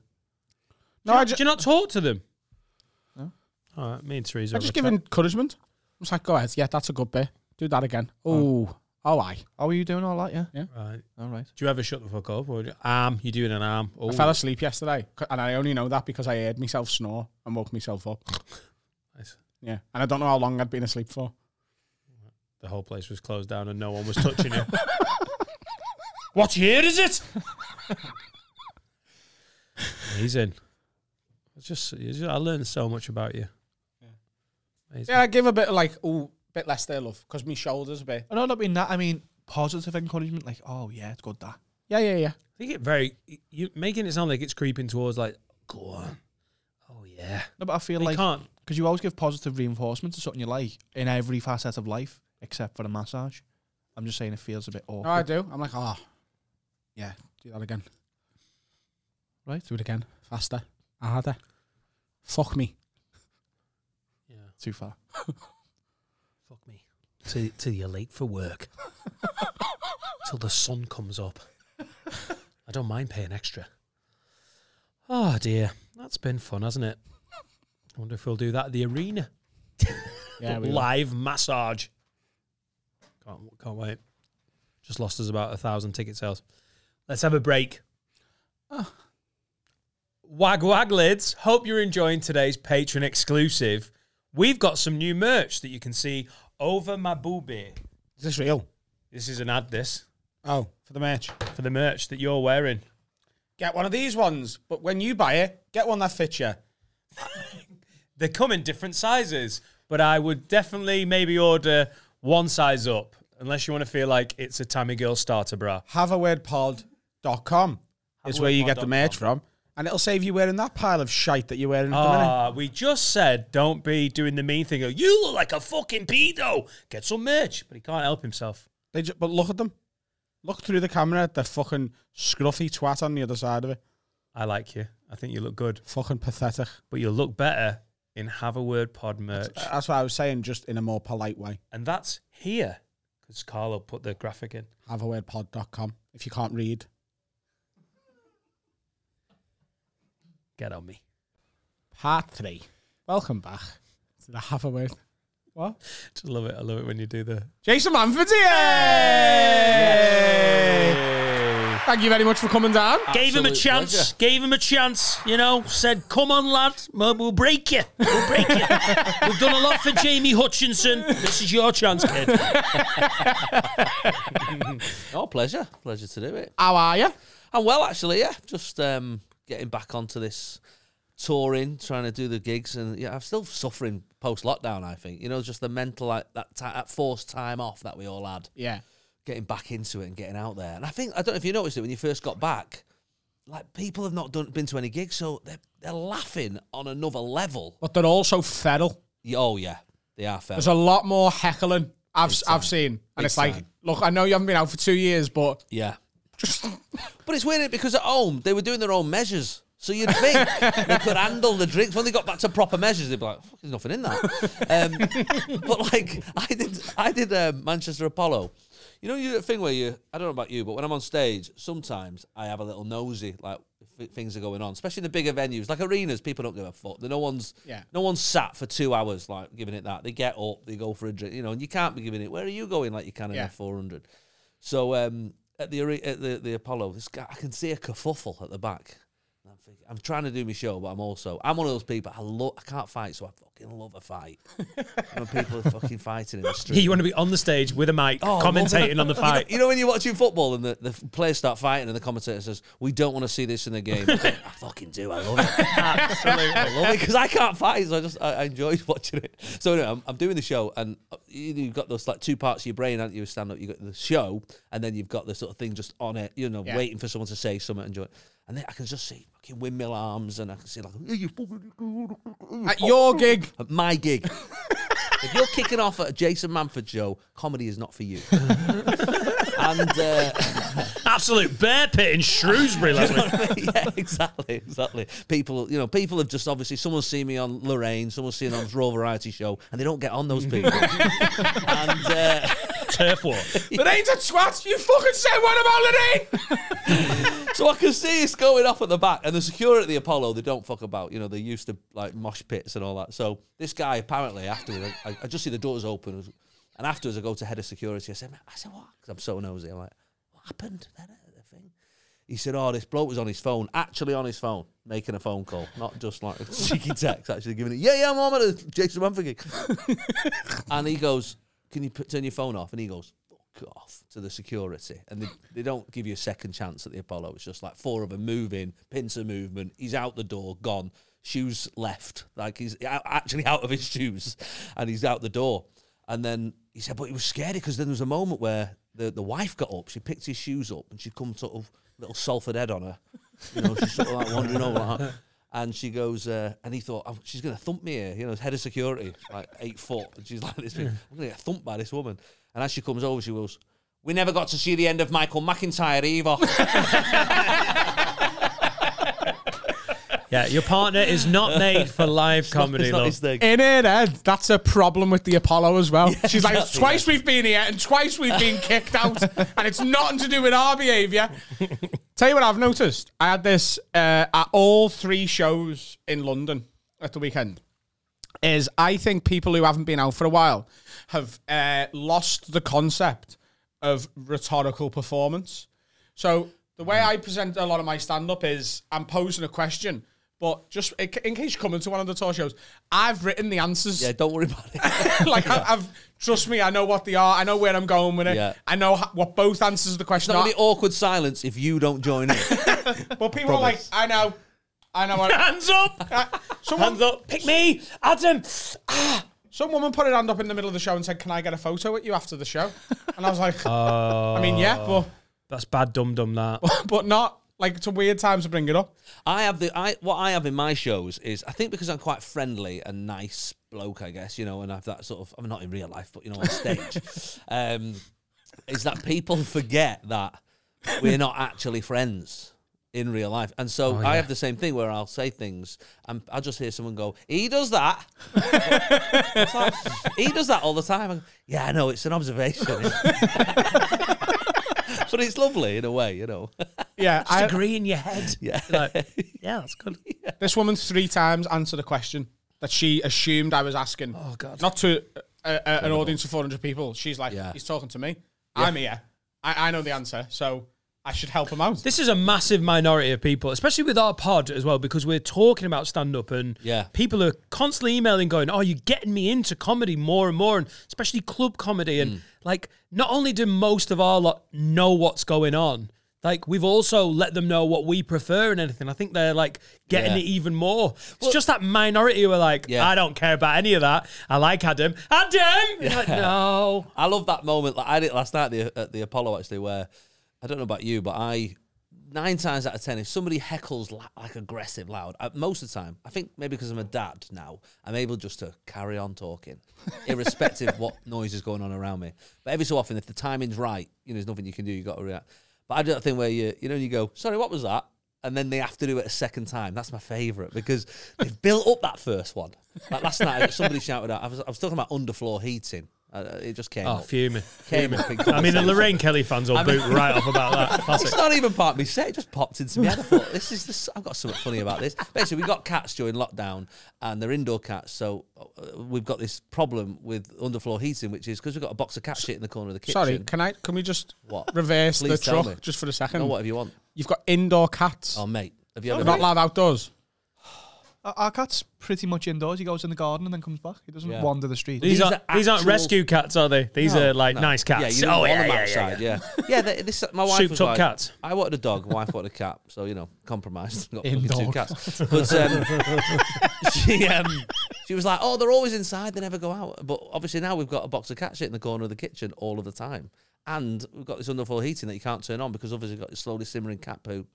Speaker 2: No, I,
Speaker 1: do
Speaker 2: ju-
Speaker 1: you not talk to them?
Speaker 8: No.
Speaker 1: All right, me and Teresa.
Speaker 2: I
Speaker 1: have a
Speaker 2: just give
Speaker 1: chat.
Speaker 2: encouragement. I'm just like, go ahead. Yeah, that's a good bit. Do that again. Oh, oh, I.
Speaker 8: How are you doing? All right, yeah.
Speaker 1: Right.
Speaker 8: All right.
Speaker 1: Do you ever shut the fuck up? Or do you- arm? You doing an arm? Oh,
Speaker 2: I fell asleep yesterday, c- and I only know that because I heard myself snore and woke myself up.
Speaker 1: Nice.
Speaker 2: Yeah, and I don't know how long I'd been asleep for.
Speaker 1: the whole place was closed down and no one was touching you. what year is it? Amazing. It's just, it's just- I learned so much about you. Amazing.
Speaker 2: Yeah, I give a bit of like, oh, bit less there, love, because my shoulders a bit.
Speaker 8: I know not mean that. I mean positive encouragement, like, oh yeah, it's good that.
Speaker 2: Yeah, yeah, yeah.
Speaker 1: I think it very you making it sound like it's creeping towards like go on, oh yeah.
Speaker 8: No, but I feel
Speaker 1: You
Speaker 8: like
Speaker 1: can't.
Speaker 8: because you always give positive reinforcement to something you like in every facet of life except for the massage. I'm just saying it feels a bit awkward,
Speaker 2: No, I do. I'm like, oh, yeah, do that again.
Speaker 8: right?
Speaker 2: Do it again, faster, harder. Fuck me.
Speaker 1: Yeah,
Speaker 8: Too far.
Speaker 1: fuck me. Till, till you're late for work. till the sun comes up. I don't mind paying extra. Oh dear, that's been fun, hasn't it? I wonder if we'll do that at the arena.
Speaker 2: Yeah, we will.
Speaker 1: live massage. Can't can't wait. Just lost us about a thousand ticket sales. Let's have a break. Wag wag lids. Hope you're enjoying today's patron exclusive. We've got some new merch that you can see over my boobie.
Speaker 2: Is this real?
Speaker 1: This is an ad. This
Speaker 2: Oh, for the merch.
Speaker 1: for the merch that you're wearing.
Speaker 2: Get one of these ones, but when you buy it, get one that fits you.
Speaker 1: They come in different sizes, but I would definitely maybe order one size up, unless you want to feel like it's a Tammy Girl starter bra.
Speaker 2: havawordpod.com is where you get the merch
Speaker 1: Havawordpod.com.
Speaker 2: from. And it'll save you wearing that pile of shite that you're wearing at the minute.
Speaker 1: Ah, we just said don't be doing the mean thing. of, You look like a fucking pedo. Get some merch, but he can't help himself.
Speaker 2: They ju- but look at them. Look through the camera at the fucking scruffy twat on the other side of it.
Speaker 1: I like you. I think you look good,
Speaker 2: Fucking pathetic.
Speaker 1: but you look better in Have a Word Pod merch,
Speaker 2: That's what I was saying, just in a more polite way.
Speaker 1: and that's here because Carlo put the graphic in.
Speaker 2: Havawordpod.com if you can't read.
Speaker 1: Get on me.
Speaker 2: Part three. Welcome back to the Have a Word. What?
Speaker 1: Just love it. I love it when you do the.
Speaker 2: Jason Manford's here! Thank you very much for coming down.
Speaker 13: Gave him a chance. Gave him a chance. You know, said, "Come on, lad, we'll we'll break you. We'll break you. We've done a lot for Jamie Hutchinson. This is your chance, kid."
Speaker 14: Oh, pleasure, pleasure to do it.
Speaker 2: How are you?
Speaker 14: I'm well, actually. Yeah, just um, getting back onto this touring, trying to do the gigs, and yeah, I'm still suffering post lockdown. I think you know, just the mental like that, ti that forced time off that we all had,
Speaker 2: Yeah.
Speaker 14: getting back into it and getting out there. And I think I don't know if you noticed it when you first got back, like people have not done been to any gigs, so they're they're laughing on another level.
Speaker 2: But they're also feral.
Speaker 14: Y- Oh yeah, they are fair.
Speaker 2: There's a lot more heckling I've I've seen, and
Speaker 14: Big
Speaker 2: it's like,
Speaker 14: time.
Speaker 2: look, I know you haven't been out for two years, but
Speaker 14: Yeah. but it's weird isn't it? because at home they were doing their own measures. So you'd think they could handle the drinks. When they got back to proper measures, they'd be like, Fuck, "There's nothing in that." Um, but like, I did, I did um Manchester Apollo. You know, you do that thing where you, I don't know about you, but when I'm on stage, sometimes I have a little nosy. Like, if th- things are going on, especially in the bigger venues like arenas. People don't give a fuck. No one's
Speaker 15: Yeah.
Speaker 14: no one's sat for two hours like giving it that. They get up, they go for a drink, you know, and you can't be giving it. Where are you going? Like you can in
Speaker 15: Yeah.
Speaker 14: a four hundred. So um, at the are- at the, the Apollo, this guy, I can see a kerfuffle at the back. And I'm thinking, I'm trying to do my show, but I'm also I'm one of those people. I love I can't fight, so I fucking love a fight. when people are fucking fighting in the street,
Speaker 1: Yeah, you want to be on the stage with a mic,
Speaker 14: Oh, I love it.
Speaker 1: commentating on the
Speaker 14: You know-
Speaker 1: fight.
Speaker 14: You know, when you're watching football and the, the players start fighting and the commentator says, "We don't want to see this in the game." I, think, I fucking do. I love it. Absolutely, I love it because I can't fight, so I just I, I enjoy watching it. So anyway, I'm, I'm doing the show, and uh, you, you've got those like two parts of your brain, aren't you? Stand up, you have got the show, and then you've got the sort of thing just on it, you know,
Speaker 15: Yeah.
Speaker 14: waiting for someone to say something. Enjoy it. And then I can just see fucking windmill arms, and I can see like "Hey, you fucking-
Speaker 2: At your gig.
Speaker 14: at my gig. if you're kicking off at a Jason Manford show, comedy is not for you. and uh,
Speaker 1: Absolute bear pit in Shrewsbury last week.
Speaker 14: yeah, exactly, exactly. People, you know, people have just obviously someone's seen me on Lorraine, someone's seen on Raw Variety Show, and they don't get on those people. and uh,
Speaker 1: Turf war.
Speaker 2: Lorraine's a twat. You fucking say what about Lorraine?
Speaker 14: so I can see it's going off at the back, and the security at the Apollo, they don't fuck about. You know, they're used to like mosh pits and all that. So this guy apparently afterwards, I, I just see the doors open, and afterwards I go to head of security. I said, "Man," I said what? Because I'm so nosy. I'm like, what happened? That uh, thing. He said, "Oh, this bloke was on his phone, actually on his phone, making a phone call, not just like a cheeky text, actually giving it. Yeah, yeah, I'm on at the Jason Manford gig." and he goes, "Can you put, turn your phone off?" And he goes, "Fuck off!" to the security, and they, they don't give you a second chance at the Apollo. It's just like four of them moving, pincer movement. He's out the door, gone. Shoes left, like he's out, actually out of his shoes, and he's out the door. And then he said, but he was scared because then there was a moment where the, the wife got up, she picked his shoes up, and she'd come sort of little Salford head on her. You know, she's sort of like wandering over like that. And she goes, uh, and he thought, oh, she's going to thump me here. You know, head of security, like eight foot. And she's like, this big, I'm going to get thumped by this woman. And as she comes over, she goes, We never got to see the end of Michael McIntyre either.
Speaker 1: Yeah, your partner is not made for live comedy,
Speaker 14: it's not
Speaker 1: love.
Speaker 14: his thing.
Speaker 2: In her head, that's a problem with the Apollo as well. She's like,
Speaker 14: exactly,
Speaker 2: twice we've been here and twice we've been kicked out, and it's nothing to do with our behaviour. Tell you what I've noticed. I had this uh, at all three shows in London at the weekend. Is I think people who haven't been out for a while have uh, lost the concept of rhetorical performance. So the way I present a lot of my stand-up is I'm posing a question, but just in in case you come into one of the tour shows, I've written the answers.
Speaker 14: Yeah, don't worry about it.
Speaker 2: like I, I've trust me, I know what they are. I know where I'm going with it.
Speaker 14: Yeah.
Speaker 2: I know ho- what both answers to the
Speaker 14: It's
Speaker 2: question
Speaker 14: not
Speaker 2: are.
Speaker 14: going to be awkward silence if you don't join in.
Speaker 2: But people are like, I know, I know. I,
Speaker 1: Hands up!
Speaker 2: someone,
Speaker 1: Hands up! Pick me, Adam.
Speaker 2: some woman put her hand up in the middle of the show and said, "Can I get a photo with you after the show?" And I was like, I mean, yeah, but
Speaker 1: That's bad, dum dum. That
Speaker 2: but not like it's a weird time to bring it up.
Speaker 14: I have the I what I have in my shows is I think because I'm quite friendly and nice bloke, I guess you know, and I have that sort of I'm not in real life, but you know, on stage, um, is that people forget that we're not actually friends in real life, and so I have the same thing where I'll say things and I'll just hear someone go, "He does that." It's like, he does that all the time. I go, yeah, I know it's an observation. But it's lovely in a way, you know.
Speaker 2: Yeah, I,
Speaker 1: agree in your head.
Speaker 14: Yeah.
Speaker 1: yeah, that's good.
Speaker 2: This woman three times answered a question that she assumed I was asking. Oh
Speaker 1: God.
Speaker 2: Not to uh, uh, an audience of 400 people. She's like,
Speaker 14: Yeah.
Speaker 2: he's talking to me. I'm here. I, I know the answer, so I should help him out.
Speaker 1: This is a massive minority of people, especially with our pod as well, because we're talking about stand up and
Speaker 14: Yeah.
Speaker 1: people are constantly emailing, going, Oh, you're getting me into comedy more and more, and especially club comedy. And
Speaker 14: Mm.
Speaker 1: like, not only do most of our lot know what's going on, like, we've also let them know what we prefer and anything. I think they're like getting
Speaker 14: Yeah.
Speaker 1: it even more. It's just that minority who are like,
Speaker 14: Yeah.
Speaker 1: I don't care about any of that. I like Adam. Adam! You're Like, no.
Speaker 14: I love that moment. Like I did it last night at the, at the Apollo, actually, where I don't know about you, but I nine times out of ten, if somebody heckles la- like aggressive loud, I, most of the time, I think maybe because I'm a dad now, I'm able just to carry on talking, irrespective of what noise is going on around me. But every so often, if the timing's right, you know, there's nothing you can do. You got to react. But I do that thing where you, you know, you go, sorry, what was that? And then they have to do it a second time. That's my favourite because they've built up that first one. Like last night, somebody shouted out, I was, I was talking about underfloor heating. Uh, it just came.
Speaker 1: Oh,
Speaker 14: up.
Speaker 1: fuming.
Speaker 14: Came
Speaker 1: Fuming.
Speaker 14: up in
Speaker 1: I mean, the
Speaker 14: conversation.
Speaker 1: Lorraine Kelly fans will
Speaker 14: I mean-
Speaker 1: boot right off about that. Classic.
Speaker 14: It's not even part of me set. It just popped into me head. I thought, this is this. I've got something funny about this. Basically, we got cats during lockdown, and they're indoor cats. So uh, we've got this problem with underfloor heating, which is because we've got a box of cat shit in the corner of the kitchen.
Speaker 2: Sorry, can I? Can we just
Speaker 14: What?
Speaker 2: reverse
Speaker 14: Please
Speaker 2: the
Speaker 14: tell
Speaker 2: truck
Speaker 14: me.
Speaker 2: just for a second?
Speaker 14: No, whatever you want.
Speaker 2: You've got indoor cats.
Speaker 14: Oh, mate, have you
Speaker 2: They're
Speaker 14: ever?
Speaker 2: not allowed outdoors.
Speaker 8: Our- Our cat's pretty much indoors. He goes in the garden and then comes back. He doesn't
Speaker 14: Yeah.
Speaker 8: wander the street.
Speaker 1: These,
Speaker 14: These
Speaker 1: aren't,
Speaker 14: are
Speaker 1: these aren't
Speaker 14: actual-
Speaker 1: rescue cats, are they? These
Speaker 14: No,
Speaker 1: are like
Speaker 14: no.
Speaker 1: nice
Speaker 14: Yeah,
Speaker 1: cats.
Speaker 14: you don't
Speaker 1: oh,
Speaker 14: want
Speaker 1: yeah,
Speaker 14: them
Speaker 1: yeah, yeah,
Speaker 14: outside. Yeah, yeah. th- this, my wife
Speaker 1: Souped
Speaker 14: was
Speaker 1: up
Speaker 14: like,
Speaker 1: cats.
Speaker 14: I wanted a dog. My wife wanted a cat. So you know, compromised. Got fucking
Speaker 8: Indoor
Speaker 14: two cats. But um, she um, she was like, "Oh, they're always inside. They never go out." But obviously now we've got a box of cat shit in the corner of the kitchen all of the time, and we've got this underfloor heating that you can't turn on because obviously you've got this slowly simmering cat poo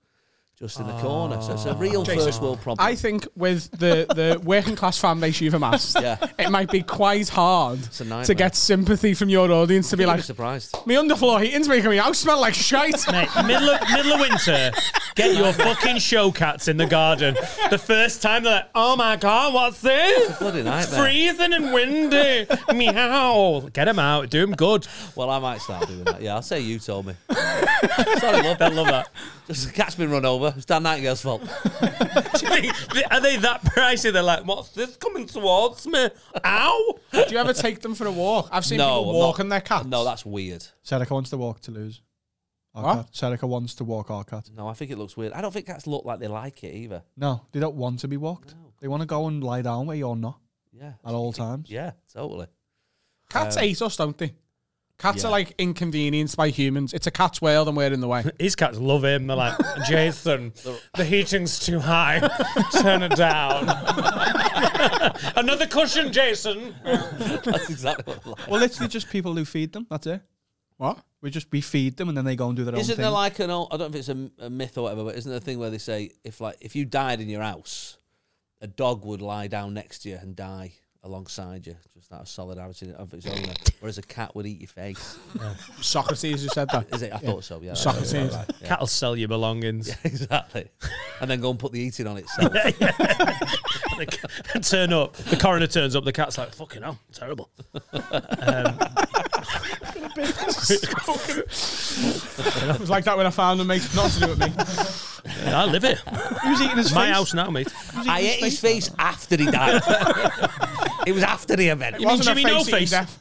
Speaker 14: just in the corner. So it's a real
Speaker 1: Ah,
Speaker 14: first world problem.
Speaker 2: I think with the, the working class fan base you've amassed,
Speaker 14: Yeah.
Speaker 2: it might be quite hard
Speaker 14: a nightmare.
Speaker 2: to get sympathy from your audience to be
Speaker 14: You'd
Speaker 2: like,
Speaker 14: be surprised.
Speaker 2: my underfloor heating's making me house smell like shite.
Speaker 1: Mate, middle of, middle of winter, get your fucking show cats in the garden. The first time they're like, oh my god, what's this?
Speaker 14: Bloody
Speaker 1: It's
Speaker 14: nightmare.
Speaker 1: freezing and windy. Meow. Get them out. Do them good.
Speaker 14: Well, I might start doing that. Yeah, I'll say you told me. Sorry, love. I love that. Just the cat's been run over. It's Dan Nightingale's fault.
Speaker 1: Do you think- Are they that pricey? They're like, what's this coming towards me? Ow.
Speaker 2: Do you ever take them for a walk? I've seen
Speaker 14: no,
Speaker 2: people
Speaker 14: I'm not-
Speaker 2: walking their cats.
Speaker 14: No, that's weird.
Speaker 8: Serica wants to walk Toulouse. Our
Speaker 2: What?
Speaker 8: cat. Serica wants to walk our cat.
Speaker 14: No, I think it looks weird. I don't think cats look like they like it either.
Speaker 8: No, they don't want to be walked. They want to go and lie down where you're not
Speaker 14: Yeah.
Speaker 8: at all times.
Speaker 14: Yeah, totally.
Speaker 2: Cats hate us, don't they? Cats
Speaker 14: uh, yeah.
Speaker 2: are like inconvenienced by humans. It's a cat's world and we're in the way.
Speaker 1: His cats love him. They're like, Jason, the heating's too high. Turn it down. Another cushion, Jason.
Speaker 14: That's exactly what I like.
Speaker 8: Well, literally just people who feed them. That's it.
Speaker 2: What?
Speaker 8: We just we feed them and then they go and do their own
Speaker 14: Isn't
Speaker 8: thing.
Speaker 14: there like an old, I don't know if it's a, m- a myth or whatever, but isn't there a thing where they say if like if you died in your house, a dog would lie down next to you and die alongside you, just out of solidarity of its owner, whereas a cat would eat your face.
Speaker 2: Socrates who said that.
Speaker 14: Is it? I thought so. Yeah. that-
Speaker 2: Socrates.
Speaker 1: Cat'll sell your belongings.
Speaker 14: Exactly. And then go and put the eating on itself.
Speaker 1: They c- turn up. The coroner turns up. The cat's like, fucking hell, terrible.
Speaker 2: It was like that when I found them, mate. Not to do with me.
Speaker 1: I live here.
Speaker 8: Who's eating his
Speaker 1: My
Speaker 8: face?
Speaker 1: house now, mate.
Speaker 14: I ate his face after he died. it was after the event.
Speaker 1: mean
Speaker 2: Wasn't a
Speaker 1: Jimmy No
Speaker 2: eating
Speaker 1: Face?
Speaker 2: death.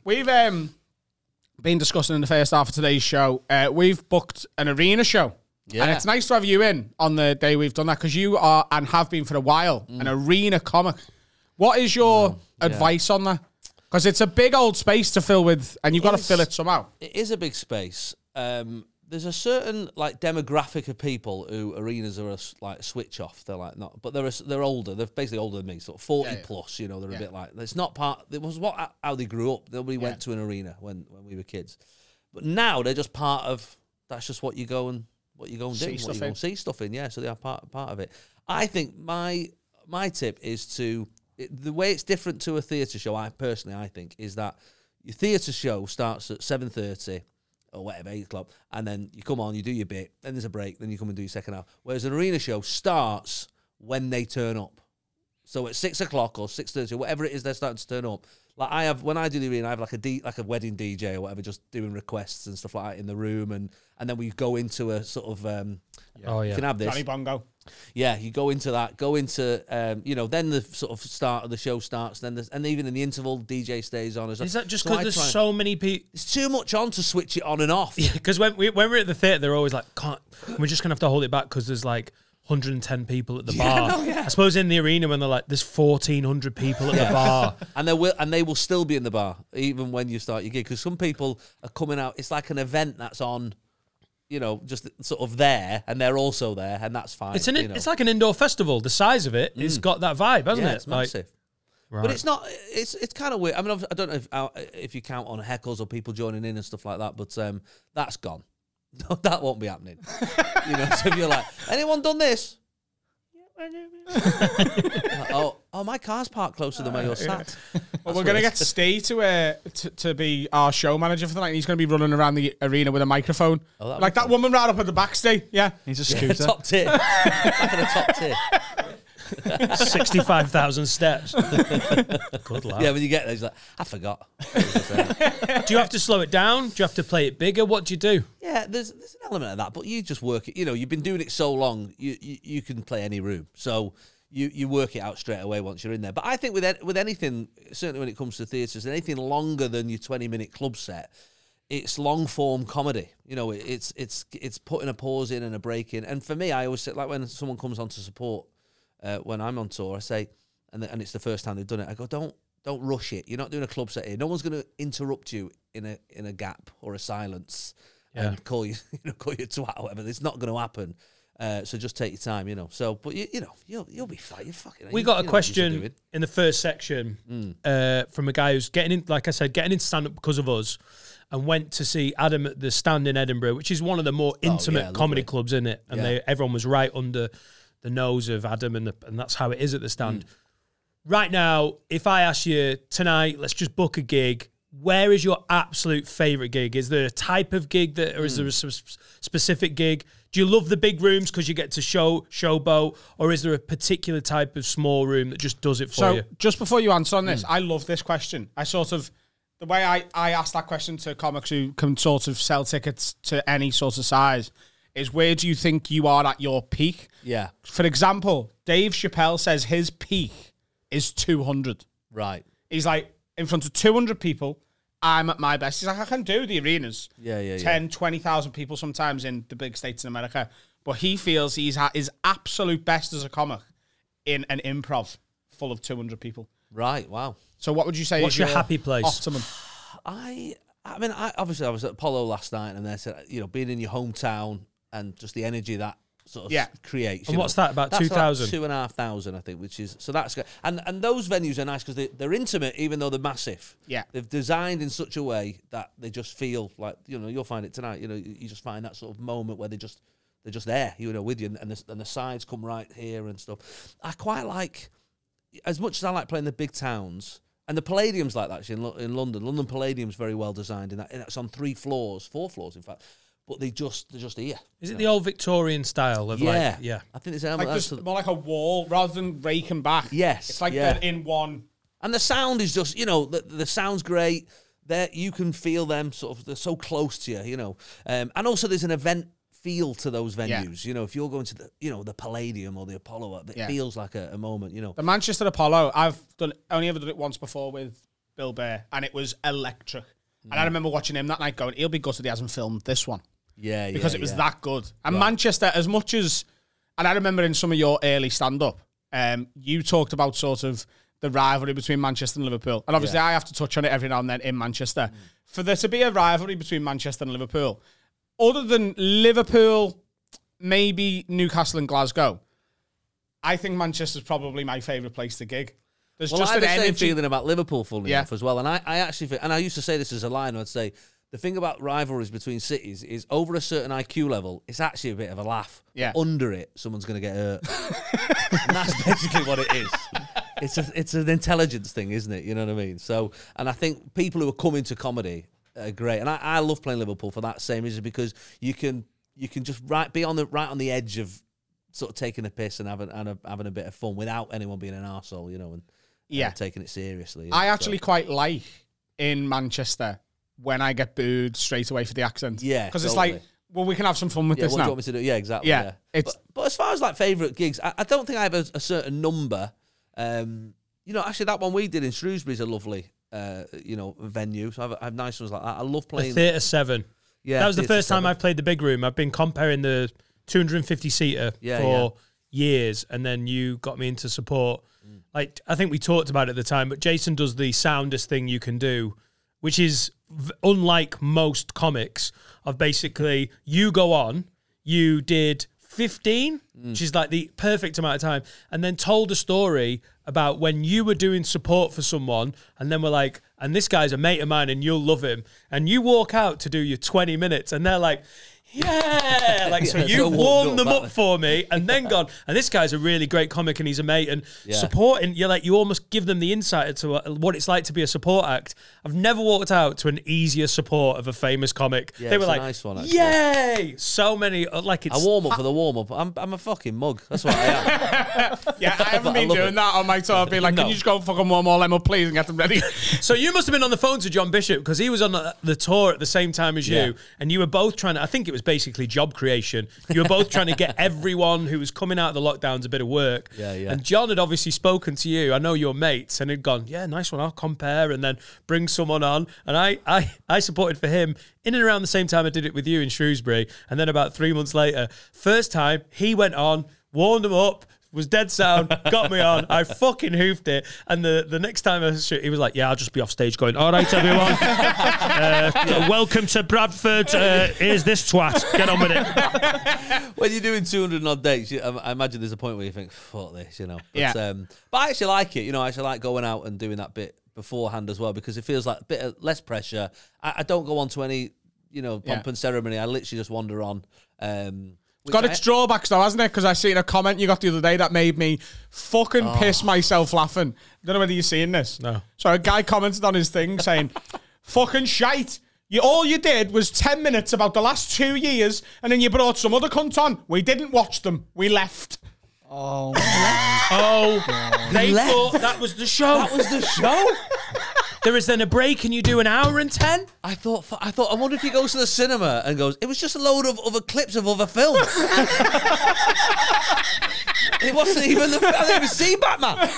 Speaker 2: We've um, been discussing in the first half of today's show. Uh, we've booked an arena show. And
Speaker 14: Yeah.
Speaker 2: it's nice to have you in on the day we've done that because you are and have been for a while
Speaker 14: Mm.
Speaker 2: an arena comic. What is your advice on that? Because it's a big old space to fill with, and you've got to
Speaker 14: is.
Speaker 2: fill it somehow.
Speaker 14: It is a big space. Um, there's a certain like demographic of people who arenas are a s like switch off. They're like not, but they're a s they're older. They're basically older than me, sort of forty plus. You know, they're a bit like it's not part. It was what how they grew up. Nobody went to an arena when when we were kids, but now they're just part of. That's just what you go and what you go and do. what
Speaker 2: stuff
Speaker 14: you go
Speaker 2: in.
Speaker 14: and see stuff in. Yeah, so they are part part of it. I think my my tip is to it, the way it's different to a theatre show. I personally, I think, is that your theatre show starts at seven thirty or whatever eight o'clock, and then you come on, you do your bit, then there's a break, then you come and do your second half. Whereas an arena show starts when they turn up. So at six o'clock or six thirty, whatever it is, they're starting to turn up. Like I have when I do the arena, I have like a D, like a wedding DJ or whatever, just doing requests and stuff like that in the room, and and then we go into a sort of um,
Speaker 1: Oh,
Speaker 14: you can have this,
Speaker 2: Johnny Bongo.
Speaker 14: yeah, you go into that, go into um, you know, then the sort of start of the show starts, then there's, and even in the interval, DJ stays on. As
Speaker 1: Is that just
Speaker 14: So
Speaker 1: because
Speaker 14: I
Speaker 1: there's
Speaker 14: try-
Speaker 1: so many people?
Speaker 14: It's too much on to switch it on and off.
Speaker 1: Because when we when we're at the theatre, they're always like, "Can't." We're just gonna have to hold it back because there's like 110 people at the bar.
Speaker 14: no, yeah.
Speaker 1: I suppose in the arena when they're like, "There's 1,400 people at the bar."
Speaker 14: and they will and they will still be in the bar even when you start your gig because some people are coming out it's like an event that's on you know just sort of there and they're also there and that's fine
Speaker 1: It's an
Speaker 14: you know. Mm.
Speaker 1: it's like an indoor festival. The size of it, it's got that vibe, hasn't
Speaker 14: yeah,
Speaker 1: it?
Speaker 14: it's
Speaker 1: Like,
Speaker 14: massive but it's not it's it's kind of weird i mean I've- i don't know if uh, if you count on heckles or people joining in and stuff like that but um that's gone no that won't be happening you know so if you're like anyone done this oh, oh, my car's parked closer than where you're sat.
Speaker 2: Well, we're going to get Stay to, uh, t- to be our show manager for the night. and He's going to be running around the arena with a microphone.
Speaker 14: Oh, that'd
Speaker 2: like
Speaker 14: be
Speaker 2: that
Speaker 14: fun.
Speaker 2: woman right up at the back, Stay. Yeah.
Speaker 8: He's a
Speaker 14: Yeah,
Speaker 8: scooter.
Speaker 14: top tier. Back in the top tier.
Speaker 1: 65,000 steps. Good lad.
Speaker 14: Yeah, when you get there, he's like, I forgot.
Speaker 1: do you have to slow it down? Do you have to play it bigger? What do you do?
Speaker 14: Yeah, there's there's an element of that, but you just work it. You know, you've been doing it so long, you you, you can play any room, so you you work it out straight away once you're in there. But I think with an- with anything, certainly when it comes to theatres, anything longer than your 20 minute club set, it's long form comedy. You know, it, it's it's it's putting a pause in and a break in. And for me, I always say, like when someone comes on to support uh, when I'm on tour, I say, and the, and it's the first time they've done it. I go, don't don't rush it. You're not doing a club set here. No one's going to interrupt you in a in a gap or a silence
Speaker 1: Yeah.
Speaker 14: and call you, you know, call you a twat or whatever. It's not going to happen. Uh, so just take your time, you know. So, but you, you know, you'll you'll be fine. You're fucking.
Speaker 1: We
Speaker 14: you-
Speaker 1: got a
Speaker 14: you know what you're
Speaker 1: question
Speaker 14: doing.
Speaker 1: in the first section uh, from a guy who's getting in, like I said, getting into stand up because of us, and went to see Adam at the Stand in Edinburgh, which is one of the more intimate
Speaker 14: Oh, lovely.
Speaker 1: comedy clubs in it, and
Speaker 14: Yeah.
Speaker 1: they everyone was right under the nose of Adam, and the, and that's how it is at the stand.
Speaker 14: Mm.
Speaker 1: Right now, if I ask you tonight, let's just book a gig. Where is your absolute favorite gig? Is there a type of gig that, or is there a
Speaker 14: Mm.
Speaker 1: s- specific gig? Do you love the big rooms because you get to show showboat, or is there a particular type of small room that just does it for
Speaker 2: So
Speaker 1: you? Hmm.
Speaker 2: just before you answer on this, I love this question. I sort of the way I, I ask that question to comics who can sort of sell tickets to any sort of size is where do you think you are at your peak?
Speaker 14: Yeah.
Speaker 2: For example, Dave Chappelle says his peak is 200.
Speaker 14: Right.
Speaker 2: He's like, in front of 200 people, I'm at my best. He's like, I can do the arenas.
Speaker 14: Yeah, yeah, yeah.
Speaker 2: 10, 20,000 people sometimes in the big states in America. But he feels he's at his absolute best as a comic in an improv full of 200 people.
Speaker 14: Right. Wow.
Speaker 2: So what would you say
Speaker 1: What's
Speaker 2: is
Speaker 1: your happy place?
Speaker 2: Optimum.
Speaker 14: I I mean, I obviously I was at Apollo last night, and they said, you know, being in your hometown and just the energy that sort of
Speaker 2: Yeah.
Speaker 14: creates.
Speaker 1: And
Speaker 14: you
Speaker 1: what's
Speaker 14: know.
Speaker 1: that, about
Speaker 14: That's
Speaker 1: 2,000?
Speaker 14: two and a half thousand, I think, which is so that's good. And and those venues are nice because they, they're intimate, even though they're massive.
Speaker 2: Yeah.
Speaker 14: they've designed in such a way that they just feel like you know you'll find it tonight. You know, you you just find that sort of moment where they just they're just there, you know, with you, and, and, the, and the sides come right here and stuff. I quite like as much as I like playing the big towns and the Palladium's like that actually in, Lo- in London. London Palladium's very well designed in that. And it's on three floors, four floors in fact. But they just they're just here.
Speaker 1: Is it the old Victorian style of
Speaker 14: Yeah,
Speaker 1: like yeah?
Speaker 14: I think it's an element
Speaker 2: Like
Speaker 14: of that
Speaker 2: just
Speaker 14: sort of-
Speaker 2: more like a wall rather than raking back.
Speaker 14: Yes,
Speaker 2: It's like
Speaker 14: yeah.
Speaker 2: they're in one.
Speaker 14: and the sound is just you know the, the sound's great. There you can feel them sort of they're so close to you, you know. Um, and also there's an event feel to those
Speaker 2: Yeah.
Speaker 14: venues. You know, if you're going to the you know the Palladium or the Apollo, uh, it
Speaker 2: Yeah.
Speaker 14: feels like a, a moment. You know,
Speaker 2: The Manchester Apollo, I've done only ever done it once before with Bill Burr, and it was electric.
Speaker 14: Mm.
Speaker 2: And I remember watching him that night going, he'll be gutted he hasn't filmed this one.
Speaker 14: yeah,
Speaker 2: because
Speaker 14: yeah,
Speaker 2: it was
Speaker 14: yeah.
Speaker 2: that good. And Manchester, as much as, and I remember in some of your early stand up, um, you talked about sort of the rivalry between Manchester and Liverpool. And obviously, I have to touch on it every now and then in
Speaker 14: Mm.
Speaker 2: Manchester. For there to be a rivalry between Manchester and Liverpool, other than Liverpool, maybe Newcastle and Glasgow, I think Manchester's probably my favourite place to gig. There's
Speaker 14: Well,
Speaker 2: just
Speaker 14: I had
Speaker 2: an
Speaker 14: the same
Speaker 2: energy.
Speaker 14: feeling about Liverpool, funnily
Speaker 2: Yeah.
Speaker 14: enough, as well. And I, I actually, feel, and I used to say this as a line. I'd say the thing about rivalries between cities is over a certain IQ level, it's actually a bit of a laugh.
Speaker 2: Yeah.
Speaker 14: Under it, someone's going to get hurt. and that's basically what it is. It's a, it's an intelligence thing, isn't it? You know what I mean. So, and I think people who are coming to comedy are great, and I, I love playing Liverpool for that same reason because you can you can just right be on the right on the edge of sort of taking a piss and having and having a bit of fun without anyone being an arsehole, you know, and
Speaker 2: Yeah.
Speaker 14: and taking it seriously. you know,
Speaker 2: I
Speaker 14: so-
Speaker 2: actually quite like in Manchester when I get booed straight away for the accent.
Speaker 14: Yeah,
Speaker 2: because it's like,
Speaker 14: totally.
Speaker 2: well, we can have some fun with
Speaker 14: yeah,
Speaker 2: this
Speaker 14: what do you
Speaker 2: now.
Speaker 14: want me to do? Yeah, exactly.
Speaker 2: Yeah,
Speaker 14: Yeah,
Speaker 2: it's-
Speaker 14: But, but as far as like favorite gigs, I, I don't think I have a, a certain number. Um, you know, actually, that one we did in Shrewsbury is a lovely, uh, you know, venue. So I have, I have nice ones like that. I love
Speaker 1: The
Speaker 14: playing.
Speaker 1: Theatre Seven.
Speaker 14: yeah,
Speaker 1: that was the
Speaker 14: Theatre
Speaker 1: first time
Speaker 14: Seven.
Speaker 1: I've played the big room. I've been comparing the 250 seater
Speaker 14: Yeah,
Speaker 1: for years, and then you got me into support. Like I think we talked about it at the time, but Jason does the soundest thing you can do, which is v- unlike most comics. Of basically, you go on, you did 15, which is like the perfect amount of time, and then told a story about when you were doing support for someone, and then we're like, and this guy's a mate of mine, and you'll love him. And you walk out to do your 20 minutes, and they're like, yeah, like so
Speaker 16: Yeah,
Speaker 1: you
Speaker 16: so
Speaker 1: warmed,
Speaker 16: warmed up
Speaker 1: them
Speaker 16: that
Speaker 1: up for me, and then gone. And this guy's a really great comic, and he's a mate, and
Speaker 16: Yeah.
Speaker 1: supporting. You're like you almost give them the insight into what- what it's like to be a support act. I've never walked out to an easier support of a famous comic.
Speaker 14: Yeah,
Speaker 1: they
Speaker 14: it's
Speaker 1: were
Speaker 14: a
Speaker 1: like,
Speaker 14: nice one, actually.
Speaker 1: "Yay!" So many uh, like it's
Speaker 14: I warm up for the warm up. I'm, I'm a fucking mug. That's what I am.
Speaker 2: Yeah, I haven't
Speaker 14: But I
Speaker 2: been
Speaker 14: love
Speaker 2: doing
Speaker 14: it.
Speaker 2: that on my tour. I've been like,
Speaker 14: No.
Speaker 2: can you just go and fucking warm all them up, please, and get them ready?
Speaker 1: So you must have been on the phone to John Bishop because he was on the, the tour at the same time as you,
Speaker 2: Yeah.
Speaker 1: and you were both trying to. I think it was basically job creation. You were both trying to get everyone who was coming out of the lockdowns a bit of work.
Speaker 14: Yeah, yeah.
Speaker 1: And John had obviously spoken to you. I know your mates, and had gone, yeah, nice one. I'll compare and then bring someone on. And I, I, I supported for him in and around the same time I did it with you in Shrewsbury, and then about three months later, first time he went on, warmed them up. Was dead sound, got me on. I fucking hoofed it. And the, the next time I was, he was like, "Yeah, I'll just be off stage going, all right, everyone, uh, welcome to Bradford. Uh, here's this twat. Get on with it."
Speaker 14: when you're doing 200 and odd dates, you, I, I imagine there's a point where you think, fuck this, you know. But,
Speaker 2: Yeah.
Speaker 14: um, but I actually like it. You know, I actually like going out and doing that bit beforehand as well because it feels like a bit of less pressure. I, I don't go on to any, you know,
Speaker 2: Yeah.
Speaker 14: pomp and ceremony. I literally just wander on. Um,
Speaker 2: It's got
Speaker 14: which I-
Speaker 2: its drawbacks though, hasn't it? Because I seen a comment you got the other day that made me fucking
Speaker 14: Oh.
Speaker 2: piss myself laughing. I don't know whether you've seen this. No. So a guy commented on his thing saying, "Fucking shite." You, all you did was 10 minutes about the last two years, and then you brought some other cunt on. We didn't watch them. We left.
Speaker 17: Oh,
Speaker 1: oh, They thought that was the show. That
Speaker 14: was the show.
Speaker 1: there is then a break, and you do an hour and ten.
Speaker 14: I thought, I thought, I wonder if he goes to the cinema and goes, it was just a load of other clips of other films. it wasn't even the, I didn't even see Batman.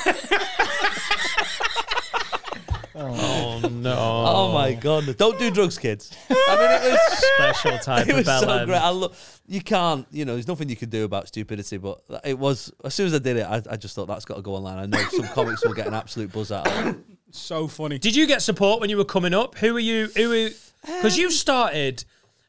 Speaker 1: Oh no!
Speaker 14: Oh my god! Don't do drugs, kids. I mean, it was
Speaker 1: special type
Speaker 14: it
Speaker 1: of
Speaker 14: was so
Speaker 1: bellend.
Speaker 14: great. I lo- you can't, you know, there's nothing you can do about stupidity. But it was as soon as I did it, I, I just thought that's got to go online. I know some comics will get an absolute buzz out of it.
Speaker 2: So funny.
Speaker 1: Did you get support when you were coming up? Who were you? Who? Because
Speaker 14: Um,
Speaker 1: you started.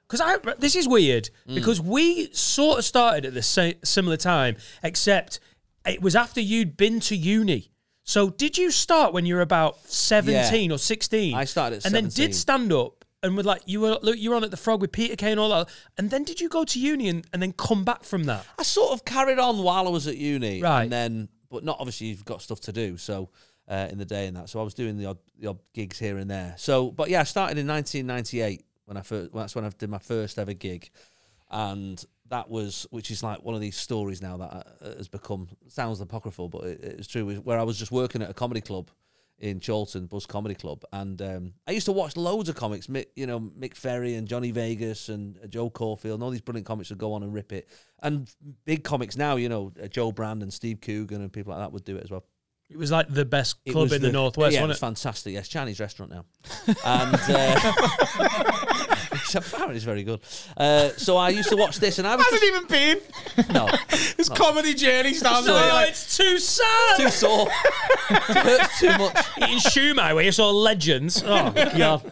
Speaker 1: Because I. This is weird.
Speaker 14: Mm.
Speaker 1: Because we sort of started at the sa- similar time, except it was after you'd been to uni. So did you start when you were about seventeen or sixteen?
Speaker 14: I started at
Speaker 1: and then did
Speaker 14: 17.
Speaker 1: stand up. And with like you were look, you were on at the Frog with Peter Kay and all that, and then did you go to uni and, and then come back from that?
Speaker 14: I sort of carried on while I was at uni, right? And then, but not obviously you've got stuff to do, so uh, in the day and that. So I was doing the odd, the odd gigs here and there. So, but yeah, I started in 1998 when I first. Well, that's when I did my first ever gig, and that was which is like one of these stories now that uh, has become sounds apocryphal, but it, it's true. is Where I was just working at a comedy club. In Chalton, Buzz Comedy Club, and um, I used to watch loads of comics. Mick, you know, Mick Ferry and Johnny Vegas and uh, Joe Caulfield, and all these brilliant comics would go on and rip it. And big comics now, you know, uh, Joe Brand and Steve Coogan and people like that would do it as well.
Speaker 1: It was like the best
Speaker 14: It
Speaker 1: club
Speaker 14: was
Speaker 1: in the, northwest,
Speaker 14: yeah,
Speaker 1: wasn't
Speaker 14: it was fantastic. Yes, Chinese restaurant now, and uh, which apparently is very good. Uh, so I used to watch this, and I was
Speaker 2: Hasn't even been.
Speaker 14: just, no,
Speaker 2: His
Speaker 14: no.
Speaker 2: comedy journey starts
Speaker 14: No,
Speaker 2: with, like,
Speaker 1: Oh, it's too sad.
Speaker 14: Too sore. hurts too much.
Speaker 1: Eating shumai where you saw legends. Oh god.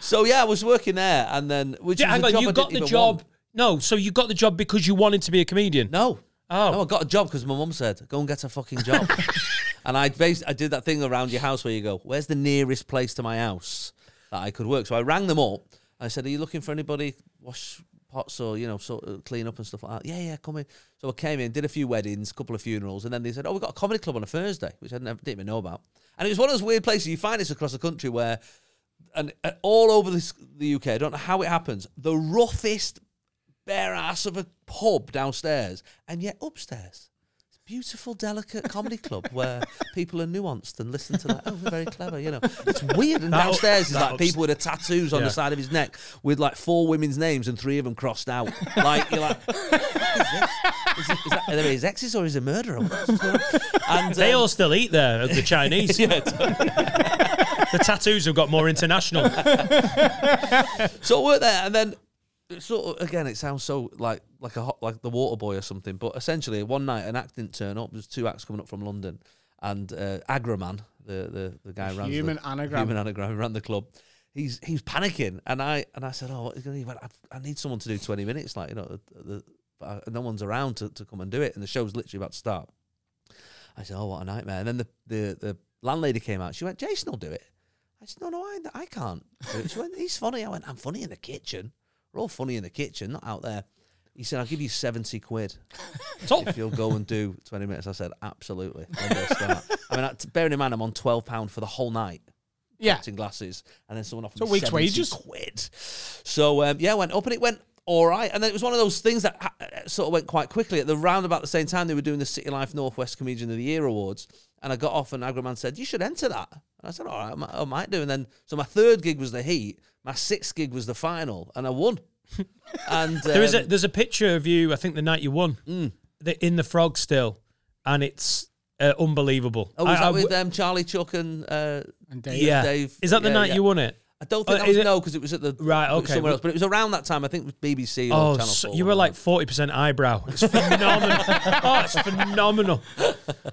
Speaker 14: So yeah, I was working there, and then which
Speaker 1: Yeah,
Speaker 14: was
Speaker 1: hang
Speaker 14: a
Speaker 1: on,
Speaker 14: job
Speaker 1: you
Speaker 14: I
Speaker 1: got
Speaker 14: didn't
Speaker 1: the
Speaker 14: even
Speaker 1: job.
Speaker 14: want.
Speaker 1: No, so you got the job because you wanted to be a comedian.
Speaker 14: No.
Speaker 1: Oh.
Speaker 14: No, I got a job because my mum said, "Go and get a fucking job." and I based, I did that thing around your house where you go, "Where's the nearest place to my house that I could work?" So I rang them up. I said, "Are you looking for anybody wash pots or you know sort of clean up and stuff like that?" Yeah, yeah, come in. So I came in, did a few weddings, a couple of funerals, and then they said, "Oh, we've got a comedy club on a Thursday," which I never, didn't even know about. And it was one of those weird places you find this across the country where, and uh, all over this, the UK, I don't know how it happens. The roughest bare ass of a pub downstairs, and yet upstairs, it's a beautiful, delicate comedy club where people are nuanced and listen to that. Oh, we're very clever, you know. It's weird. And
Speaker 1: That up-
Speaker 14: downstairs is
Speaker 1: that
Speaker 14: like
Speaker 1: ups-
Speaker 14: people with the tattoos on
Speaker 1: Yeah.
Speaker 14: the side of his neck with like four women's names and three of them crossed out. Like you're like, what is this? Is, it, is that are they his exes or is he a murderer? What's going on? And
Speaker 1: They
Speaker 14: um,
Speaker 1: all still eat there, the Chinese. the tattoos have got more international.
Speaker 14: so I worked there, and then it sort of again, it sounds so like like a hot, like the water boy or something. But essentially, one night an act didn't turn up. There's two acts coming up from London, and uh, Agraman, the the the guy who ran
Speaker 2: Human
Speaker 14: the,
Speaker 2: anagram.
Speaker 14: human anagram who ran the club. He's he's panicking, and I and I said, oh, what is going to do? I, I need someone to do twenty minutes, like you know, the, the, but I- no one's around to, to come and do it, and the show's literally about to start. I said, "Oh, what a nightmare!" And then the the, the landlady came out. She went, "Jason will do it." I said, "No, no, I, I can't." do it." She went, "He's funny." I went, "I'm funny in the kitchen." We're all funny in the kitchen, not out there. He said, I'll give you 70 quid
Speaker 1: Top.
Speaker 14: if you'll go and do 20 minutes. I said, absolutely. When do I start? I mean, I- t- bearing in mind, I'm on £12 for the whole night.
Speaker 2: Yeah.
Speaker 14: In glasses. And then someone offered
Speaker 2: So
Speaker 14: me
Speaker 2: week's
Speaker 14: 70
Speaker 2: wages.
Speaker 14: quid. So, um, yeah, I went up and it went all right. And then it was one of those things that ha- uh, sort of went quite quickly. At the round about the same time, they were doing the City Life Northwest Comedian of the Year Awards. And I got off and Agraman said, you should enter that. And I said, all right, I might, I might do. And then, so my third gig was the heat. My sixth gig was the final. And I won. and
Speaker 1: There is a
Speaker 14: um, Mm.
Speaker 1: there's a picture of you. I think the night you won, the, in the frog still, and it's uh, unbelievable.
Speaker 14: Oh, was
Speaker 1: I-
Speaker 14: that
Speaker 1: I
Speaker 14: with
Speaker 1: w-
Speaker 14: um, Charlie Chuck and, uh,
Speaker 1: Dave. Yeah. Is that the night you won it?
Speaker 14: I don't
Speaker 1: Oh,
Speaker 14: think that was
Speaker 1: is it-
Speaker 14: no, because it was at the
Speaker 1: Right,
Speaker 14: it was
Speaker 1: okay.
Speaker 14: somewhere else. But it was around that time. I think it was BBC or
Speaker 1: Oh,
Speaker 14: Channel
Speaker 1: so-
Speaker 14: 4.
Speaker 1: you were like forty percent eyebrow. It's phenomenal. oh, it's phenomenal.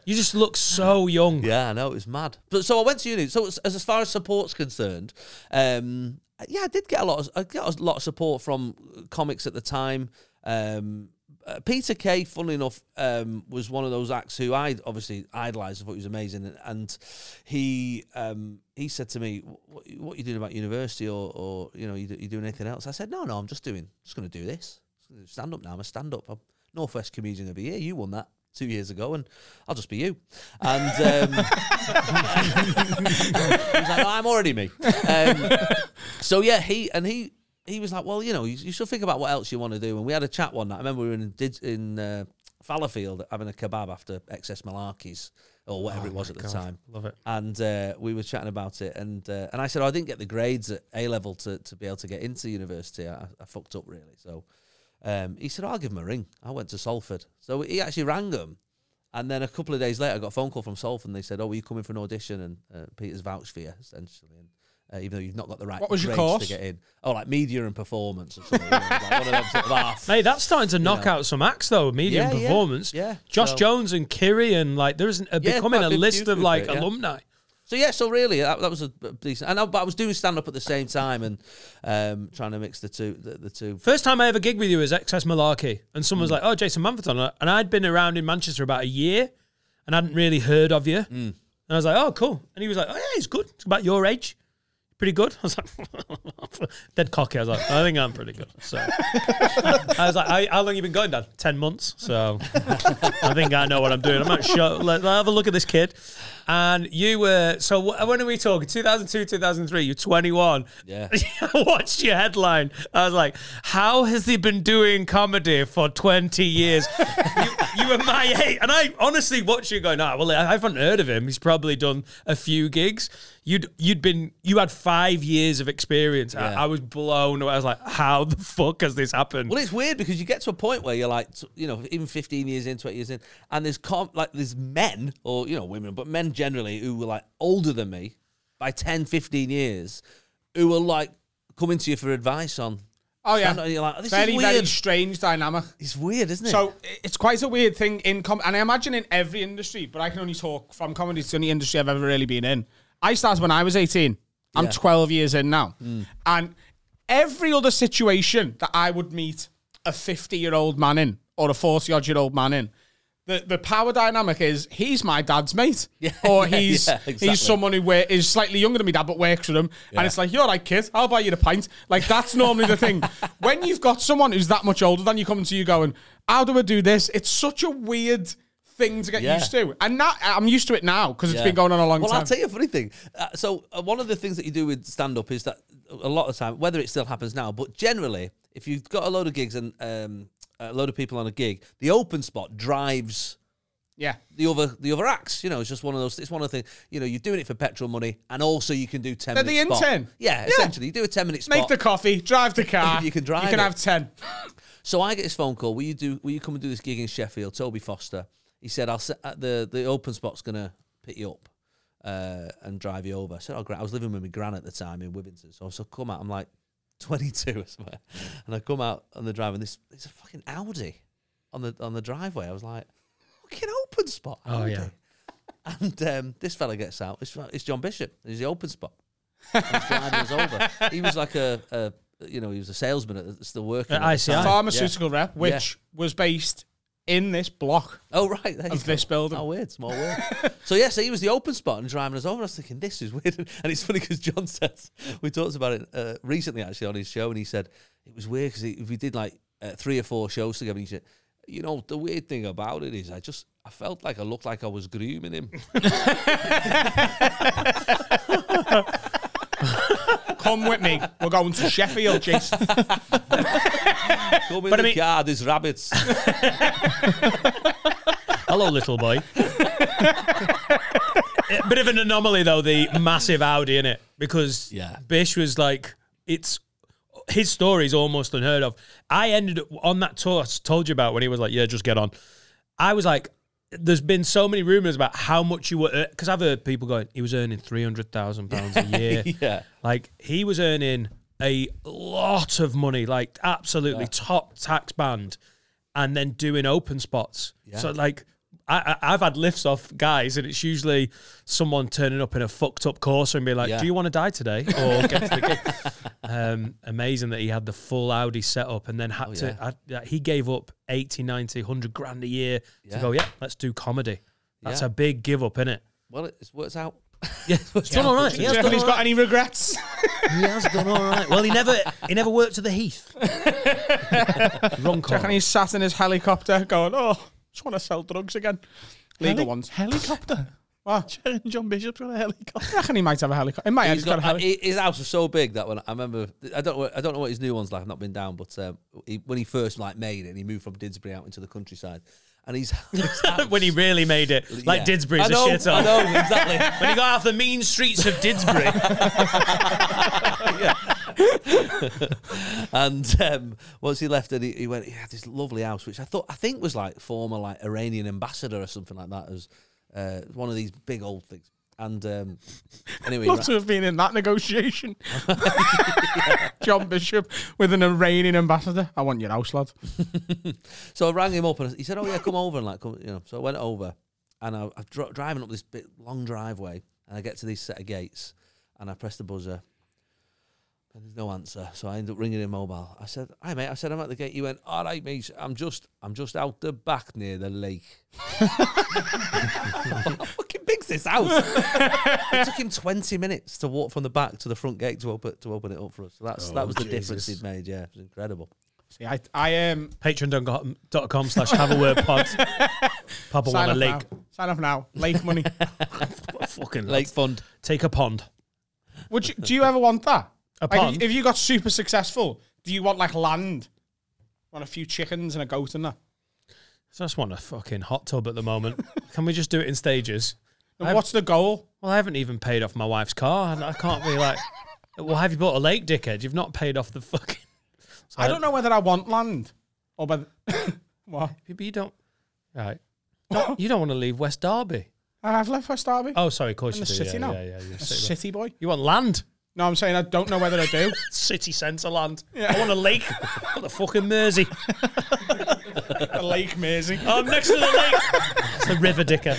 Speaker 1: You just look so young.
Speaker 14: Yeah, I know it was mad. But so I went to uni. So as, as far as support's concerned, um, yeah, I did get a lot. Of, I got a lot of support from comics at the time. Um, uh, Peter Kay, funnily enough, um, was one of those acts who I obviously idolised. I thought he was amazing, and, and he um, he said to me, "What, what are you doing about university, or, or you know, you, do- you doing anything else?" I said, "No, no, I'm just doing, just going to do this. Stand up now. I'm a stand up. I'm Northwest Comedian of the Year. You won that two years ago, and I'll just be you." And um, he was like, no, I'm already me. Um, so yeah, he and he he was like, well, you know, you, you should think about what else you want to do. And we had a chat one night. I remember we were in Did- in uh, Fallowfield having a kebab after excess malarkeys or whatever it was at the time.
Speaker 1: Love it.
Speaker 14: And uh, we were chatting about it, and uh, and I said, oh, I didn't get the grades at A level to, to be able to get into university. I, I fucked up really. So um, he said, I'll give him a ring. I went to Salford. So he actually rang him. And then a couple of days later, I got a phone call from Salford and they said, Oh, were you coming for an audition? And uh, Peter's vouched for you, essentially. And, uh, even though you've not got the right
Speaker 2: What was your
Speaker 14: grades
Speaker 2: course?
Speaker 14: to get in. Oh, like media and performance or something. you know, like one of them sort of half.
Speaker 1: Hey, that's starting to knock
Speaker 14: know.
Speaker 1: out some acts though. Medium
Speaker 14: Yeah, yeah,
Speaker 1: performance.
Speaker 14: yeah.
Speaker 1: Josh
Speaker 14: So-
Speaker 1: Jones and Kiri and like there isn't a,
Speaker 14: Yeah,
Speaker 1: becoming a
Speaker 14: quite a big
Speaker 1: list
Speaker 14: feud
Speaker 1: of
Speaker 14: with
Speaker 1: like
Speaker 14: it, yeah.
Speaker 1: alumni.
Speaker 14: So yeah, so really that, that was a a decent. And I, but I was doing stand up at the same time and um, trying to mix the two. The, the two.
Speaker 1: First time I ever gig with you was XS Malarkey, and someone was
Speaker 14: Mm.
Speaker 1: like, "Oh, Jason Manford's on," it." and I'd been around in Manchester about a year, and hadn't really heard of you.
Speaker 14: Mm.
Speaker 1: And I was like, "Oh, cool," and he was like, "Oh yeah, he's good. It's about your age, pretty good." I was like, "Dead cocky." I was like, "I think I'm pretty good." So I was like, "How- "How long you been going, Dan? Ten months." So I think I know what I'm doing. I'm not sure. Let, let have a look at this kid. And you were so wh- when are we talking? 2002, 2003. You're 21.
Speaker 14: Yeah.
Speaker 1: I watched your headline. I was like, how has he been doing comedy for 20 years? you, you were my age. And I honestly watched you go, nah, well, I haven't heard of him. He's probably done a few gigs. You'd you'd been you had five years of experience. I, I was blown away. I was like, how the fuck has this happened?
Speaker 14: Well, it's weird because you get to a point where you're like, t- you know, even 15 years in, 20 years in, and there's com- like there's men or you know women, but men generally who were like older than me by 10, 15 years, who were like coming to you for advice on.
Speaker 2: Oh yeah,
Speaker 14: stand up, And you're like, this
Speaker 2: very
Speaker 14: is
Speaker 2: very
Speaker 14: weird.
Speaker 2: strange dynamic.
Speaker 14: It's weird, isn't it?
Speaker 2: So i- it's quite a weird thing in com- and I imagine in every industry, but I can only talk from comedy. It's the only industry I've ever really been in. I started when I was 18. I'm 12 years in now,
Speaker 14: Hmm.
Speaker 2: and every other situation that I would meet a 50 year old man in or a 40 odd year old man in. The, the power dynamic is he's my dad's mate, or
Speaker 14: yeah,
Speaker 2: he's
Speaker 14: yeah, exactly.
Speaker 2: he's someone who wor- is slightly younger than me dad, but works with him, and it's like you're right, kid. I'll buy you the pint. Like that's normally the thing. When you've got someone who's that much older than you coming to you going, how do I do this? It's such a weird thing to get
Speaker 14: Yeah.
Speaker 2: used to, and now I'm used to it now because it's
Speaker 14: Yeah.
Speaker 2: been going on a long
Speaker 14: well,
Speaker 2: time.
Speaker 14: I'll tell you a funny thing. Uh, so uh, one of the things that you do with stand up is that a lot of time, whether it still happens now, but generally, if you've got a load of gigs and um, a load of people on a gig, the open spot drives
Speaker 2: yeah,
Speaker 14: the other the other acts. You know, it's just one of those. It's one of the things. You know, you're doing it for petrol money, and also you can do 10
Speaker 2: They're the
Speaker 14: minutes.
Speaker 2: intern.
Speaker 14: Yeah,
Speaker 2: Yeah.
Speaker 14: essentially, you do a ten minute spot.
Speaker 2: make the coffee, drive the car.
Speaker 14: You can drive
Speaker 2: You can
Speaker 14: it.
Speaker 2: have ten.
Speaker 14: So I get this phone call. Will you do? Will you come and do this gig in Sheffield? Toby Foster. He said, "I'll set at the the open spot's gonna pick you up uh, and drive you over." I said, "Oh, great." I was living with my gran at the time in Wivington, so I so come out. I'm like 22 or something, and I come out on the drive, and this it's a fucking Audi on the on the driveway. I was like, "Fucking open spot."
Speaker 1: Oh,
Speaker 14: Audi."
Speaker 1: yeah.
Speaker 14: And um, this fella gets out. It's, it's John Bishop. He's the open spot. And He's driving us over. He was like a, a you know, he was a salesman at, still working.
Speaker 1: At
Speaker 14: the
Speaker 1: ICI.
Speaker 14: time.
Speaker 1: Yeah.
Speaker 2: Pharmaceutical rep, which was based in this block.
Speaker 14: Oh right, there you
Speaker 2: of
Speaker 14: go.
Speaker 2: this building.
Speaker 14: How weird, small world. so yeah, so he was the open spot and driving us over. I was thinking this is weird, and it's funny because John says we talked about it uh, recently actually on his show, and he said it was weird because we did like uh, three or four shows together. And he said, you know, the weird thing about it is I just I felt like I looked like I was grooming him.
Speaker 2: Come with me. We're going to Sheffield, Jason.
Speaker 14: Come in
Speaker 2: But I
Speaker 14: the
Speaker 2: mean-
Speaker 14: car, there's rabbits.
Speaker 1: Hello, little boy. A Bit of an anomaly though, the massive Audi in it, because
Speaker 14: Yeah.
Speaker 1: Bish was like, it's his story is almost unheard of. I ended up on that tour I told you about when he was like, yeah, just get on. I was like, there's been so many rumors about how much you were because I've heard people going, he was earning three hundred thousand pounds a year.
Speaker 14: yeah.
Speaker 1: Like he was earning a lot of money, like absolutely top tax band, and then doing open spots. So like. I, I- I've had lifts off guys, and it's usually someone turning up in a fucked up course and be like,
Speaker 14: Yeah.
Speaker 1: "Do you want to die today?" Or get to the gig. um, amazing that he had the full Audi setup, and then had to.
Speaker 14: yeah.
Speaker 1: I- Oh, yeah, he gave up 80, 90, 100 grand a year
Speaker 14: Yeah.
Speaker 1: to go. Yeah, let's do comedy. That's
Speaker 14: Yeah.
Speaker 1: a big give up, innit?
Speaker 14: Well, it's works out.
Speaker 1: Yeah, it's done all right. He has
Speaker 2: Do you
Speaker 1: done
Speaker 2: reckon he's
Speaker 1: all
Speaker 2: got
Speaker 1: right.
Speaker 2: any regrets?
Speaker 1: He has done all right. Well, he never he never worked at the Heath. Wrong
Speaker 2: Do you reckon
Speaker 1: corner.
Speaker 2: he's sat in his helicopter going, oh, just want to sell drugs again? Legal
Speaker 8: Heli-
Speaker 2: ones.
Speaker 8: Helicopter.
Speaker 2: What?
Speaker 8: John Bishop's got a helicopter.
Speaker 2: I reckon he might have a helicopter. In my head,
Speaker 14: He's
Speaker 2: he's got,
Speaker 14: got,
Speaker 2: a helicopter.
Speaker 14: uh, his house was so big that when I remember, I don't, know- I don't know what his new one's like. I've not been down, but um, he, when he first like made it, and he moved from Didsbury out into the countryside, and he's
Speaker 1: when he really made it, like
Speaker 14: Yeah.
Speaker 1: Didsbury's
Speaker 14: I know,
Speaker 1: a shit
Speaker 14: I
Speaker 1: on.
Speaker 14: know exactly.
Speaker 1: When he got off the mean streets of Didsbury,
Speaker 14: And um, once he left, and he, he went, he had this lovely house, which I thought I think was like former like Iranian ambassador or something like that, as uh, one of these big old things. And um, anyway,
Speaker 2: Love to have been in that negotiation. John Bishop with an Iranian ambassador. I want your house, lad.
Speaker 14: So I rang him up and he said, "Oh yeah, come over and like come, you know." So I went over, and I, I'm dri driving up this bit long driveway, and I get to these set of gates, and I press the buzzer, and there's no answer. So I end up ringing him mobile. I said, "Hi mate," I said, "I'm at the gate." He went, "All right, mate, I'm just, I'm just out the back near the lake." How fucking big's this house? it took him 20 minutes to walk from the back to the front gate to open to open it up for us. So that's that was the difference
Speaker 1: Jesus.
Speaker 14: he'd made. Yeah, it was incredible.
Speaker 2: See, I, I um,
Speaker 1: patreon.com slash have a word pod. Papa
Speaker 2: sign
Speaker 1: want a
Speaker 2: up
Speaker 1: lake.
Speaker 2: now. Sign up now. Lake money.
Speaker 1: Fucking
Speaker 14: Lake fund.
Speaker 1: Take a pond.
Speaker 2: Would you? Do you ever want that?
Speaker 1: A
Speaker 2: Like,
Speaker 1: pond?
Speaker 2: if you got super successful, do you want like land? Want a few chickens and a goat and that?
Speaker 1: So I just want a fucking hot tub at the moment. Can we just do it in stages?
Speaker 2: And
Speaker 1: I've-
Speaker 2: what's the goal?
Speaker 1: Well, I haven't even paid off my wife's car. and I can't be like, well, have you bought a lake, dickhead? You've not paid off the fucking.
Speaker 2: I don't know whether I want land or whether. what?
Speaker 1: But you don't. Right. Don't- you don't want to leave West Derby.
Speaker 2: I've left West Derby.
Speaker 1: Oh, sorry, of course
Speaker 2: I'm
Speaker 1: you
Speaker 2: a
Speaker 1: do.
Speaker 2: city
Speaker 1: yeah,
Speaker 2: now.
Speaker 1: yeah, yeah, you're a
Speaker 2: A
Speaker 1: city.
Speaker 2: city boy.
Speaker 1: You want land?
Speaker 2: No, I'm saying I don't know whether I do.
Speaker 1: City centre land. I want a lake. I want the fucking Mersey.
Speaker 2: a lake, Mersey.
Speaker 1: I'm next to the lake. It's the river, dicker.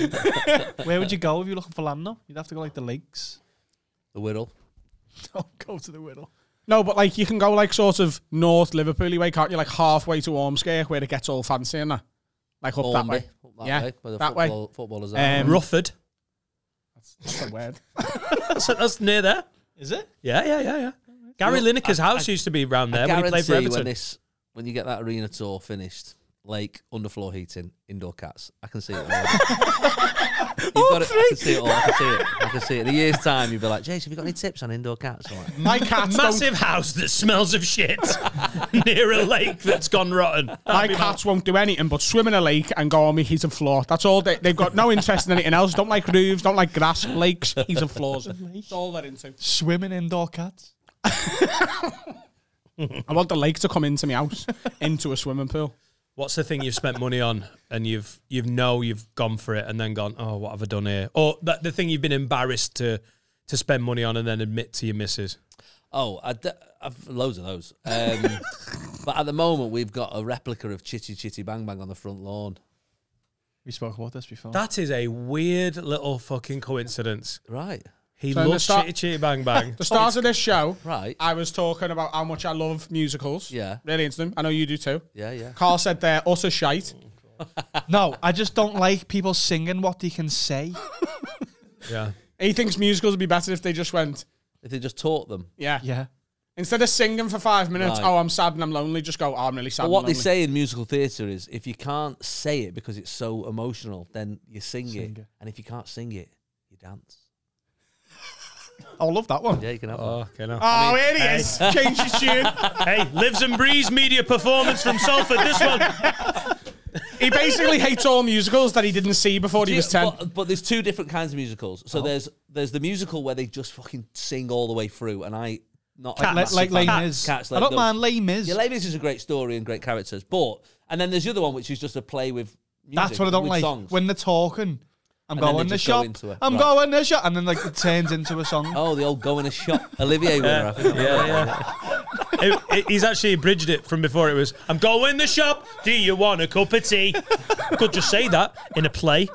Speaker 8: Where would you go if you're looking for land now? You'd have to go like the lakes.
Speaker 14: The Whittle.
Speaker 8: Don't go to the Whittle.
Speaker 2: No, but like you can go like sort of north Liverpool way, can't you? Like halfway to Ormskirk where it gets all fancy and that. Like up that
Speaker 14: Hornby,
Speaker 2: way.
Speaker 14: Up that
Speaker 2: Yeah,
Speaker 14: way. Where the
Speaker 2: that way.
Speaker 14: football, Footballers are.
Speaker 2: Um,
Speaker 1: Rufford.
Speaker 2: That's a word.
Speaker 1: That's, that's near there.
Speaker 8: Is it?
Speaker 1: Yeah, yeah, yeah, yeah. Gary Lineker's house used to be round there when he played for
Speaker 14: guarantee
Speaker 1: Everton.
Speaker 14: when this when you get that arena tour finished, lake, underfloor heating, indoor cats. I can see it. All. You've got it. I can see it all. I can see it. I can see it. In a year's time, you'd be like, Jason, have you got any tips on indoor cats? I'm like,
Speaker 2: My cats don't,
Speaker 1: Massive house that smells of shit near a lake that's gone rotten.
Speaker 2: my cats won't do anything but swim in a lake and go on me heated floor. That's all they they've got no interest in anything else. Don't like roofs, don't like grass, lakes, heated floors. That's all they're into.
Speaker 8: Swimming indoor cats.
Speaker 2: I want the lake to come into my house, into a swimming pool.
Speaker 1: What's the thing you've spent money on and you've you've know you've gone for it and then gone, oh, what have I done here? Or that, the thing you've been embarrassed to to spend money on and then admit to your missus.
Speaker 14: oh, I d- I've loads of those. Um, but at the moment, we've got a replica of Chitty Chitty Bang Bang on the front lawn.
Speaker 8: We spoke about this before.
Speaker 1: That is a weird little fucking coincidence.
Speaker 14: Right,
Speaker 1: He
Speaker 2: So in the
Speaker 1: loves
Speaker 2: start-
Speaker 1: Chitty Chitty Bang Bang.
Speaker 2: The start of this show,
Speaker 14: right.
Speaker 2: I was talking about how much I love musicals.
Speaker 14: Yeah.
Speaker 2: Really into them. I know you do too.
Speaker 14: Yeah, yeah.
Speaker 2: Carl said they're utter shite.
Speaker 8: no, I just don't like people singing what they can say.
Speaker 1: Yeah.
Speaker 2: He thinks musicals would be better if they just went.
Speaker 14: If they just taught them.
Speaker 2: Yeah.
Speaker 8: Yeah.
Speaker 2: Instead of singing for five minutes,
Speaker 14: Right.
Speaker 2: oh, I'm sad and I'm lonely, just go, oh, I'm really sad.
Speaker 14: But what
Speaker 2: and
Speaker 14: they
Speaker 2: lonely."
Speaker 14: say in musical theatre is if you can't say it because it's so emotional, then you sing,
Speaker 8: Sing
Speaker 14: it.
Speaker 8: it.
Speaker 14: And if you can't sing it, you dance.
Speaker 8: I love that one.
Speaker 14: Yeah, you can have
Speaker 1: Oh,
Speaker 14: one.
Speaker 1: okay, now.
Speaker 2: Oh, here he is. Change his tune.
Speaker 1: Hey, lives and breeze media performance from Salford. This one.
Speaker 2: He basically hates all musicals that he didn't see before he
Speaker 14: Do you-
Speaker 2: was 10.
Speaker 14: But, but there's two different kinds of musicals.
Speaker 8: Oh.
Speaker 14: So there's there's the musical where they just fucking sing all the way through, and I not
Speaker 8: Like, like, like Les
Speaker 14: Cats.
Speaker 8: Mis.
Speaker 14: Cats,
Speaker 8: I don't
Speaker 14: those.
Speaker 8: mind Les Mis.
Speaker 14: Yeah, Les Mis is a great story and great characters, but and then there's the other one which is just a play with. Music,
Speaker 8: That's what I don't
Speaker 14: with
Speaker 8: like.
Speaker 14: Songs.
Speaker 8: When they're talking, I'm
Speaker 14: And then
Speaker 8: going the
Speaker 14: they just go
Speaker 8: shop.
Speaker 14: into it.
Speaker 8: I'm
Speaker 14: Right.
Speaker 8: going the shop. And then like it turns into a song.
Speaker 14: oh, the old go in a shop, Olivier winner. I think.
Speaker 1: Yeah, yeah. It- it- he's actually abridged it from before. It was, I'm going the shop. Do you want a cup of tea? Could just say that in a play.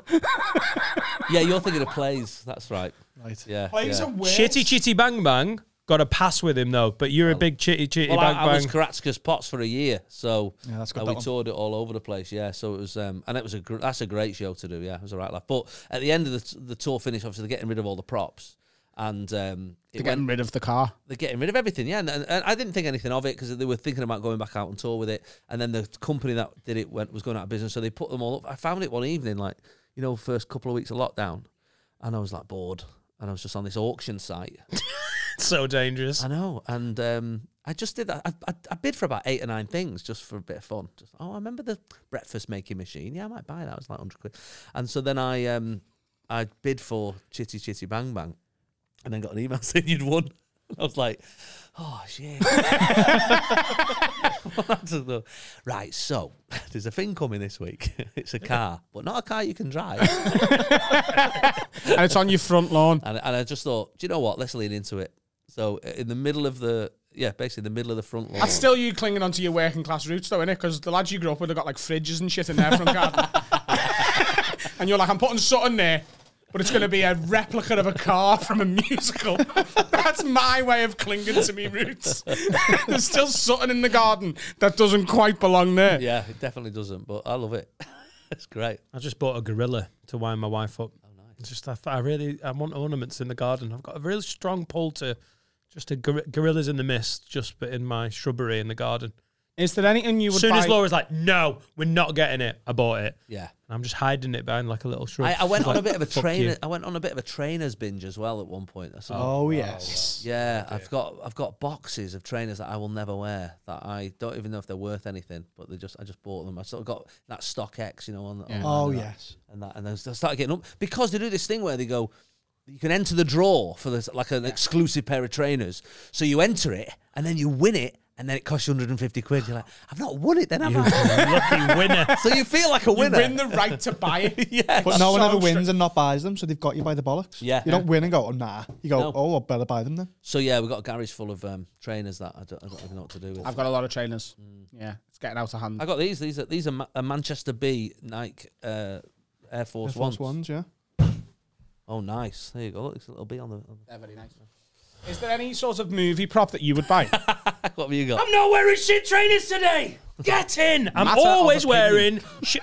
Speaker 14: yeah, you're thinking of plays. That's right.
Speaker 8: Right.
Speaker 14: Yeah.
Speaker 2: Plays
Speaker 14: yeah.
Speaker 2: are weird.
Speaker 1: Chitty chitty bang bang. Got a pass with him though, but you're a big chitty chitty
Speaker 14: Well, I,
Speaker 1: bang
Speaker 14: I
Speaker 1: bang.
Speaker 14: was Karatska's Pots for a year, so
Speaker 8: Yeah, that's got
Speaker 14: uh,
Speaker 8: that
Speaker 14: we
Speaker 8: one.
Speaker 14: toured it all over the place. Yeah, so it was, um, and it was a gr- that's a great show to do. Yeah, it was a right laugh. But at the end of the, t- the tour finish, obviously they're getting rid of all the props, and um, it
Speaker 2: They're
Speaker 14: went,
Speaker 2: getting rid of the car.
Speaker 14: they're getting rid of everything. Yeah, and, and, and I didn't think anything of it because they were thinking about going back out on tour with it, and then the company that did it went was going out of business, so they put them all up. I found it one evening, like you know, first couple of weeks of lockdown, and I was like bored, and I was just on this auction site.
Speaker 1: so dangerous.
Speaker 14: I know, and um, I just did that. I, I, I bid for about eight or nine things just for a bit of fun. Just, oh, I remember the breakfast making machine. Yeah, I might buy that. It was like hundred quid. And so then I um, I bid for Chitty Chitty Bang Bang, and then got an email saying you'd won. I was like, oh shit. right, so there's a thing coming this week. It's a car, but not a car you can drive.
Speaker 2: and it's on your front lawn.
Speaker 14: And, and I just thought, do you know what? Let's lean into it. So uh, in the middle of the yeah, basically the middle of the front lawn.
Speaker 2: That's still you clinging onto your working class roots, though, innit? Because the lads you grew up with have got like fridges and shit in their front garden. and you're like, I'm putting something there, but it's going to be a replica of a car from a musical. That's my way of clinging to me roots. There's still something in the garden that doesn't quite belong there.
Speaker 14: yeah, it definitely doesn't, but I love it. it's great.
Speaker 1: I just bought a gorilla to wind my wife up. Oh, nice. Just I, thought I really I want ornaments in the garden. I've got a really strong pull to just a gor- gorillas in the mist, just but in my shrubbery in the garden.
Speaker 2: Is there anything you would
Speaker 1: As soon
Speaker 2: buy?
Speaker 1: as Laura's like, "No, we're not getting it," I bought it.
Speaker 14: Yeah.
Speaker 1: and I'm just hiding it behind like a little shrub.
Speaker 14: I, I went
Speaker 1: She's
Speaker 14: on a
Speaker 1: like,
Speaker 14: bit of a
Speaker 1: "Fuck
Speaker 14: trainer.
Speaker 1: you."
Speaker 14: I went on a bit of a trainer's binge as well at one point. That's all.
Speaker 8: Oh, yes.
Speaker 14: Yeah, I've got I've got boxes of trainers that I will never wear that I don't even know if they're worth anything, but they just I just bought them. I sort of got that stock X, you know, on, on
Speaker 8: Oh,
Speaker 14: and that-
Speaker 8: yes.
Speaker 14: and that and then I started getting up because they do this thing where they go, you can enter the draw for this like an exclusive pair of trainers, so you enter it and then you win it. And then it costs you 150 quid. You're like, I've not won it then, have I?
Speaker 1: lucky winner.
Speaker 14: so you feel like a
Speaker 2: You
Speaker 14: winner.
Speaker 2: win the right to buy it.
Speaker 14: yeah.
Speaker 8: But no one
Speaker 2: So
Speaker 8: ever
Speaker 2: stra-
Speaker 8: wins and not buys them, so they've got you by the bollocks.
Speaker 14: Yeah.
Speaker 8: You don't win and go, oh, nah. You go,
Speaker 14: No.
Speaker 8: oh, I better buy them then.
Speaker 14: So yeah, we've got garage full of um, trainers that I don't, I don't even know what to do with.
Speaker 2: I've got a lot of trainers. Yeah, it's getting out of hand.
Speaker 14: I got these. These are these are Ma- a Manchester B Nike uh, Air Force,
Speaker 8: Force
Speaker 14: Ones.
Speaker 8: ones, yeah.
Speaker 14: Oh, nice. There you go. Look, it's a little B on the. On
Speaker 2: They're very nice. Is there any sort of movie prop that you would buy?
Speaker 14: the- what have you got?
Speaker 1: I'm not wearing shit trainers today. Get in. I'm
Speaker 2: Matter of
Speaker 1: always
Speaker 2: opinion.
Speaker 1: wearing shit.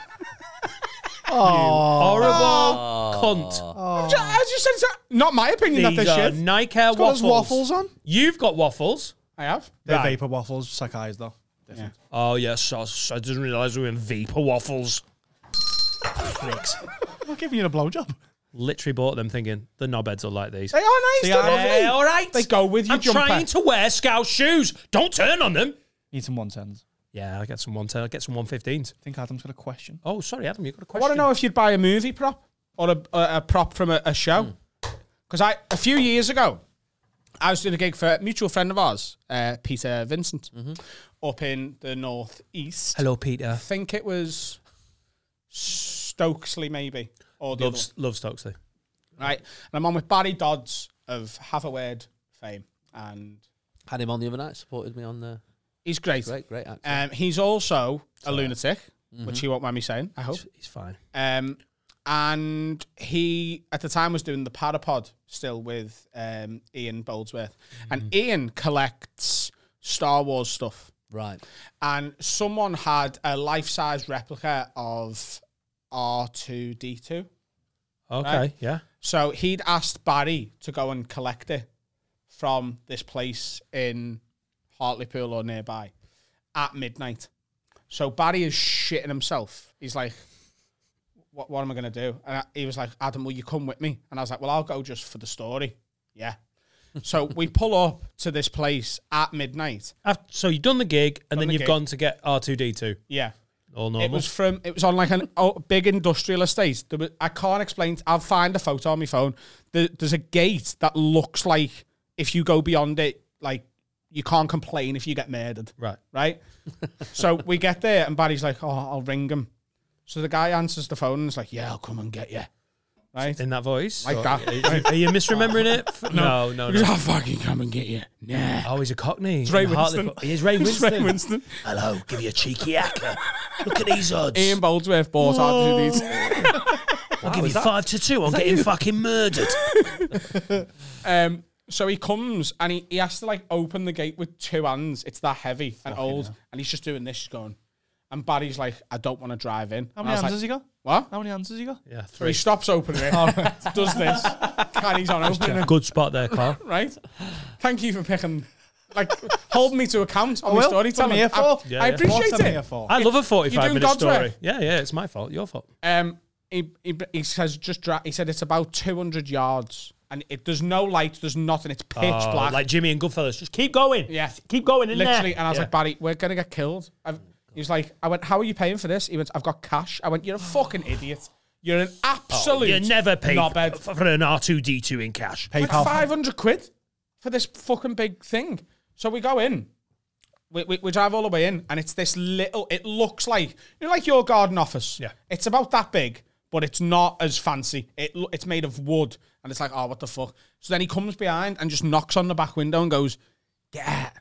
Speaker 1: Horrible cunt.
Speaker 2: Ju- I just said, it's not my opinion that
Speaker 1: These
Speaker 2: they're
Speaker 1: are
Speaker 2: shit.
Speaker 1: Nike Air
Speaker 8: Got
Speaker 1: waffles.
Speaker 8: those waffles on.
Speaker 1: You've got waffles.
Speaker 2: I have.
Speaker 8: They're
Speaker 1: Right.
Speaker 8: vapor waffles, Sakai's though. Different.
Speaker 1: Oh yes, I, I didn't realise we were in vapor waffles. Pricks.
Speaker 8: We're giving you a blowjob.
Speaker 1: Literally bought them thinking the knobheads will like these.
Speaker 2: They are nice.
Speaker 8: They
Speaker 2: They are
Speaker 8: are.
Speaker 2: lovely.
Speaker 1: Hey, oh. all right.
Speaker 2: They go with your
Speaker 1: I'm
Speaker 2: jumper.
Speaker 1: trying to wear scout shoes. Don't turn on them.
Speaker 8: Need some one tens.
Speaker 1: Yeah, I'll get some one ten. I'll get some one fifteens.
Speaker 8: I think Adam's got a question.
Speaker 1: Oh, sorry, Adam, you've got a
Speaker 2: I
Speaker 1: question.
Speaker 2: want to know if you'd buy a movie prop or a, a, a prop from a, a show. Because I a few years ago, I was doing a gig for a mutual friend of ours, uh, Peter Vincent, up in the northeast.
Speaker 1: Hello, Peter.
Speaker 2: I think it was Stokesley, maybe. Or the other
Speaker 1: Loves loves Stokesy.
Speaker 2: one, right? And I'm on with Barry Dodds of Have a Word fame, and
Speaker 14: Had him on the other night. Supported me on the
Speaker 2: he's great.
Speaker 14: great, great actor.
Speaker 2: Um, he's also a lunatic, which he won't mind me saying. I hope.
Speaker 1: He's fine.
Speaker 2: Um, and he at the time was doing the Parapod still with um, Ian Boldsworth, and Ian collects Star Wars stuff.
Speaker 14: Right.
Speaker 2: And someone had a life size replica of R2D2.
Speaker 1: Okay, yeah.
Speaker 2: So he'd asked Barry to go and collect it from this place in Hartlepool or nearby at midnight. So Barry is shitting himself. He's like, what, what am I going to do? And I, he was like, Adam, will you come with me? And I was like, well, I'll go just for the story. Yeah. So we pull up to this place at midnight.
Speaker 1: Af- so you've done the gig and
Speaker 2: Done
Speaker 1: then
Speaker 2: the
Speaker 1: you've
Speaker 2: gig.
Speaker 1: gone to get R2D2.
Speaker 2: Yeah.
Speaker 1: All normal.
Speaker 2: It was from. It was on like an oh, big industrial estate. There was, I can't explain. I'll find a photo on my phone. There, there's a gate that looks like if you go beyond it, like you can't complain if you get murdered.
Speaker 1: Right.
Speaker 2: Right. so we get there, and Barry's like, "Oh, I'll ring him." So the guy answers the phone and is like, "Yeah, I'll come and get you." Right.
Speaker 1: In that voice?
Speaker 2: Like
Speaker 1: Or-
Speaker 2: that.
Speaker 1: Are you, are you misremembering it? F- No, no, no.
Speaker 2: Because I'll fucking come and get you. Nah.
Speaker 1: Oh, he's a cockney.
Speaker 2: It's Ray
Speaker 1: In
Speaker 2: Winston.
Speaker 1: Hartlepool. He is Ray
Speaker 2: It's
Speaker 1: Winston.
Speaker 2: Winston.
Speaker 1: Hello, give you a cheeky acca. Look at these odds.
Speaker 2: Ian Boldsworth bought out these.
Speaker 1: I'll give you five to two on getting fucking murdered.
Speaker 2: Um, so he comes and he, he has to like open the gate with two hands. It's that heavy and old, and he's just doing this. He's going, and Barry's like, "I don't want to drive in."
Speaker 8: How
Speaker 2: And
Speaker 8: many
Speaker 2: I was
Speaker 8: hands
Speaker 2: like,
Speaker 8: has he got?
Speaker 2: What?
Speaker 8: How many hands has he got?
Speaker 1: Yeah,
Speaker 2: So he
Speaker 1: three.
Speaker 2: stops opening it, does this, carries on opening it.
Speaker 1: Good spot there, Carl.
Speaker 2: Right? Thank you for picking, like, holding me to account on
Speaker 8: I
Speaker 2: my
Speaker 8: will.
Speaker 2: story.
Speaker 8: That's what I'm
Speaker 2: Tom.
Speaker 8: here
Speaker 2: I,
Speaker 8: for.
Speaker 1: Yeah,
Speaker 2: I
Speaker 1: yeah.
Speaker 2: appreciate
Speaker 8: What am I here
Speaker 2: it.
Speaker 8: for?
Speaker 1: I love a
Speaker 2: Oh. You're
Speaker 1: 45
Speaker 2: doing
Speaker 1: minute
Speaker 2: God's
Speaker 1: story.
Speaker 2: work.
Speaker 1: Yeah, yeah, it's my fault. Your fault.
Speaker 2: Um, he, he, he says just dra- he said it's about two hundred yards, and it there's no light, there's nothing. It's pitch
Speaker 1: Oh,
Speaker 2: black.
Speaker 1: Like Jimmy and Goodfellas. Just keep going.
Speaker 2: Yeah.
Speaker 1: Keep going in
Speaker 2: Literally,
Speaker 1: there.
Speaker 2: and I was
Speaker 1: Yeah.
Speaker 2: like, Barry, we're gonna get killed. I've, he was like, I went, how are you paying for this? He went, I've got cash. I went, you're a fucking idiot. You're an absolute.
Speaker 1: You Oh. never pay
Speaker 2: knobhead.
Speaker 1: f- for an R2D2 in cash.
Speaker 2: Like five hundred quid for this fucking big thing. So we go in. We, we, we drive all the way in, and it's this little. It looks like you know, like your garden office.
Speaker 1: Yeah.
Speaker 2: it's about that big, but it's not as fancy. It lo- it's made of wood, and it's like, oh, what the fuck? So then he comes behind and just knocks on the back window and goes, "Get out."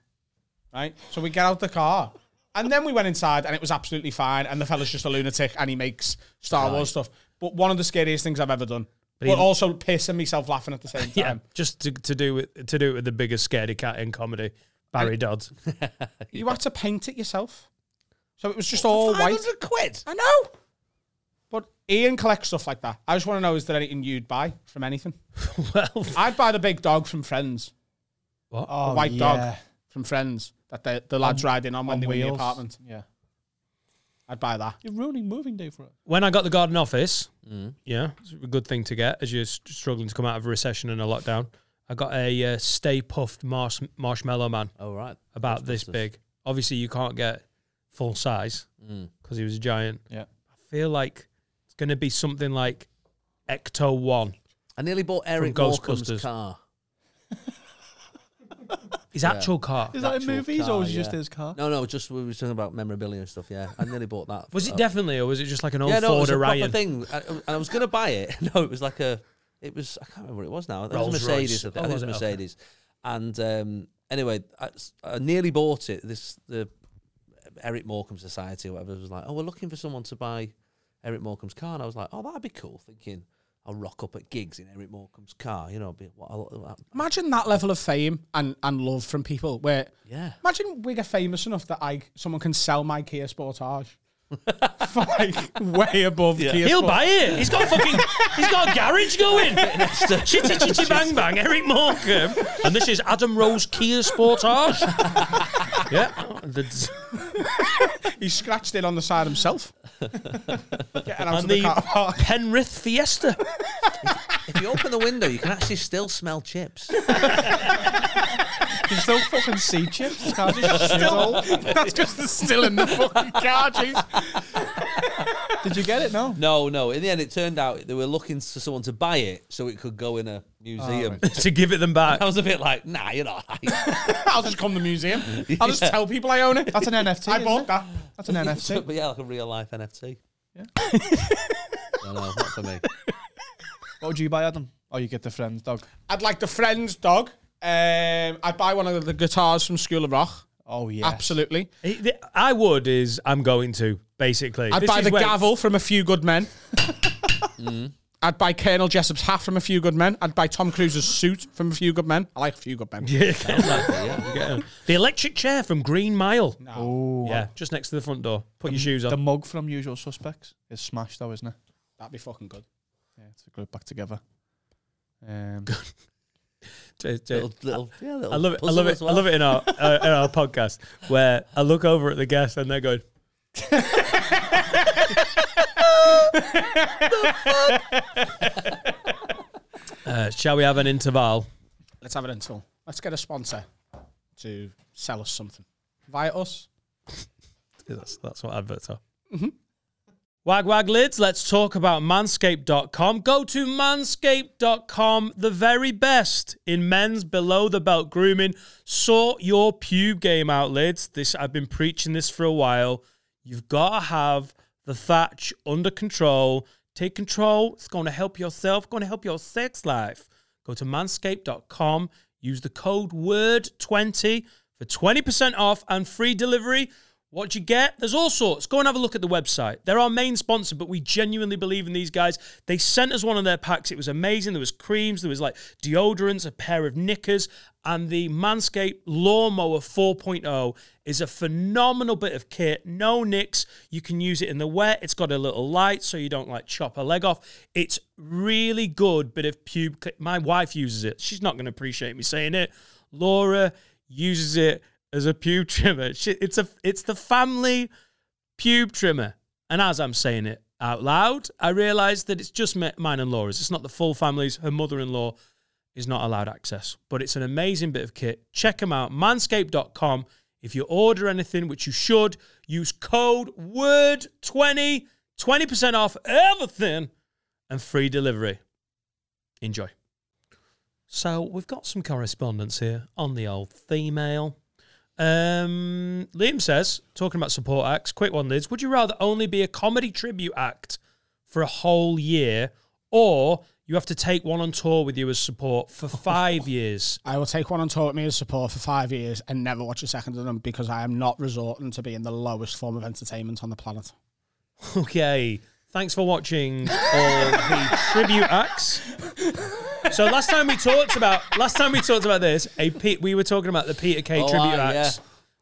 Speaker 2: right? So we get out the car. And then we went inside and it was absolutely fine. And the fella's just a lunatic and he makes Star Wars stuff. But one of the scariest things I've ever done. But,
Speaker 1: he-
Speaker 2: also pissing myself laughing at the same
Speaker 1: Yeah,
Speaker 2: time.
Speaker 1: just to, to do it to do it with the biggest scaredy cat in comedy, Barry Dodds.
Speaker 2: You had to paint it yourself. So it was just all white.
Speaker 14: 500 quid.
Speaker 2: I know. But Ian collects stuff like that. I just want to know is there anything you'd buy from anything?
Speaker 1: well,
Speaker 2: I'd buy the big dog from Friends,
Speaker 8: Oh,
Speaker 2: white dog
Speaker 8: yeah.
Speaker 2: from Friends that the, the lads ride in on when
Speaker 8: On
Speaker 2: they were in the
Speaker 8: wheels.
Speaker 2: apartment.
Speaker 8: Yeah.
Speaker 2: I'd buy that.
Speaker 8: You're ruining moving day for us.
Speaker 1: when I got the garden office,
Speaker 14: Mm.
Speaker 1: yeah, it's a good thing to get as you're s- struggling to come out of a recession and a lockdown. I got a uh, Stay Puffed marsh- Marshmallow Man
Speaker 14: Oh, right.
Speaker 1: about this big. Obviously, you can't get full size
Speaker 14: Mm.
Speaker 1: because he was a giant.
Speaker 8: Yeah.
Speaker 1: I feel like it's going to be something like Ecto One.
Speaker 14: I nearly bought Eric
Speaker 1: Ghostbusters.
Speaker 14: Morecambe's car.
Speaker 1: His actual car
Speaker 8: Is that in
Speaker 14: Actual
Speaker 8: movies
Speaker 14: car,
Speaker 8: or is it just
Speaker 14: yeah.
Speaker 8: his car?
Speaker 14: No, no, just we were talking about memorabilia and stuff. Yeah, I nearly bought that.
Speaker 1: was it
Speaker 14: Uh,
Speaker 1: definitely, or was it just like an old
Speaker 14: yeah, no, it
Speaker 1: Ford
Speaker 14: was a proper
Speaker 1: Orion?
Speaker 14: thing. I- And I was going to buy it. No, it was like a. It was I can't remember what it was now. It was a
Speaker 1: Rolls Royce.
Speaker 14: Mercedes. I think,
Speaker 1: Oh,
Speaker 14: I think it was a
Speaker 1: was it? Okay.
Speaker 14: Mercedes. And um, anyway, I, I nearly bought it. This the Eric Morecambe Society or whatever was like, oh, we're looking for someone to buy Eric Morecambe's car, and I was like, oh, that'd be cool. Thinking I'll rock up at gigs in Eric Morecambe's car. You know, be what, I'll- I'll-
Speaker 2: Imagine that level of fame and, and love from people. Where
Speaker 14: Yeah.
Speaker 2: imagine we get famous enough that I someone can sell my Kia Sportage for like way above Kia.
Speaker 1: He'll
Speaker 2: Sport-
Speaker 1: buy it. He's got fucking. he's got a garage going. Chitty chitty bang bang. Eric Morecambe, and this is Adam Rose Kia Sportage. yeah, the,
Speaker 2: He scratched it on the side himself. Getting out of
Speaker 1: and the
Speaker 2: the, car park.
Speaker 1: Penrith Fiesta.
Speaker 14: if you open the window, you can actually still smell chips.
Speaker 8: Can you still fucking see chips? Car just shit all.
Speaker 2: Still, that's just the still in the fucking car. Jeez.
Speaker 8: Did you get it? No.
Speaker 14: No, no. In the end, it turned out they were looking for someone to buy it so it could go in a museum.
Speaker 1: to give it them back.
Speaker 14: I was a bit like, nah, you're not.
Speaker 2: I'll just come to the museum. I'll just tell people I own it.
Speaker 8: That's an NFT.
Speaker 2: I
Speaker 8: isn't
Speaker 2: bought
Speaker 8: it?
Speaker 2: that.
Speaker 8: That's an NFT.
Speaker 14: but yeah, like a real life NFT. Yeah. no, no, not for me.
Speaker 8: What would you buy, Adam? Oh, you get the friend's dog.
Speaker 2: I'd like the friend's dog. Um, I'd buy one of the guitars from School of Rock.
Speaker 8: Oh yeah.
Speaker 2: Absolutely.
Speaker 1: He- the- I would is I'm going to basically.
Speaker 2: I'd
Speaker 1: This
Speaker 2: buy
Speaker 1: is
Speaker 2: the
Speaker 1: where-
Speaker 14: Mm.
Speaker 2: gavel from a few good men. I'd buy Colonel Jessop's hat from A Few Good Men. I'd buy Tom Cruise's suit from A Few Good Men. I like A Few Good Men.
Speaker 1: Yeah, The electric chair from Green Mile. No. Yeah, just next to the front door. Put your shoes on.
Speaker 8: The mug from Usual Suspects is smashed, though, isn't it?
Speaker 2: That'd be fucking good.
Speaker 8: Yeah, to glue it back together. Um,
Speaker 1: T- t-
Speaker 14: Little- little- yeah, little
Speaker 1: I love it. I
Speaker 14: puzzle
Speaker 1: love
Speaker 14: as
Speaker 1: it.
Speaker 14: well.
Speaker 1: I love it in our uh, in our podcast where I look over at the guests and they're going. uh, shall we have an interval?
Speaker 2: Let's have it until. Let's get a sponsor to sell us something. Via us.
Speaker 1: That's, that's what adverts are. Mm-hmm. Wag wag lids, let's talk about manscaped.com. Go to manscaped.com, the very best in men's below the belt grooming. Sort your pube game out, lids. This I've been preaching this for a while. You've got to have the thatch under control. Take control. It's going to help yourself, going to help your sex life. Go to manscaped.com, use the code WORD20 for 20% off and free delivery. What you get? There's all sorts. Go and have a look at the website. They're our main sponsor, but we genuinely believe in these guys. They sent us one of their packs. It was amazing. There was creams, there was like deodorants, a pair of knickers, and the Manscaped Lawnmower 4.0 is a phenomenal bit of kit. No nicks. You can use it in the wet. It's got a little light so you don't like chop a leg off. It's really good bit of pube. cl- My wife uses it. She's not going to appreciate me saying it. Laura uses it as a pube trimmer. She- It's a it's the family pube trimmer. And as I'm saying it out loud, I realise that it's just mi- mine and Laura's. It's not the full family's. Her mother-in-law is not allowed access, but it's an amazing bit of kit. Check them out, manscaped.com. If you order anything, which you should, use code WORD20, 20% off everything and free delivery. Enjoy. So we've got some correspondence here on the old female. Um, Liam says, talking about support acts, quick one, Liz. Would you rather only be a comedy tribute act for a whole year, or you have to take one on tour with you as support for five years?
Speaker 2: I will take one on tour with me as support for five years and never watch a second of them because I am not resorting to being the lowest form of entertainment on the planet.
Speaker 1: Okay. Thanks for watching all the tribute acts. So last time we talked about last time we talked about this, a Pe- we were talking about the Peter Kay
Speaker 14: Oh,
Speaker 1: tribute
Speaker 14: ah,
Speaker 1: acts.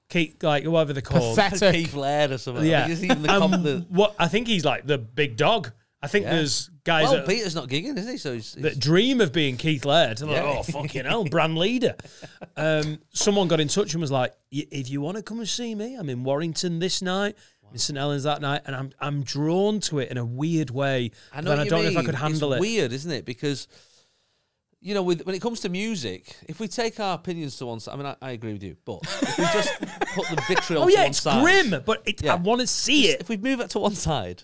Speaker 1: Keith, like whatever they're called.
Speaker 2: Pathetic.
Speaker 14: Keith Laird or something.
Speaker 1: Yeah.
Speaker 14: Like, is even the,
Speaker 1: Um,
Speaker 14: com- the
Speaker 1: what I think he's like the big dog. I think
Speaker 14: Yeah.
Speaker 1: there's guys uh,
Speaker 14: well,
Speaker 1: that,
Speaker 14: Peter's not gigging, is he? So he's, he's
Speaker 1: that dream of being Keith Laird. They're like,
Speaker 14: Yeah.
Speaker 1: oh fucking hell, brand leader. Um, someone got in touch and was like, "Y- if you want to come and see me, I'm in Warrington this night. In St Helens that night, and I'm I'm drawn to it in a weird way.
Speaker 14: I
Speaker 1: but
Speaker 14: know
Speaker 1: then
Speaker 14: what
Speaker 1: I
Speaker 14: you
Speaker 1: don't know if I
Speaker 14: mean.
Speaker 1: could handle
Speaker 14: it's
Speaker 1: it.
Speaker 14: Weird, isn't it? Because you know, with when it comes to music, if we take our opinions to one side, I mean, I, I agree with you, but if we just put the vitriol
Speaker 1: Oh
Speaker 14: to
Speaker 1: yeah,
Speaker 14: one
Speaker 1: it's
Speaker 14: side,
Speaker 1: grim, but it,
Speaker 14: Yeah.
Speaker 1: I want to see it.
Speaker 14: If we move it to one side,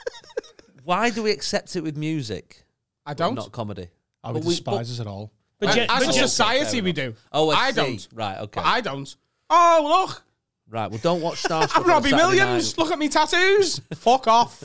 Speaker 14: why do we accept it with music,
Speaker 2: I
Speaker 14: but
Speaker 2: don't.
Speaker 14: not comedy?
Speaker 8: I would
Speaker 14: But we-
Speaker 8: despise us at all.
Speaker 1: But,
Speaker 2: As-
Speaker 1: yeah,
Speaker 2: as
Speaker 1: but
Speaker 2: a
Speaker 1: yeah,
Speaker 2: society, we do.
Speaker 14: Oh, I,
Speaker 2: I
Speaker 14: see.
Speaker 2: don't.
Speaker 14: Right, okay,
Speaker 2: But I don't. Oh, look.
Speaker 14: right. Well, don't watch Starstruck.
Speaker 2: I'm
Speaker 14: on a
Speaker 2: Robbie
Speaker 14: Saturday
Speaker 2: Williams.
Speaker 14: night.
Speaker 2: Look at me tattoos. Fuck off.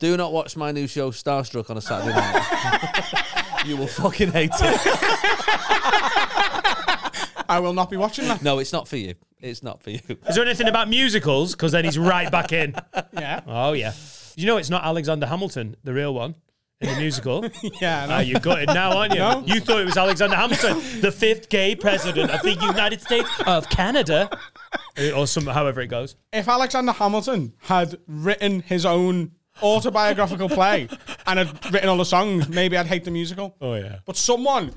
Speaker 14: Do not watch my new show, Starstruck, on a Saturday night. you will fucking hate it.
Speaker 2: I will not be watching that.
Speaker 14: No, it's not for you. It's not for you.
Speaker 1: Is there anything about musicals? Because then he's right back in.
Speaker 2: Yeah.
Speaker 1: Oh yeah. You know it's not Alexander Hamilton, the real one, in the musical.
Speaker 2: Yeah.
Speaker 1: Oh, you got it now, aren't you? You thought it was Alexander Hamilton, the fifth gay president of the United States of Canada, or some, however it goes.
Speaker 2: If Alexander Hamilton had written his own autobiographical play and had written all the songs, maybe I'd hate the musical.
Speaker 1: Oh, yeah.
Speaker 2: But someone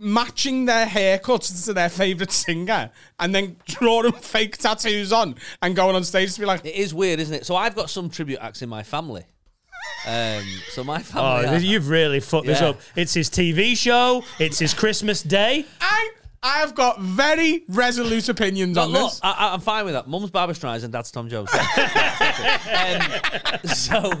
Speaker 2: matching their haircuts to their favourite singer and then drawing fake tattoos on and going on stage to be like,
Speaker 14: It is weird, isn't it? So I've got some tribute acts in my family. Um, so my
Speaker 1: Oh,
Speaker 14: family. are-
Speaker 1: this- you've really fucked this
Speaker 14: Yeah.
Speaker 1: up. It's his TV show. It's his Christmas Day.
Speaker 2: I, I've got very resolute opinions
Speaker 14: But
Speaker 2: on
Speaker 14: look,
Speaker 2: this.
Speaker 14: I, I- I'm fine with that. Mum's Barbara Streisand, Dad's Tom Jones. um, so,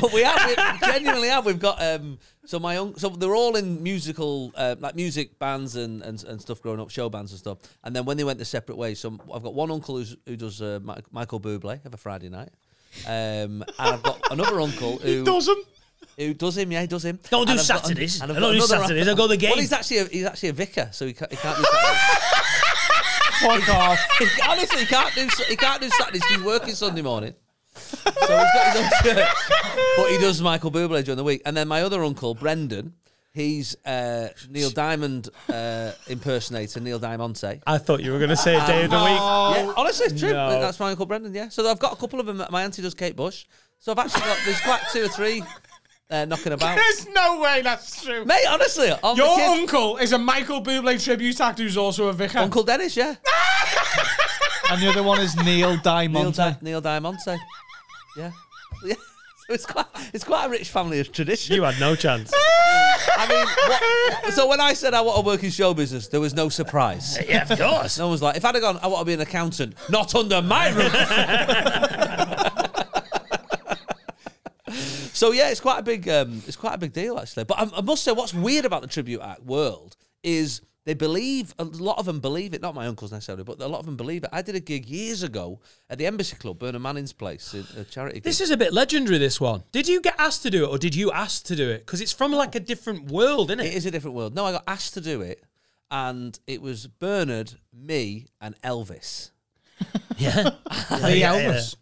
Speaker 14: but we have we genuinely have we've got um, so my own so they're all in musical uh, like music bands and, and and stuff growing up, show bands and stuff. And then when they went their separate ways, so I've got one uncle who's, who does uh, Mi- Michael Bublé every Friday night. Um, and I've got another uncle who
Speaker 2: Doesn't.
Speaker 14: Who does him? Yeah, he does him.
Speaker 1: Don't do
Speaker 14: And I've got
Speaker 1: Saturdays.
Speaker 14: and
Speaker 1: I
Speaker 14: I've
Speaker 1: don't
Speaker 14: got
Speaker 1: do
Speaker 14: another-
Speaker 1: Saturdays. I go to the
Speaker 14: Well,
Speaker 1: game.
Speaker 14: he's actually a, he's actually a vicar, so he can't, he can't do Saturdays.
Speaker 2: Fuck off.
Speaker 14: He- Honestly, he can't do he can't do Saturdays. 'cause He's working Sunday morning. So he's got his own church, but he does Michael Bublé during the week. And then my other uncle, Brendan, he's uh, Neil Diamond uh, impersonator, Neil Diamante.
Speaker 1: I thought you were going to say day of the week.
Speaker 14: Yeah, honestly, it's true.
Speaker 1: No.
Speaker 14: That's my uncle Brendan. Yeah. So I've got a couple of them. My auntie does Kate Bush. So I've actually got there's quite two or three uh, knocking about.
Speaker 2: There's no way that's true.
Speaker 14: Mate, honestly, I'm
Speaker 2: Your
Speaker 14: the kid.
Speaker 2: uncle is a Michael Bublé tribute act who's also a vicar.
Speaker 14: Uncle Dennis, yeah.
Speaker 8: and the other one is Neil
Speaker 14: Neil,
Speaker 8: Diamond.
Speaker 14: Di- Neil Diamante. Yeah. Yeah. So it's quite it's quite a rich family of tradition.
Speaker 1: You had no chance.
Speaker 14: I mean, what, so when I said I want to work in show business, there was no surprise.
Speaker 18: Yeah, of course.
Speaker 14: No one's like, if I'd have gone, I want to be an accountant, not under my roof. so yeah, it's quite a big, um, it's quite a big deal actually. But I, I must say, what's weird about the tribute act world is they believe a lot of them believe it. Not my uncles necessarily, but a lot of them believe it. I did a gig years ago at the Embassy Club, Bernard Manning's place, a, a charity.
Speaker 18: This
Speaker 14: gig.
Speaker 18: is a bit legendary, this one. Did you get asked to do it or did you ask to do it? Because it's from like a different world, isn't it?
Speaker 14: It is a different world. No, I got asked to do it, and it was Bernard, me, and Elvis.
Speaker 18: Yeah.
Speaker 2: the
Speaker 18: Yeah, yeah.
Speaker 2: Elvis.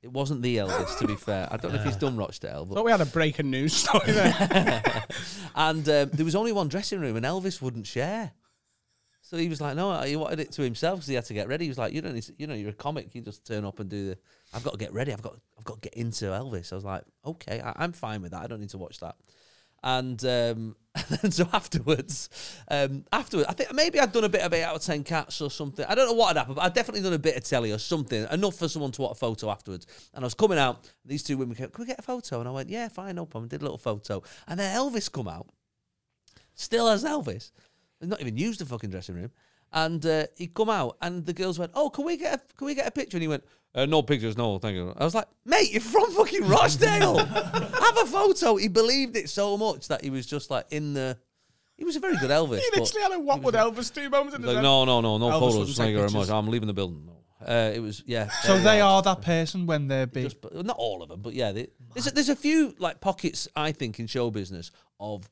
Speaker 14: It wasn't the Elvis, to be fair. I don't know if he's done Rochdale, but
Speaker 2: Thought we had a breaking news story there.
Speaker 14: And um, there was only one dressing room, and Elvis wouldn't share. So he was like, "No, he wanted it to himself because he had to get ready." He was like, "You don't, need to, you know, you're a comic. You just turn up and do the. I've got to get ready. I've got, I've got to get into Elvis." I was like, "Okay, I, I'm fine with that. I don't need to watch that." And, um, and then so afterwards, um, afterwards, I think maybe I'd done a bit of eight out of ten cats or something. I don't know what had happened, but I'd definitely done a bit of telly or something enough for someone to want a photo afterwards. And I was coming out. These two women came, "Can we get a photo?" And I went, "Yeah, fine, no problem." Did a little photo, and then Elvis come out still as Elvis. He's not even used the fucking dressing room. And uh, he'd come out, and the girls went, "Oh, can we get a, can we get a picture?" And he went, uh, "No pictures, no, thank you." I was like, "Mate, you're from fucking Rochdale. Have a photo." He believed it so much that he was just like in the. He was a very good Elvis.
Speaker 2: he
Speaker 14: but
Speaker 2: literally had a what would Elvis do moment in the
Speaker 14: he was like, no, no, no, no
Speaker 2: Elvis
Speaker 14: photos.
Speaker 2: wouldn't
Speaker 14: Thank
Speaker 2: take
Speaker 14: you very much.
Speaker 2: pictures.
Speaker 14: I'm leaving the building. No. Uh, it was yeah.
Speaker 8: So
Speaker 14: yeah,
Speaker 8: they
Speaker 14: yeah.
Speaker 8: are that person when they're big.
Speaker 14: Just- but not all of them, but yeah, they, there's a, there's a few like pockets I think in show business of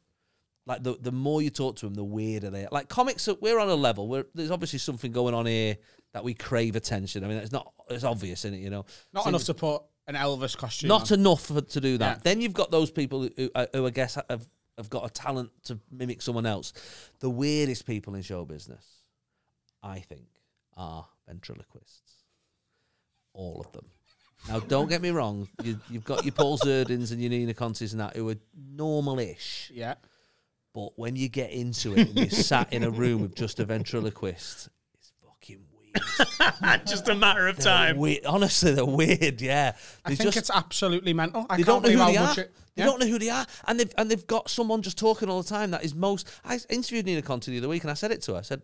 Speaker 14: like the the more you talk to them, the weirder they are. Like comics, are, we're on a level where there's obviously something going on here that we crave attention. I mean, it's not it's obvious in it, you know.
Speaker 2: Not
Speaker 14: So
Speaker 2: enough to put an Elvis costume.
Speaker 14: not
Speaker 2: on.
Speaker 14: enough for, to do that. Then you've got those people who, uh, who I guess have have got a talent to mimic someone else. The weirdest people in show business, I think, are ventriloquists. All of them. Now, don't get me wrong. You, you've got your Paul Zerdins and your Nina Contis and that who are normal-ish.
Speaker 2: yeah.
Speaker 14: But when you get into it and you're sat in a room with just a ventriloquist, it's fucking weird.
Speaker 1: Just a matter of time.
Speaker 14: weird. Honestly, they're weird, yeah.
Speaker 2: I
Speaker 14: They
Speaker 2: think it's absolutely mental. I
Speaker 14: they
Speaker 2: can't
Speaker 14: don't
Speaker 2: believe
Speaker 14: know who
Speaker 2: how
Speaker 14: they are.
Speaker 2: much it.
Speaker 14: They
Speaker 2: yeah.
Speaker 14: don't know who they are, and they've and they've got someone just talking all the time. That is most. I interviewed Nina Conti the other week, and I said it to her. I said,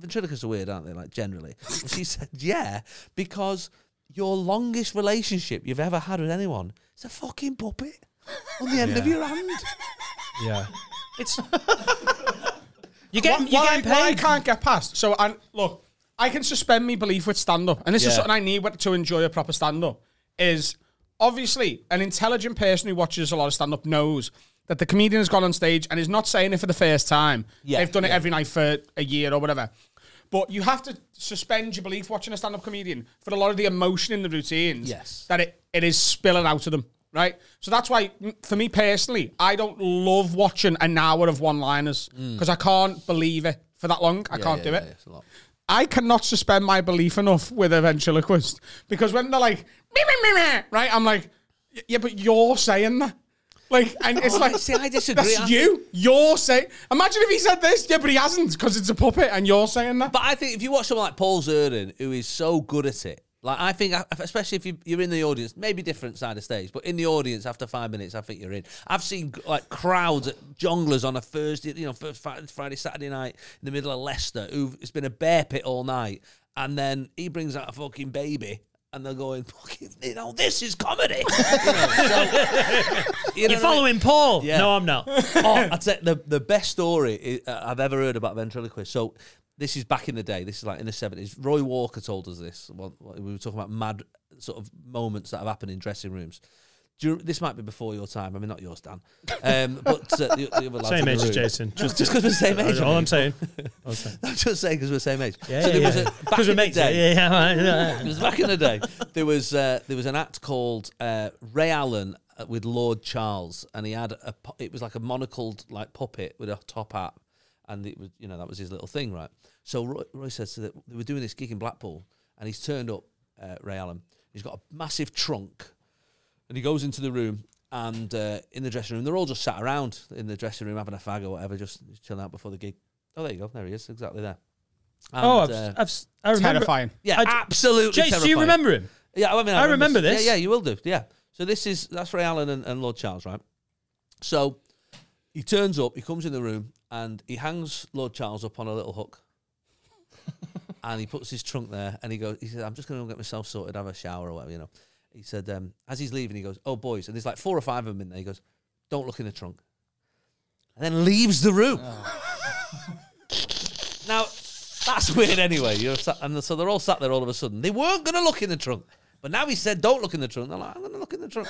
Speaker 14: "Ventriloquists are weird, aren't they? Like generally." And she said, "Yeah, because your longest relationship you've ever had with anyone is a fucking puppet on the end of your hand."
Speaker 1: Yeah. It's. You're getting,
Speaker 2: What,
Speaker 1: you're
Speaker 2: what I,
Speaker 1: getting
Speaker 2: what I
Speaker 1: paid.
Speaker 2: can't get past. So, and look, I can suspend my belief with stand up, and this is
Speaker 14: Yeah.
Speaker 2: something I need wh- to enjoy a proper stand up. Is obviously an intelligent person who watches a lot of stand up knows that the comedian has gone on stage and is not saying it for the first time.
Speaker 14: Yeah,
Speaker 2: They've done it
Speaker 14: yeah.
Speaker 2: every night for a year or whatever. But you have to suspend your belief watching a stand up comedian for a lot of the emotion in the routines.
Speaker 14: Yes.
Speaker 2: That it, it is spilling out of them, right? So that's why, m- for me personally, I don't love watching an hour of one liners because I can't believe it for that long. I can't
Speaker 14: Mm. Yeah,
Speaker 2: do
Speaker 14: yeah,
Speaker 2: it.
Speaker 14: yeah, it's a lot.
Speaker 2: I cannot suspend my belief enough with a ventriloquist because when they're like, "Meh, meh, meh, meh," right? I'm like, "Y- yeah, but you're saying that. Like, and it's like,
Speaker 14: Oh, See, I disagree. I-
Speaker 2: That's you. You're saying. Imagine if he said this. Yeah, but he hasn't because it's a puppet, and you're saying that.
Speaker 14: But I think if you watch someone like Paul Zerdin, who is so good at it, like I think, especially if you- you're in the audience, maybe different side of stage, but in the audience after five minutes, I think you're in. I've seen like crowds at jonglers on a Thursday, you know, first Fri- Friday, Saturday night in the middle of Leicester, who it's been a bear pit all night, and then he brings out a fucking baby. And they're going, fucking, you know, this is comedy. You know, so- you know what I
Speaker 18: You're
Speaker 14: mean?
Speaker 18: following Paul.
Speaker 14: Yeah.
Speaker 18: No, I'm not.
Speaker 14: oh, I'd say the, the best story i- uh, I've ever heard about ventriloquist. So this is back in the day. This is like in the seventies. Roy Walker told us this. Well, we were talking about mad sort of moments that have happened in dressing rooms. Do you, this might be before your time. I mean, not yours, Dan. Um, but uh, the, the other lads in
Speaker 1: Same
Speaker 14: the
Speaker 1: age as
Speaker 14: room.
Speaker 1: Jason.
Speaker 14: Just because we're the same age. I
Speaker 1: All
Speaker 14: mean.
Speaker 1: I'm saying. All I'm saying.
Speaker 14: I'm just saying because we're the same age.
Speaker 1: Yeah,
Speaker 14: so
Speaker 1: yeah,
Speaker 14: there was
Speaker 1: yeah.
Speaker 14: a
Speaker 1: 'Cause
Speaker 14: back
Speaker 1: we're
Speaker 14: in the
Speaker 1: mates,
Speaker 14: day.
Speaker 1: yeah, yeah, yeah.
Speaker 14: Because back in the day, there was uh, there was an act called uh, Ray Allen uh, with Lord Charles, and he had a pu- it was like a monocled like puppet with a top hat, and it was you know that was his little thing, right? So Roy, Roy says that they were doing this gig in Blackpool, and he's turned up uh, Ray Allen. He's got a massive trunk, and he goes into the room and uh, in the dressing room, they're all just sat around in the dressing room having a fag or whatever, just chilling out before the gig. Oh, there you go. There he is, exactly there. uh,
Speaker 1: Oh, I've- I've- I remember- Terrifying.
Speaker 14: Yeah,
Speaker 1: I d-
Speaker 14: absolutely.
Speaker 1: Jace, do you
Speaker 14: terrifying.
Speaker 1: remember him?
Speaker 14: Yeah, I mean, I,
Speaker 1: I remember
Speaker 14: s-
Speaker 1: this.
Speaker 14: Yeah, yeah, you will do. Yeah. So this is that's Ray Allen and, and Lord Charles, right? So he turns up, he comes in the room, and he hangs Lord Charles up on a little hook and he puts his trunk there and he goes, he says, I'm just going to get myself sorted, have a shower or whatever, you know. He said, um, as he's leaving, he goes, Oh, boys. And there's like four or five of them in there. He goes, Don't look in the trunk. And then leaves the room. now, that's weird anyway. You're sat, and so they're all sat there all of a sudden. They weren't going to look in the trunk. But now he said, Don't look in the trunk. They're like, I'm going to look in the trunk.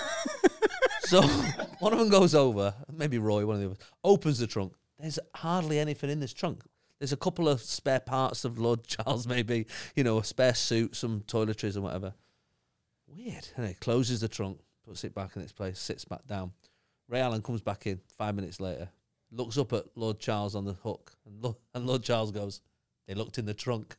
Speaker 14: so one of them goes over, maybe Roy, one of the others, opens the trunk. There's hardly anything in this trunk. There's a couple of spare parts of Lord Charles, maybe, you know, a spare suit, some toiletries and whatever. Weird. And he closes the trunk, puts it back in its place, sits back down. Ray Allen comes back in five minutes later, looks up at Lord Charles on the hook, and, lo- and Lord Charles goes, They looked in the trunk.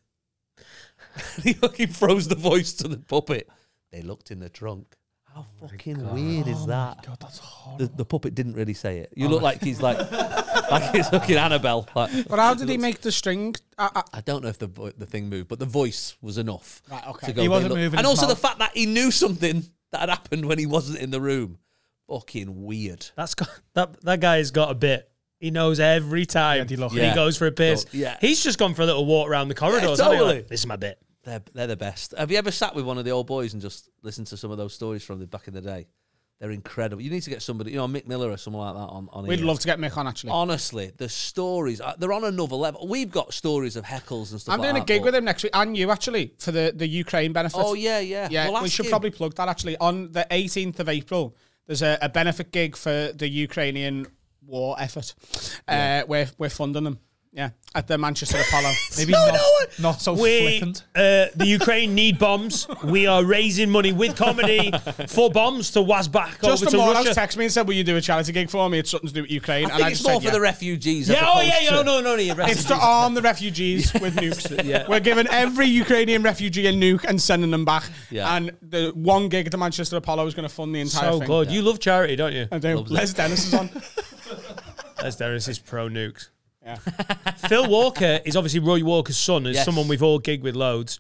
Speaker 14: he fucking froze the voice to the puppet. They looked in the trunk. How fucking weird is that? Oh God, that's horrible. The, the puppet didn't really say it. You
Speaker 15: Oh
Speaker 14: look
Speaker 15: my-
Speaker 14: like he's like, like he's fucking Annabelle. Like,
Speaker 2: But how did he make the string? I, I,
Speaker 14: I don't know if the vo- the thing moved, but the voice was enough.
Speaker 2: Right, okay.
Speaker 14: to
Speaker 2: He
Speaker 14: "They
Speaker 2: wasn't
Speaker 14: look-"
Speaker 2: moving
Speaker 14: and
Speaker 2: his
Speaker 14: also the
Speaker 2: mouth.
Speaker 14: fact that he knew something that had happened when he wasn't in the room. Fucking weird.
Speaker 1: That's got that that guy's got a bit. He knows every time he,
Speaker 14: it. Yeah.
Speaker 1: goes for a piss.
Speaker 14: Go- yeah.
Speaker 1: He's just gone for a little walk around the corridor.
Speaker 14: Yeah, totally.
Speaker 1: this is my bit.
Speaker 14: They're, they're the best. Have you ever sat with one of the old boys and just listened to some of those stories from the back in the day? They're incredible. You need to get somebody, you know, Mick Miller or someone like that on. on
Speaker 2: We'd
Speaker 14: here.
Speaker 2: love to get Mick on, actually.
Speaker 14: Honestly, the stories uh, they're on another level. We've got stories of heckles and stuff.
Speaker 2: I'm
Speaker 14: like
Speaker 2: doing a
Speaker 14: that,
Speaker 2: gig
Speaker 14: but-
Speaker 2: with him next week, and you actually for the, the Ukraine benefit.
Speaker 14: Oh, yeah, yeah.
Speaker 2: yeah.
Speaker 14: Well,
Speaker 2: we
Speaker 14: ask
Speaker 2: should
Speaker 14: him.
Speaker 2: probably plug that actually on the 18th of April. There's a, a benefit gig for the Ukrainian war effort. Uh, we're we're funding them. Yeah, at the Manchester Apollo. Maybe
Speaker 1: No,
Speaker 2: not,
Speaker 1: no,
Speaker 2: not so
Speaker 1: we,
Speaker 2: flippant.
Speaker 1: uh, the Ukraine need bombs. We are raising money with comedy for bombs to was back
Speaker 2: Just
Speaker 1: over to
Speaker 2: a moron
Speaker 1: Russia.
Speaker 2: texted me and said, "Will you do a charity gig for me? It's something to do with Ukraine."
Speaker 14: I
Speaker 2: and
Speaker 14: think
Speaker 2: I
Speaker 14: it's
Speaker 2: just
Speaker 14: more
Speaker 2: said,
Speaker 14: for
Speaker 2: yeah.
Speaker 14: the refugees. as
Speaker 2: Yeah, oh,
Speaker 14: opposed
Speaker 2: yeah,
Speaker 14: to-
Speaker 2: yeah,
Speaker 1: no, no, no, yeah,
Speaker 2: It's to arm the refugees with nukes.
Speaker 14: Yeah.
Speaker 2: We're giving every Ukrainian refugee a nuke and sending them back.
Speaker 14: Yeah.
Speaker 2: And the one gig at the Manchester Apollo is going to fund the entire
Speaker 1: So
Speaker 2: thing.
Speaker 1: good. You love charity, don't you?
Speaker 2: I do. Les Dennis is on.
Speaker 1: Les Dennis is pro nukes. Phil Walker is obviously Roy Walker's son, is
Speaker 2: Yes.
Speaker 1: someone we've all gigged with loads.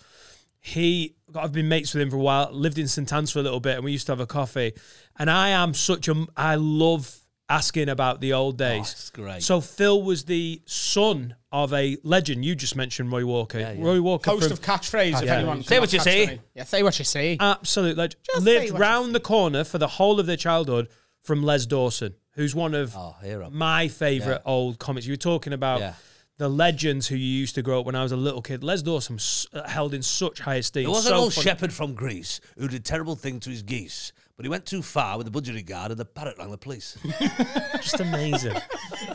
Speaker 1: He, I've been mates with him for a while. Lived in St Anne's for a little bit, and we used to have a coffee. And I am such a, I love asking about the old days.
Speaker 14: it's great.
Speaker 1: So Phil was the son of a legend. You just mentioned Roy Walker. Roy Walker,
Speaker 2: Host
Speaker 1: from-
Speaker 2: of catchphrase. If
Speaker 1: Yeah.
Speaker 2: anyone
Speaker 1: Say
Speaker 2: can
Speaker 1: what you
Speaker 2: catch
Speaker 1: see.
Speaker 2: the name. Yeah, say what you see.
Speaker 1: absolute legend.
Speaker 2: Just say
Speaker 1: Lived
Speaker 2: what you
Speaker 1: round the corner for the whole of their childhood from Les Dawson, who's one of
Speaker 14: Oh, hero.
Speaker 1: my favorite old comics. You were talking about
Speaker 14: Yeah.
Speaker 1: the legends who you used to grow up when I was a little kid. Les Dawson was s- uh, held in such high esteem.
Speaker 14: There was
Speaker 1: so
Speaker 14: an old
Speaker 1: funny.
Speaker 14: shepherd from Greece who did terrible thing to his geese, but he went too far with the budgetary guard and the parrot rang the police.
Speaker 1: Just amazing.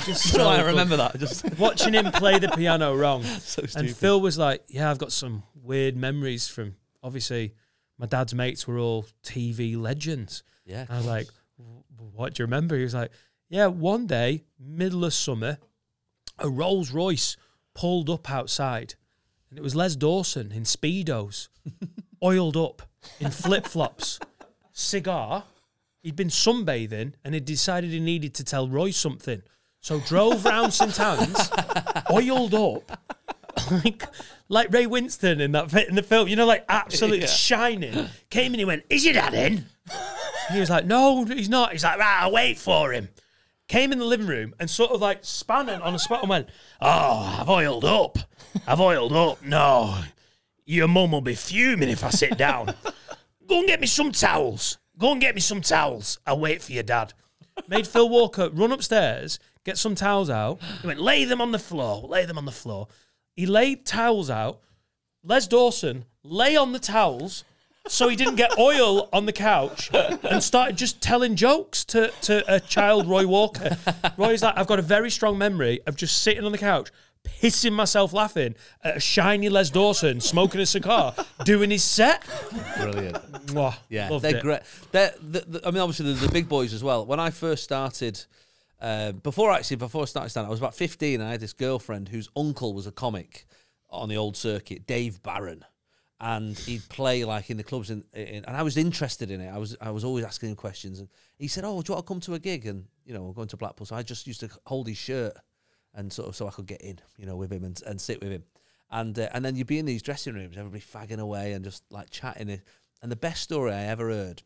Speaker 1: Just
Speaker 14: So I
Speaker 1: good.
Speaker 14: remember that, just-
Speaker 1: watching him play the piano wrong. and
Speaker 14: stupid.
Speaker 1: Phil was like, "Yeah, I've got some weird memories from obviously my dad's mates were all TV legends."
Speaker 14: Yeah, of
Speaker 1: I was like, "W- "What do you remember?" He was like, "Yeah, one day, middle of summer, a Rolls Royce pulled up outside, and it was Les Dawson in speedos, oiled up in flip flops, cigar." He'd been sunbathing and had decided he needed to tell Roy something. So drove round St Anne's, oiled up, like like Ray Winston in that fi- in the film, you know, like absolute
Speaker 14: Yeah.
Speaker 1: shining. Came in, he went, "Is your dad in?" And he was like, "No, he's not." He's like, "Right, I'll wait for him." Came in the living room and sort of like span it on a spot and went, "Oh, I've oiled up. I've oiled up. No, your mum will be fuming if I sit down." go and get me some towels. Go and get me some towels. I'll wait for your dad. Made Phil Walker run upstairs, get some towels out. He went, lay them on the floor, lay them on the floor. He laid towels out. Les Dawson lay on the towels, so he didn't get oil on the couch and started just telling jokes to, to a child, Roy Walker. Roy's like, I've got a very strong memory of just sitting on the couch, pissing myself laughing at a shiny Les Dawson smoking a cigar, doing his set.
Speaker 14: Brilliant.
Speaker 1: Mwah,
Speaker 14: Yeah,
Speaker 1: loved
Speaker 14: they're
Speaker 1: it.
Speaker 14: great. They're, the, the, I mean, obviously, the, the big boys as well. When I first started, uh, before actually, before I started standing, I was about 15. I had this girlfriend whose uncle was a comic on the old circuit, Dave Barron. And he'd play like in the clubs, in, in, and I was interested in it. I was I was always asking him questions, and he said, "Oh, do you want to come to a gig?" And you know, we're going to Blackpool, so I just used to hold his shirt, and sort of so I could get in, you know, with him and, and sit with him. And uh, and then you'd be in these dressing rooms, everybody fagging away and just like chatting. And the best story I ever heard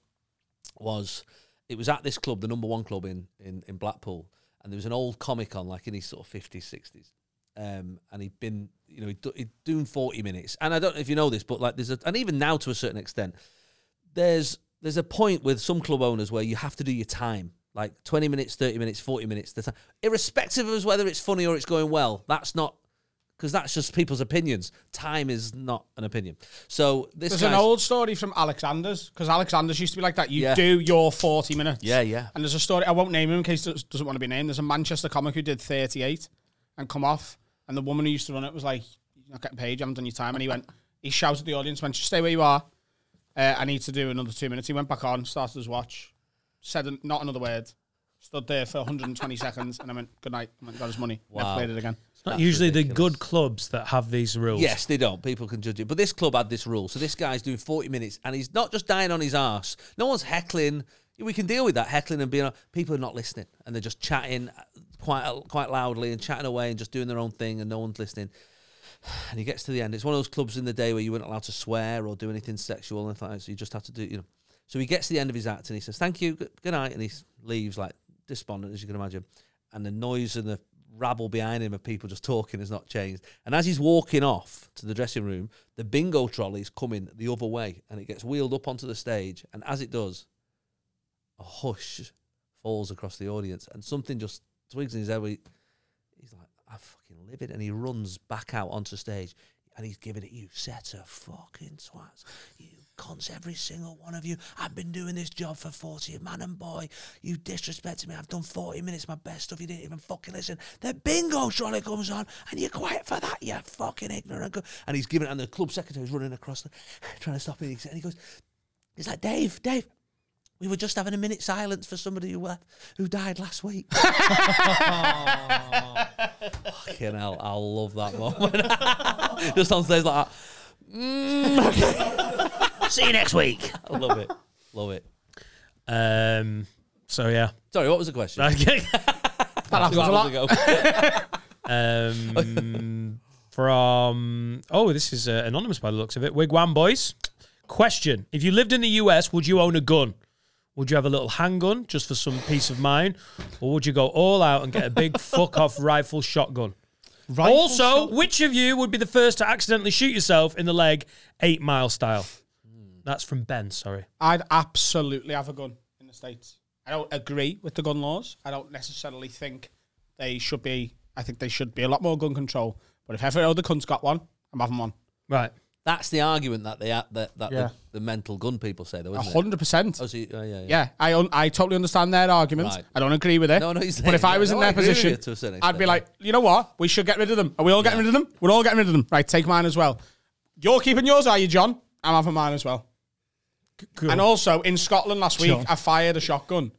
Speaker 14: was it was at this club, the number one club in in, in Blackpool, and there was an old comic on, like in his sort of fifties, sixties, um, and he'd been, you know, he'd, do, he'd doing forty minutes. And I don't know if you know this, but like there's a, and even now to a certain extent, there's there's a point with some club owners where you have to do your time, like twenty minutes, thirty minutes, forty minutes, the time, irrespective of whether it's funny or it's going well. That's not. Because that's just people's opinions. Time is not an opinion. So this
Speaker 2: There's an
Speaker 14: guy's-
Speaker 2: old story from Alexander's because Alexander's used to be like that. You
Speaker 14: Yeah.
Speaker 2: do your 40 minutes.
Speaker 14: Yeah, yeah.
Speaker 2: And there's a story, I won't name him in case it doesn't want to be named. There's a Manchester comic who did 38 and come off. And the woman who used to run it was like, You're not getting paid, you haven't done your time. And he went, He shouted at the audience, went, Just stay where you are. Uh, I need to do another two minutes. He went back on, started his watch, said an, not another word, stood there for 120 seconds, and I went, Good night. I went, Got his money. Never
Speaker 14: Wow.
Speaker 2: played it again.
Speaker 1: It's not usually the good clubs that have these rules.
Speaker 14: Yes, they don't. People can judge it. But this club had this rule. So this guy's doing 40 minutes and he's not just dying on his arse. No one's heckling. We can deal with that heckling and being. People are not listening and they're just chatting quite quite loudly and chatting away and just doing their own thing and no one's listening. And he gets to the end. It's one of those clubs in the day where you weren't allowed to swear or do anything sexual and things. So you just have to do, you know. So he gets to the end of his act and he says, "Thank you, good, good night," and he s- leaves like despondent as you can imagine. And the noise and the rabble behind him of people just talking has not changed. And as he's walking off to the dressing room, the bingo trolley's coming the other way and it gets wheeled up onto the stage. And as it does, a hush falls across the audience and something just twigs in his head. where he- He's like, I fucking live it. And he runs back out onto stage and he's giving it, you set of fucking twats. You cons, every single one of you. I've been doing this job for 40, man and boy. You disrespected me. I've done 40 minutes, my best stuff. You didn't even fucking listen. The bingo trolley comes on and you're quiet for that, you fucking ignorant. go-" And he's giving it, and the club secretary's running across, the, trying to stop him. And he goes, it's like, Dave, Dave, we were just having a minute silence for somebody who left, who died last week. Fucking hell, I love that moment. just on stage like that. See you next week. I love it. Love it.
Speaker 1: Um, so yeah.
Speaker 14: Sorry, what was the question?
Speaker 1: Okay.
Speaker 14: That
Speaker 1: happens a lot.
Speaker 14: ago.
Speaker 1: Um, from oh, this is uh, anonymous by the looks of it. Wigwam boys. Question: If you lived in the US, would you own a gun? Would you have a little handgun just for some peace of mind, or would you go all out and get a big fuck off rifle shotgun? also, which of you would be the first to accidentally shoot yourself in the leg, eight mile style? That's from Ben. Sorry.
Speaker 2: I'd absolutely have a gun in the States. I don't agree with the gun laws. I don't necessarily think they should be. I think they should be a lot more gun control. But if every other cunt's got one, I'm having one.
Speaker 1: Right.
Speaker 14: That's the argument that they that, that
Speaker 2: Yeah.
Speaker 14: the, the mental gun people say though,
Speaker 2: A
Speaker 14: isn't it?
Speaker 2: hundred percent.
Speaker 14: Oh, so you- oh, yeah, yeah.
Speaker 2: Yeah, I un- I totally understand their argument.
Speaker 14: Right.
Speaker 2: I don't agree with it.
Speaker 14: No, no, he's
Speaker 2: but if
Speaker 14: saying-
Speaker 2: I was
Speaker 14: no,
Speaker 2: in
Speaker 14: I
Speaker 2: their
Speaker 14: agree with
Speaker 2: position,
Speaker 14: you to a certain
Speaker 2: I'd be
Speaker 14: extent,
Speaker 2: like, you know what? We should get rid of them. Are we all getting rid of them? We're all getting rid of them. Right, take mine as well. You're keeping yours, are you, John? I'm having mine as well. And also in Scotland last week,
Speaker 1: John.
Speaker 2: I fired a shotgun.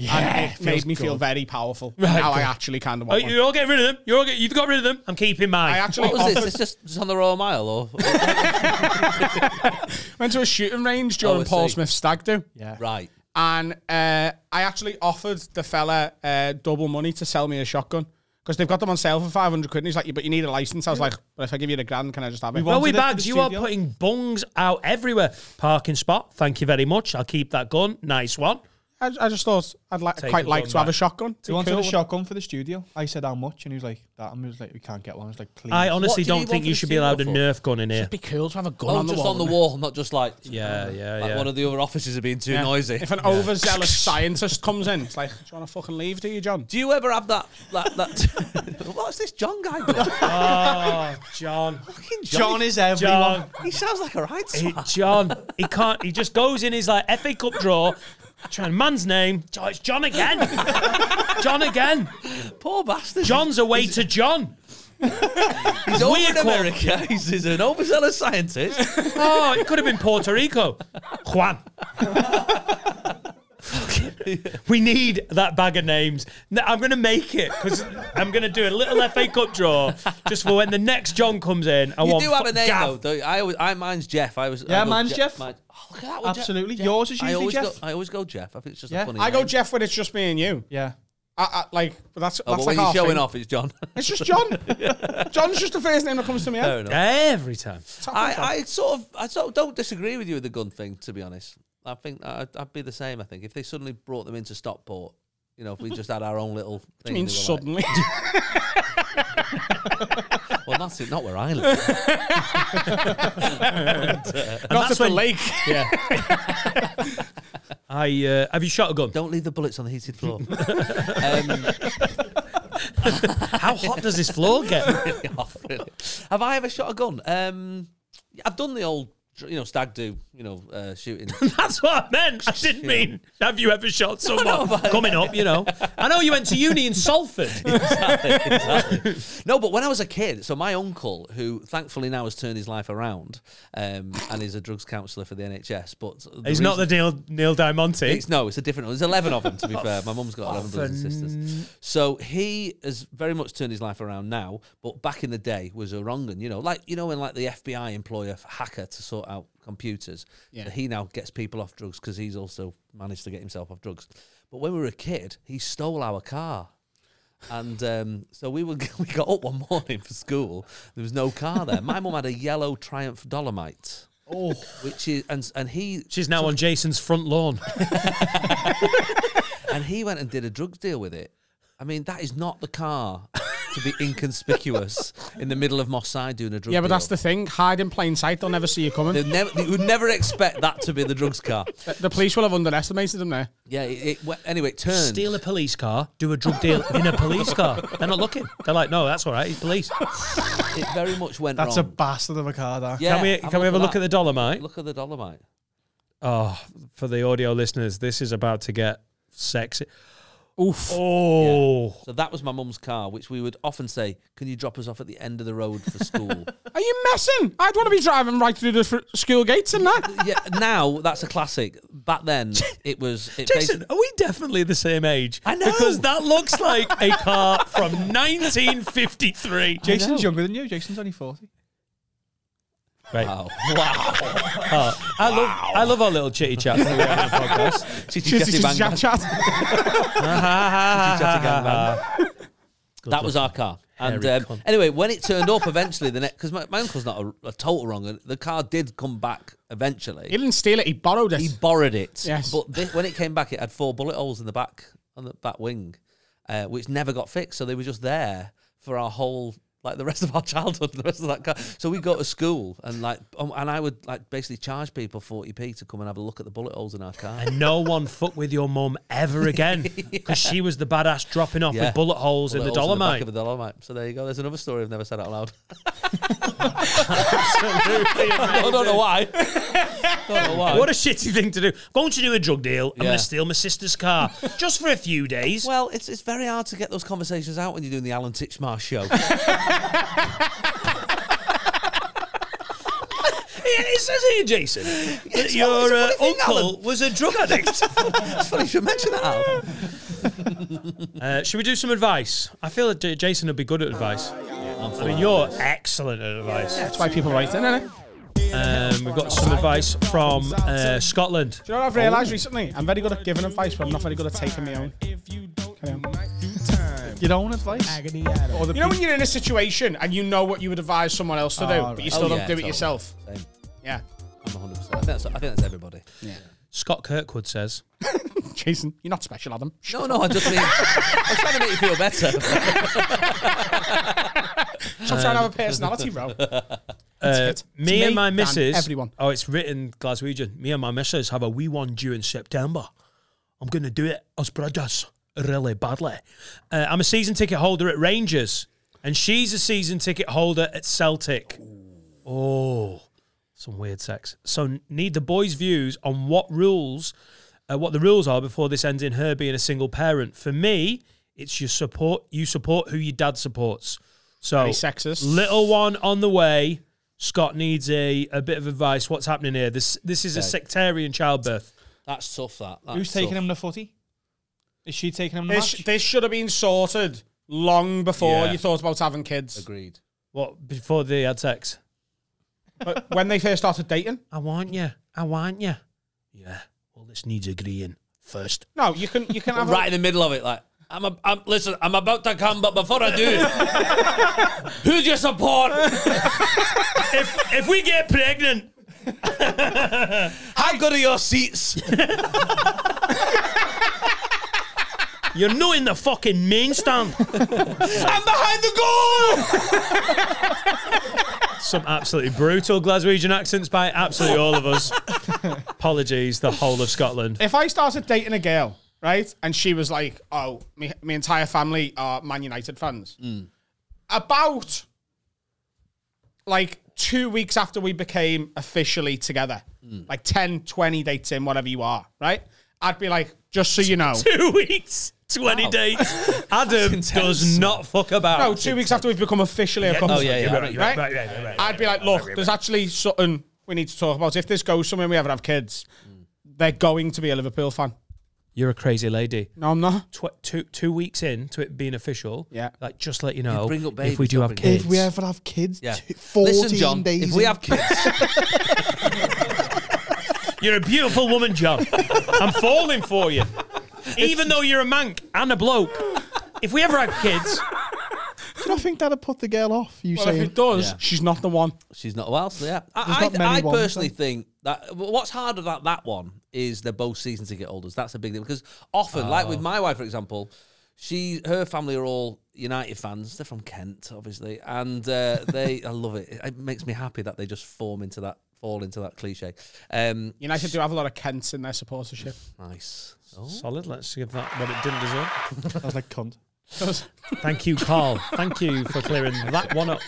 Speaker 2: and it made me feel very powerful.
Speaker 1: Right,
Speaker 2: now I
Speaker 1: good.
Speaker 2: actually kind of
Speaker 1: Oh,
Speaker 2: want one.
Speaker 1: you're all getting rid of them. You're all get, you've got rid of them. I'm keeping mine.
Speaker 2: I actually
Speaker 14: What was
Speaker 2: offered,
Speaker 14: this? It's just, just on the Royal Mile or
Speaker 2: went to a shooting range
Speaker 14: Oh, I
Speaker 2: during
Speaker 14: see.
Speaker 2: Paul Smith's stag do.
Speaker 8: Yeah.
Speaker 14: right.
Speaker 2: and uh, I actually offered the fella uh, double money to sell me a shotgun because they've got them on sale for 500 quid. And he's like, "Yeah, but you need a license. I was like, but if I give you the grand, can I just have it?
Speaker 1: Well, we
Speaker 2: Wanted it for
Speaker 1: bags,
Speaker 2: the
Speaker 1: you are
Speaker 2: studio.
Speaker 1: putting bungs out everywhere. Parking spot, thank you very much. I'll keep that gun. Nice one.
Speaker 2: I, I just thought I'd like,
Speaker 8: Take
Speaker 2: quite
Speaker 8: his
Speaker 2: like
Speaker 8: own
Speaker 2: to have a
Speaker 8: back.
Speaker 2: shotgun.
Speaker 8: He wanted a shotgun for the studio. I said how much, and he was like that. And I was like, we can't get one. I was like, please.
Speaker 1: I honestly don't think you should be allowed a Nerf gun in here.
Speaker 15: be cool to have a gun
Speaker 14: Oh,
Speaker 15: on the
Speaker 14: just
Speaker 15: wall.
Speaker 14: on the
Speaker 15: wouldn't
Speaker 14: wall, not just like
Speaker 1: yeah, yeah,
Speaker 14: like
Speaker 1: yeah.
Speaker 14: one of the other offices are being too
Speaker 2: Yeah.
Speaker 14: noisy.
Speaker 2: If an overzealous scientist comes in, it's like, do you want to fucking leave? Do you, John?
Speaker 14: Do you ever have that? that, that What's this John guy doing?
Speaker 1: Oh, John.
Speaker 14: Fucking
Speaker 8: John is
Speaker 1: John.
Speaker 8: everyone.
Speaker 14: He sounds like a right
Speaker 1: He,
Speaker 14: twat.
Speaker 1: John. He can't. He just goes in his like FA Cup draw, trying man's name. Oh, it's John again. John again.
Speaker 14: Poor bastard.
Speaker 1: John's away to John.
Speaker 14: he's over
Speaker 1: weird
Speaker 14: in America. He's, he's an overzealous scientist.
Speaker 1: Oh, it could have been Puerto Rico. Juan. we need that bag of names. No, I'm going to make it because I'm going to do a little FA Cup draw just for when the next John comes in. I
Speaker 14: You
Speaker 1: want
Speaker 14: do have
Speaker 1: fu-
Speaker 14: a name
Speaker 1: Gav.
Speaker 14: though. Don't you? I always, I mine's Jeff. I was.
Speaker 8: Yeah,
Speaker 14: I go
Speaker 8: mine's Jeff.
Speaker 14: mine- oh, look at that one, Jeff.
Speaker 8: Absolutely.
Speaker 14: Jeff.
Speaker 8: Yours is
Speaker 14: I
Speaker 8: usually
Speaker 14: always
Speaker 8: Jeff.
Speaker 14: go. I always go Jeff. I think it's just
Speaker 8: Yeah.
Speaker 14: a funny.
Speaker 2: I go
Speaker 14: name.
Speaker 2: Jeff when it's just me and you.
Speaker 8: yeah.
Speaker 2: I, I, like, but that's,
Speaker 14: Oh,
Speaker 2: that's
Speaker 14: but
Speaker 2: like
Speaker 14: when you're
Speaker 2: our
Speaker 14: showing
Speaker 2: thing.
Speaker 14: off, it's John.
Speaker 2: It's just John. John's just the first name that comes to me.
Speaker 14: Fair
Speaker 2: head.
Speaker 14: enough.
Speaker 1: Every time.
Speaker 14: I, I sort of I sort of don't disagree with you with the gun thing to be honest. I think I'd, I'd be the same. I think if they suddenly brought them into Stockport, you know, if we just had our own little.
Speaker 2: I
Speaker 14: Thing,
Speaker 2: mean,
Speaker 14: they were
Speaker 2: suddenly.
Speaker 14: Like, well, that's it. Not where I live.
Speaker 2: Not at
Speaker 1: that's
Speaker 2: the
Speaker 1: when-
Speaker 2: lake.
Speaker 1: Yeah. I uh, have you shot a gun?
Speaker 14: Don't leave the bullets on the heated floor. um,
Speaker 1: How hot does this floor get?
Speaker 14: really off, really. Have I ever shot a gun? Um, yeah, I've done the old, you know, stag do, you know, uh, shooting.
Speaker 1: That's what I meant. I didn't mean have you ever shot someone coming up, you know. I know you went to uni in Salford.
Speaker 14: no, but when I was a kid, so my uncle, who thankfully now has turned his life around, um, and is a drugs counsellor for the NHS, but the
Speaker 1: He's not
Speaker 14: reason-
Speaker 1: the Neil, Neil Diamante.
Speaker 14: It's no, it's a different one. There's eleven of them to be fair. My mum's got eleven brothers and sisters. So he has very much turned his life around now, but back in the day was a wrong and you know, like you know when like the FBI employ a hacker to sort out computers.
Speaker 15: Yeah.
Speaker 14: He now gets people off drugs because he's also managed to get himself off drugs. But when we were a kid, he stole our car. And um, so we were we got up one morning for school. There was no car there. My mum had a yellow Triumph Dolomite. Oh, which is and and he
Speaker 1: She's now on Jason's front lawn.
Speaker 14: and he went and did a drugs deal with it. I mean, that is not the car to be inconspicuous in the middle of Moss Side doing a drug
Speaker 2: Yeah, but
Speaker 14: deal.
Speaker 2: that's the thing. Hide in plain sight. They'll never see you coming.
Speaker 14: They'd never, you would never expect that to be the drugs car.
Speaker 2: The police will have underestimated him there.
Speaker 14: Yeah, it, it, well, anyway, it turned.
Speaker 1: Steal a police car, do a drug deal in a police car. They're not looking. They're like, no, that's all right. He's police.
Speaker 14: It very much went
Speaker 8: That's a
Speaker 14: wrong.
Speaker 8: bastard of a car. That.
Speaker 14: yeah,
Speaker 1: can we can we have a look at the
Speaker 14: that.
Speaker 1: Dolomite?
Speaker 14: Look at the Dolomite.
Speaker 1: Oh, for the audio listeners, this is about to get sexy. Oof. Oh.
Speaker 14: So that was my mum's car, which we would often say, "Can you drop us off at the end of the road for school?"
Speaker 2: Are you messing? I'd want to be driving right through the fr- school gates and that.
Speaker 14: yeah. Now that's a classic. Back then, it was. It
Speaker 1: Jason,
Speaker 14: basi-
Speaker 1: are we definitely the same age?
Speaker 14: I know.
Speaker 1: Because that looks like a car from 1953.
Speaker 8: Jason's younger than you. Jason's only forty.
Speaker 1: Right.
Speaker 14: Wow! Wow!
Speaker 1: Oh, I love I love our little chitty chat.
Speaker 14: Chitty chatty bang bang. Chatty gang bang. that was our car. And
Speaker 1: Hairy
Speaker 14: um,
Speaker 1: cunt.
Speaker 14: anyway, when it turned up eventually, the next because my, my uncle's not a, a total wrong, and the car did come back eventually.
Speaker 2: He didn't steal it. He borrowed it.
Speaker 14: He borrowed it,
Speaker 2: Yes.
Speaker 14: but thi- when it came back, it had four bullet holes in the back on the back wing, uh, which never got fixed. So they were just there for our whole. Like the rest of our childhood, the rest of that car. So we go to school and like, um, and I would like basically charge people forty p to come and have a look at the bullet holes in our car.
Speaker 1: And no one fuck with your mum ever again because she was the badass dropping off
Speaker 14: Yeah.
Speaker 1: with bullet holes in
Speaker 14: Bullet
Speaker 1: the
Speaker 14: holes back
Speaker 1: Dolomite.
Speaker 14: of the Dolomite. So there you go. There's another story I've never said out loud. I don't know why. don't know why.
Speaker 1: What a shitty thing to do. I'm going to do a drug deal. I'm
Speaker 14: Yeah.
Speaker 1: going to steal my sister's car just for a few days.
Speaker 14: well, it's it's very hard to get those conversations out when you're doing the Alan Titchmarsh show.
Speaker 1: it says here, Jason, that
Speaker 14: it's
Speaker 1: your
Speaker 14: a
Speaker 1: uh,
Speaker 14: funny thing,
Speaker 1: uncle
Speaker 14: Alan.
Speaker 1: was a drug addict.
Speaker 14: it's funny you should mention that. Al.
Speaker 1: Uh, should we do some advice? I feel that J- Jason would be good at advice. I mean, you're excellent at advice.
Speaker 2: That's why people write in, innit?
Speaker 1: Um, we've got some advice from uh, Scotland.
Speaker 2: Do you know what
Speaker 14: Oh.
Speaker 2: I've realised recently? I'm very good at giving advice, but I'm not very good at taking my own.
Speaker 8: Your own advice. Or the
Speaker 2: You know when you're in a situation and you know what you would advise someone else to do,
Speaker 8: Ah,
Speaker 2: but you
Speaker 8: right.
Speaker 2: still
Speaker 14: Oh,
Speaker 2: don't
Speaker 14: yeah,
Speaker 2: do it
Speaker 14: totally.
Speaker 2: yourself?
Speaker 14: Same.
Speaker 2: Yeah.
Speaker 14: I'm 100. percent I think that's I think that's everybody.
Speaker 1: Scott Kirkwood says,
Speaker 2: Jason, you're not special, Adam.
Speaker 14: No, no, I just mean I'm trying to make you feel better.
Speaker 2: Stop trying to have a personality, bro.
Speaker 1: Uh,
Speaker 2: It's
Speaker 1: me, and my missus.
Speaker 2: everyone.
Speaker 1: Oh, it's written Glaswegian. Me and my missus have a wee one due in September. I'm going to do it as brothers really badly. Uh, I'm a season ticket holder at Rangers, and she's a season ticket holder at Celtic. Oh, some weird sex. So need the boys' views on what rules, uh, what the rules are before this ends in her being a single parent. For me, it's your support. You support who your dad supports. So
Speaker 2: Very sexist.
Speaker 1: Little one on the way. Scott needs a, a bit of advice. What's happening here? This this is a
Speaker 14: Okay.
Speaker 1: sectarian childbirth.
Speaker 14: That's tough. That. That's
Speaker 8: Who's taking
Speaker 14: tough.
Speaker 8: him to footy? Is she taking him to
Speaker 2: This,
Speaker 8: match?
Speaker 2: this should have been sorted long before
Speaker 1: Yeah.
Speaker 2: you thought about having kids.
Speaker 14: Agreed.
Speaker 1: What before they had sex?
Speaker 2: But when they first started dating,
Speaker 1: I want you. I want you. Yeah. Well, this needs agreeing first.
Speaker 2: no, you can you can have
Speaker 14: Right in the middle of it, like I'm. A, I'm listen. I'm about to come, but before I do, who do you support?
Speaker 1: if if we get pregnant,
Speaker 14: How good are your seats?
Speaker 1: you're not in the fucking main stand.
Speaker 14: I'm behind the goal.
Speaker 1: Some absolutely brutal Glaswegian accents by absolutely all of us. Apologies, the whole of Scotland.
Speaker 2: A, if I started dating a girl, right, and she was like, "Oh, me, my entire family are Man United fans," about like two weeks after we became officially together, like 10, 20 dates in, whatever you are, right, I'd be like, "Just so you know."
Speaker 1: Two weeks, twenty days. Adam does not fuck about.
Speaker 2: No, two weeks after we've become officially a couple.
Speaker 14: Oh, yeah, yeah.
Speaker 1: Right, right,
Speaker 2: Right?
Speaker 1: right, right, right, right.
Speaker 2: I'd be like, look, there's actually something we need to talk about. If this goes somewhere, and we ever have kids, they're going to be a Liverpool fan.
Speaker 1: You're a crazy lady.
Speaker 2: No, I'm not.
Speaker 1: Tw- two two weeks in to it being official.
Speaker 2: Yeah.
Speaker 1: like just let you know
Speaker 14: bring up
Speaker 1: if we
Speaker 14: babies,
Speaker 1: do
Speaker 14: don't
Speaker 1: have
Speaker 14: bring
Speaker 1: kids.
Speaker 6: If we ever have kids,
Speaker 14: Yeah.
Speaker 6: t- 14
Speaker 14: Listen, John.
Speaker 6: days.
Speaker 14: If we
Speaker 6: in.
Speaker 14: have kids,
Speaker 1: You're a beautiful woman, John. I'm falling for you, even though you're a mank and a bloke. If we ever had kids,
Speaker 6: Do you not think that'd put the girl off? You
Speaker 2: Well, if
Speaker 6: saying
Speaker 2: it does,
Speaker 14: Yeah.
Speaker 2: she's not the one.
Speaker 14: she's not well. So yeah,
Speaker 6: There's
Speaker 14: I,
Speaker 6: not
Speaker 14: I,
Speaker 6: many
Speaker 14: I
Speaker 6: ones,
Speaker 14: personally
Speaker 6: though.
Speaker 14: think that what's hard about that one is they're both season ticket holders. That's a big deal because often, like with my wife, for example, she her family are all United fans. They're from Kent, obviously, and uh, they I love it. It makes me happy that they just form into that fall into that cliche. Um,
Speaker 2: United do have a lot of Kents in their supportership.
Speaker 14: nice. Oh.
Speaker 1: solid. Let's give that what it didn't deserve.
Speaker 8: I was like, cunt.
Speaker 1: Thank you, Carl. Thank you for clearing that one up.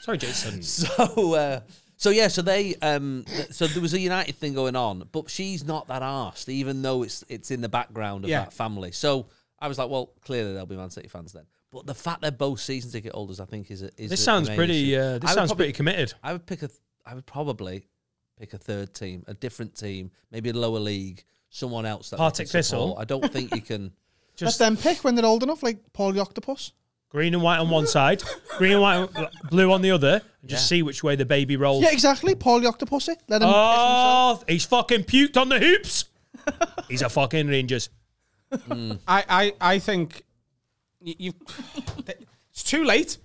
Speaker 1: Sorry, Jason.
Speaker 14: So, uh, so yeah, so they, um, th- so there was a United thing going on, but she's not that arsed, even though it's it's in the background of
Speaker 2: Yeah.
Speaker 14: that family. So I was like, well, clearly they'll be Man City fans then. But the fact they're both season ticket holders, I think, is a,
Speaker 1: This
Speaker 14: is the
Speaker 1: sounds
Speaker 14: main
Speaker 1: pretty.
Speaker 14: issue.
Speaker 1: Uh,
Speaker 14: I
Speaker 1: this
Speaker 14: would
Speaker 1: sounds
Speaker 14: probably-
Speaker 1: pretty committed.
Speaker 14: I would pick a. th- I would probably pick a third team, a different team, maybe a lower league, someone else that they
Speaker 1: Partick
Speaker 14: can
Speaker 1: Thistle.
Speaker 14: support. I don't think you can.
Speaker 6: Let them pick when they're old enough, like Paul the Octopus.
Speaker 1: Green and white on one side, green and white, blue on the other. And just see which way the baby rolls.
Speaker 6: Yeah, exactly. Paul the Octopus. It. Let him pick himself.
Speaker 1: Oh, he's fucking puked on the hoops. He's a fucking Rangers.
Speaker 2: I, I, I think you, you. it's too late.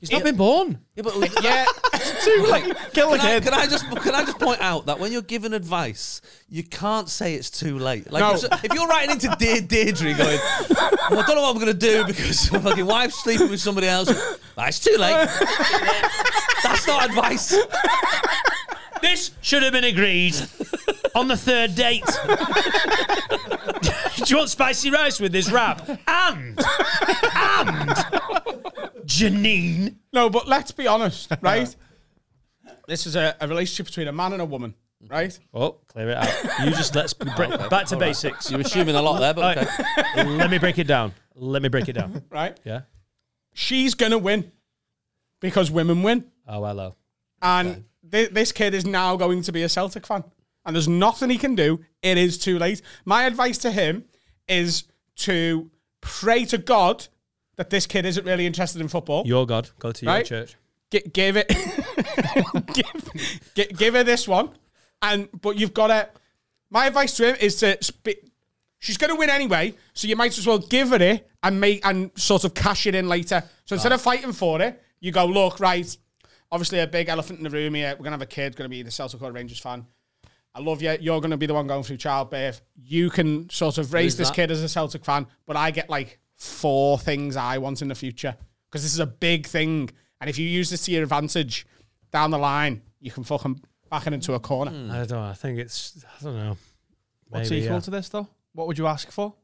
Speaker 1: He's not been born.
Speaker 14: Yeah, but
Speaker 2: Yeah, it's too late. Kill the
Speaker 14: Can I,
Speaker 2: kid.
Speaker 14: can I just can I just point out that when you're giving advice, you can't say it's too late. Like
Speaker 2: No.
Speaker 14: if, so- if you're writing into Dear Deirdre, going, "Well, I don't know what I'm going to do because my fucking wife's sleeping with somebody else. "Ah, It's too late. That's not advice.
Speaker 1: This should have been agreed on the third date. Do you want spicy rice with this wrap? And, and, Janine.
Speaker 2: No, but let's be honest, right? this is a, a relationship between a man and a woman, right?
Speaker 1: Oh, clear it out. You just let's br-
Speaker 14: Oh,
Speaker 1: back to basics.
Speaker 14: You're assuming a lot there, but okay.
Speaker 1: Right. Let me break it down. Let me break it down.
Speaker 2: Right?
Speaker 1: Yeah.
Speaker 2: She's gonna win because women win.
Speaker 1: Oh, hello.
Speaker 2: And thi- this kid is now going to be a Celtic fan. And there's nothing he can do. It is too late. My advice to him is to pray to God that this kid isn't really interested in football.
Speaker 1: Your God, go to your
Speaker 2: Right.
Speaker 1: church.
Speaker 2: Gi- give it, give, gi- give her this one. And but you've got to. My advice to him is to. Sp- she's going to win anyway, so you might as well give her it and make and sort of cash it in later. So instead of fighting for it, you go look right. Obviously, a big elephant in the room here. We're gonna have a kid, gonna be the Celtic or Rangers fan. I love you. You're going to be the one going through childbirth. You can sort of raise
Speaker 15: Who's
Speaker 2: this
Speaker 15: that?
Speaker 2: kid as a Celtic fan, but I get like four things I want in the future because this is a big thing. And if you use this to your advantage down the line, you can fucking back it into a corner.
Speaker 14: Hmm.
Speaker 1: I don't know. I think it's, I don't know.
Speaker 8: What's
Speaker 1: Maybe,
Speaker 8: equal
Speaker 1: yeah.
Speaker 8: to this though? What would you ask for?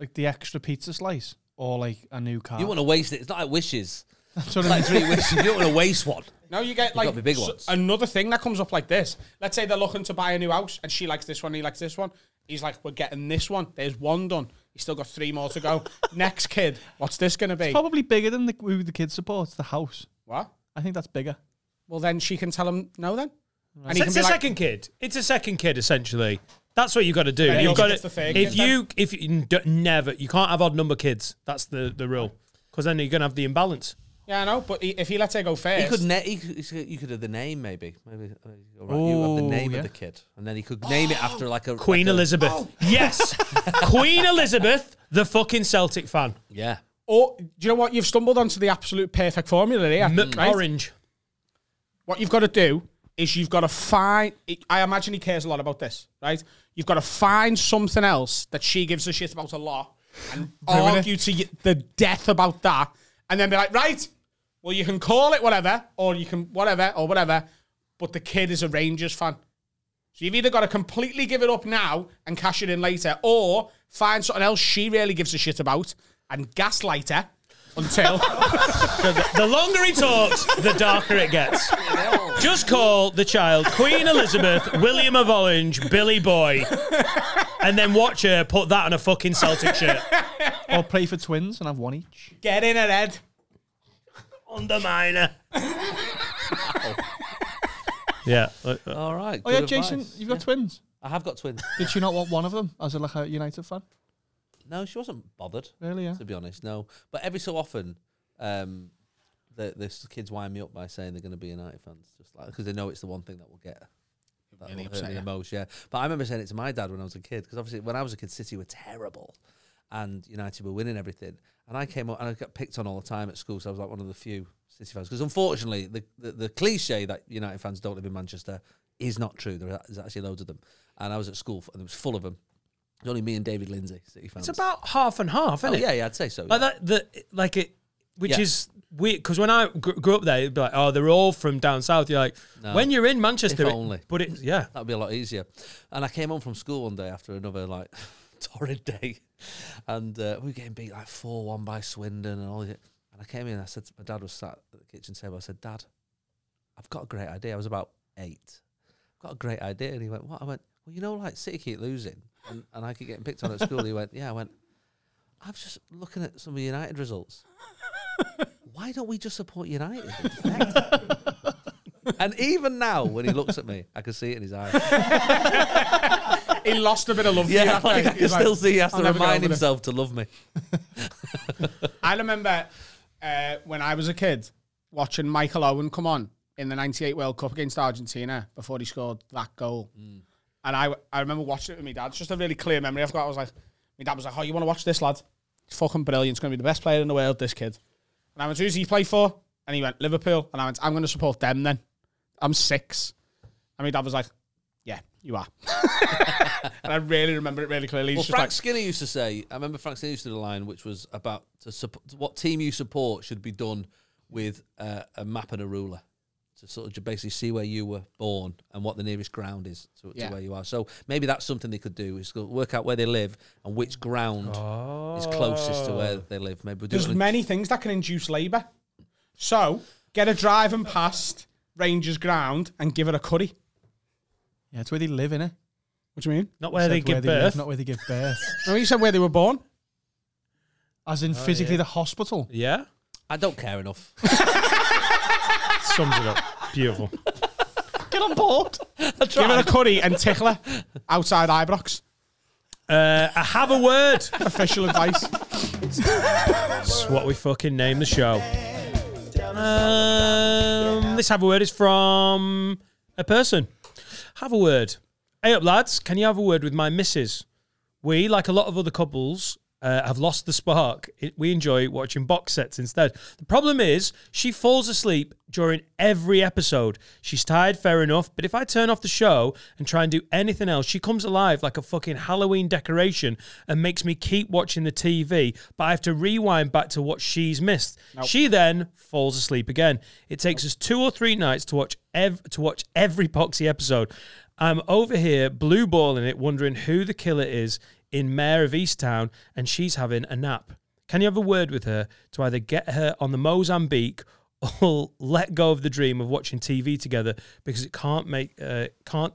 Speaker 8: Like the extra pizza slice or like a new car?
Speaker 14: You want to waste it. It's not like wishes. That's
Speaker 8: what I
Speaker 14: like
Speaker 8: mean.
Speaker 14: three wishes. You don't want to waste one.
Speaker 2: No, you get
Speaker 14: You've
Speaker 2: like
Speaker 14: got the big
Speaker 2: s-
Speaker 14: ones.
Speaker 2: another thing that comes up like this. Let's say they're looking to buy a new house, and she likes this one, he likes this one. He's like, "We're getting this one." There's one done. He's still got three more to go. Next kid, what's this going to be?
Speaker 8: Probably bigger than the, who the kids support. It's the house.
Speaker 2: What?
Speaker 8: I think that's bigger.
Speaker 2: Well, then she can tell him no. Then,
Speaker 1: And it's a second kid. It's a second kid essentially. That's what you've got to do.
Speaker 2: Yeah,
Speaker 1: you've
Speaker 2: it's-
Speaker 1: got
Speaker 2: it's the
Speaker 1: to
Speaker 2: thing.
Speaker 1: if you if you d- never you can't have odd number kids. That's the the rule. Because then you're gonna have the imbalance.
Speaker 2: "Yeah, I know," but he, if he lets her go first,
Speaker 14: He could, na- he could, he could- you could have the name maybe. Maybe uh, all right, you have
Speaker 1: Oh,
Speaker 14: the name
Speaker 1: yeah.
Speaker 14: of the kid, and then he could name it after like a
Speaker 1: Queen
Speaker 14: like a- Oh.
Speaker 1: Elizabeth. Yes, Queen Elizabeth, the fucking Celtic fan.
Speaker 14: Yeah.
Speaker 2: Or do you know what? You've stumbled onto the absolute perfect formula here.
Speaker 14: Hmm.
Speaker 1: Mm. Orange.
Speaker 2: What you've got to do is you've got to find. I imagine he cares a lot about this, right? You've got to find something else that she gives a shit about a lot and
Speaker 8: Ruin it.
Speaker 2: argue to y- the death about that, and then be like, right, well, you can call it whatever, or you can whatever, or whatever, but the kid is a Rangers fan. So you've either got to completely give it up now and cash it in later, or find something else she really gives a shit about and gaslight her until.
Speaker 1: the, the longer he talks, the darker it gets. Just call the child Queen Elizabeth, William of Orange, Billy Boy, and then watch her put that on a fucking Celtic shirt.
Speaker 8: or play for twins and have one each.
Speaker 2: Get in her head.
Speaker 1: Undermine her. Yeah.
Speaker 14: All right.
Speaker 8: Oh yeah,
Speaker 14: good
Speaker 8: Jason,
Speaker 14: advice.
Speaker 8: you've got twins.
Speaker 14: I have got twins.
Speaker 8: Did she not want one of them as a, like a United fan?
Speaker 14: No, she wasn't bothered.
Speaker 8: Really, yeah?
Speaker 14: To be honest, no. But every so often, um, the, the s- kids wind me up by saying they're going to be United fans, just like because they know it's the one thing that will get that
Speaker 2: Really
Speaker 14: will hurt
Speaker 2: upset
Speaker 14: me
Speaker 2: you.
Speaker 14: the most. Yeah. But I remember saying it to my dad when I was a kid because obviously when I was a kid, City were terrible, and United were winning everything. And I came up and I got picked on all the time at school, so I was like one of the few City fans. Because unfortunately, the, the the cliche that United fans don't live in Manchester is not true. There are- There's actually loads of them. And I was at school f- and it was full of them. It was only me and David Lindsay, City fans.
Speaker 1: It's about half and half, isn't
Speaker 14: Oh,
Speaker 1: it?
Speaker 14: yeah, yeah, I'd say so,
Speaker 1: Like that, the, like it, which
Speaker 14: Yeah.
Speaker 1: is weird because when I gr- grew up there, it'd be like, oh, they're all from down south. You're like,
Speaker 14: No.
Speaker 1: when you're in Manchester,
Speaker 14: If
Speaker 1: it-
Speaker 14: only.
Speaker 1: But it, yeah,
Speaker 14: That'd be a lot easier. And I came home from school one day after another like torrid day, and uh, we were getting beat like four one by Swindon and all that. And I came in and I said, to, my dad was sat at the kitchen table. I said, Dad, I've got a great idea. I was about eight. I've got a great idea. And he went, What? I went, Well, you know, like City keep losing, and, and I keep getting picked on at school. he went, Yeah. I went, I was just looking at some of the United results. Why don't we just support United? and even now, when he looks at me, I can see it in his eyes.
Speaker 2: he lost a bit of love. for you
Speaker 14: Yeah,
Speaker 2: that
Speaker 14: like,
Speaker 2: day.
Speaker 14: I can
Speaker 2: He's like,
Speaker 14: still see he has
Speaker 2: "I'll
Speaker 14: to
Speaker 2: never get
Speaker 14: remind
Speaker 2: over this."
Speaker 14: himself to love me.
Speaker 2: I remember uh, when I was a kid watching Michael Owen come on in the 98 World Cup against Argentina before he scored that goal.
Speaker 14: Mm.
Speaker 2: And I, I remember watching it with my dad. It's just a really clear memory I've got. I was like, my dad was like, oh, you want to watch this lad? He's fucking brilliant. He's going to be the best player in the world, this kid. And I went, who's he play for? And he went, Liverpool. And I went, I'm going to support them then. I'm six. And my dad was like, yeah, you are. and I really remember it really clearly. He's
Speaker 14: Well,
Speaker 2: just
Speaker 14: Frank
Speaker 2: like,
Speaker 14: Skinner used to say, I remember Frank Skinner used to do the line, which was about to supp- what team you support should be done with uh, a map and a ruler to sort of ju- basically see where you were born and what the nearest ground is to,
Speaker 2: Yeah.
Speaker 14: to where you are. So maybe that's something they could do is go work out where they live and which ground is closest to where they live. Maybe we'll do
Speaker 2: Oh. There's
Speaker 14: it on a-
Speaker 2: many things that can induce labour. So get her driving past Rangers ground and give her a curry.
Speaker 8: Yeah, it's where they live, innit?
Speaker 2: What do you mean?
Speaker 1: not
Speaker 8: You
Speaker 1: where they
Speaker 8: said
Speaker 1: give
Speaker 8: live,
Speaker 1: birth.
Speaker 8: not where they give birth.
Speaker 2: No, you said where they were born.
Speaker 8: As in
Speaker 1: Oh,
Speaker 8: physically
Speaker 1: yeah.
Speaker 8: the hospital.
Speaker 1: yeah,
Speaker 14: I don't care enough.
Speaker 1: sums it up. Beautiful.
Speaker 2: Get on board. give her a
Speaker 14: tried.
Speaker 2: curry and tickler outside Ibrox.
Speaker 1: Uh, I have a word.
Speaker 2: Official advice.
Speaker 1: That's what we fucking name the show. Um, this have a word is from a person. Have a word. Hey up, lads. Can you have a word with my missus? We, like a lot of other couples, uh, have lost the spark. It, we enjoy watching box sets instead. The problem is she falls asleep during every episode. She's tired, fair enough, but if I turn off the show and try and do anything else, she comes alive like a fucking Halloween decoration and makes me keep watching the TV, but I have to rewind back to what she's missed. She then falls asleep again. It takes us two or three nights to watch ev- to watch every boxy episode. I'm over here blue balling it, wondering who the killer is in Mayor of Easttown, and she's having a nap. Can you have a word with her to either get her on the Mozambique or let go of the dream of watching TV together because it can't make uh, can't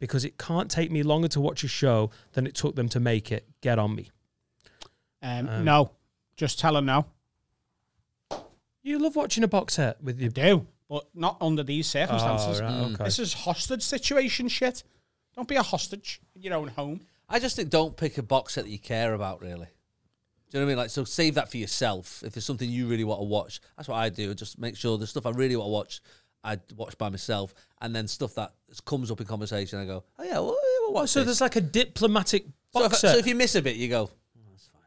Speaker 1: because it can't take me longer to watch a show than it took them to make it. Get on me.
Speaker 2: Um,
Speaker 1: Um,
Speaker 2: no, just tell her no.
Speaker 1: You love watching a box set with you.
Speaker 2: do, but not under these circumstances.
Speaker 1: Oh, right, Mm. okay.
Speaker 2: This is hostage situation shit. Don't be a hostage in your own home.
Speaker 14: I just think don't pick a box set that you care about, really. Do you know what I mean? Like, so save that for yourself. If there's something you really want to watch, that's what I do. Just make sure the stuff I really want to watch, I watch by myself, and then stuff that comes up in conversation, I go, oh yeah, well, yeah, we'll watch
Speaker 1: so
Speaker 14: this.
Speaker 1: there's like a diplomatic
Speaker 14: So
Speaker 1: box
Speaker 14: if,
Speaker 1: set.
Speaker 14: so if you miss a bit, you go, "Oh, that's fine.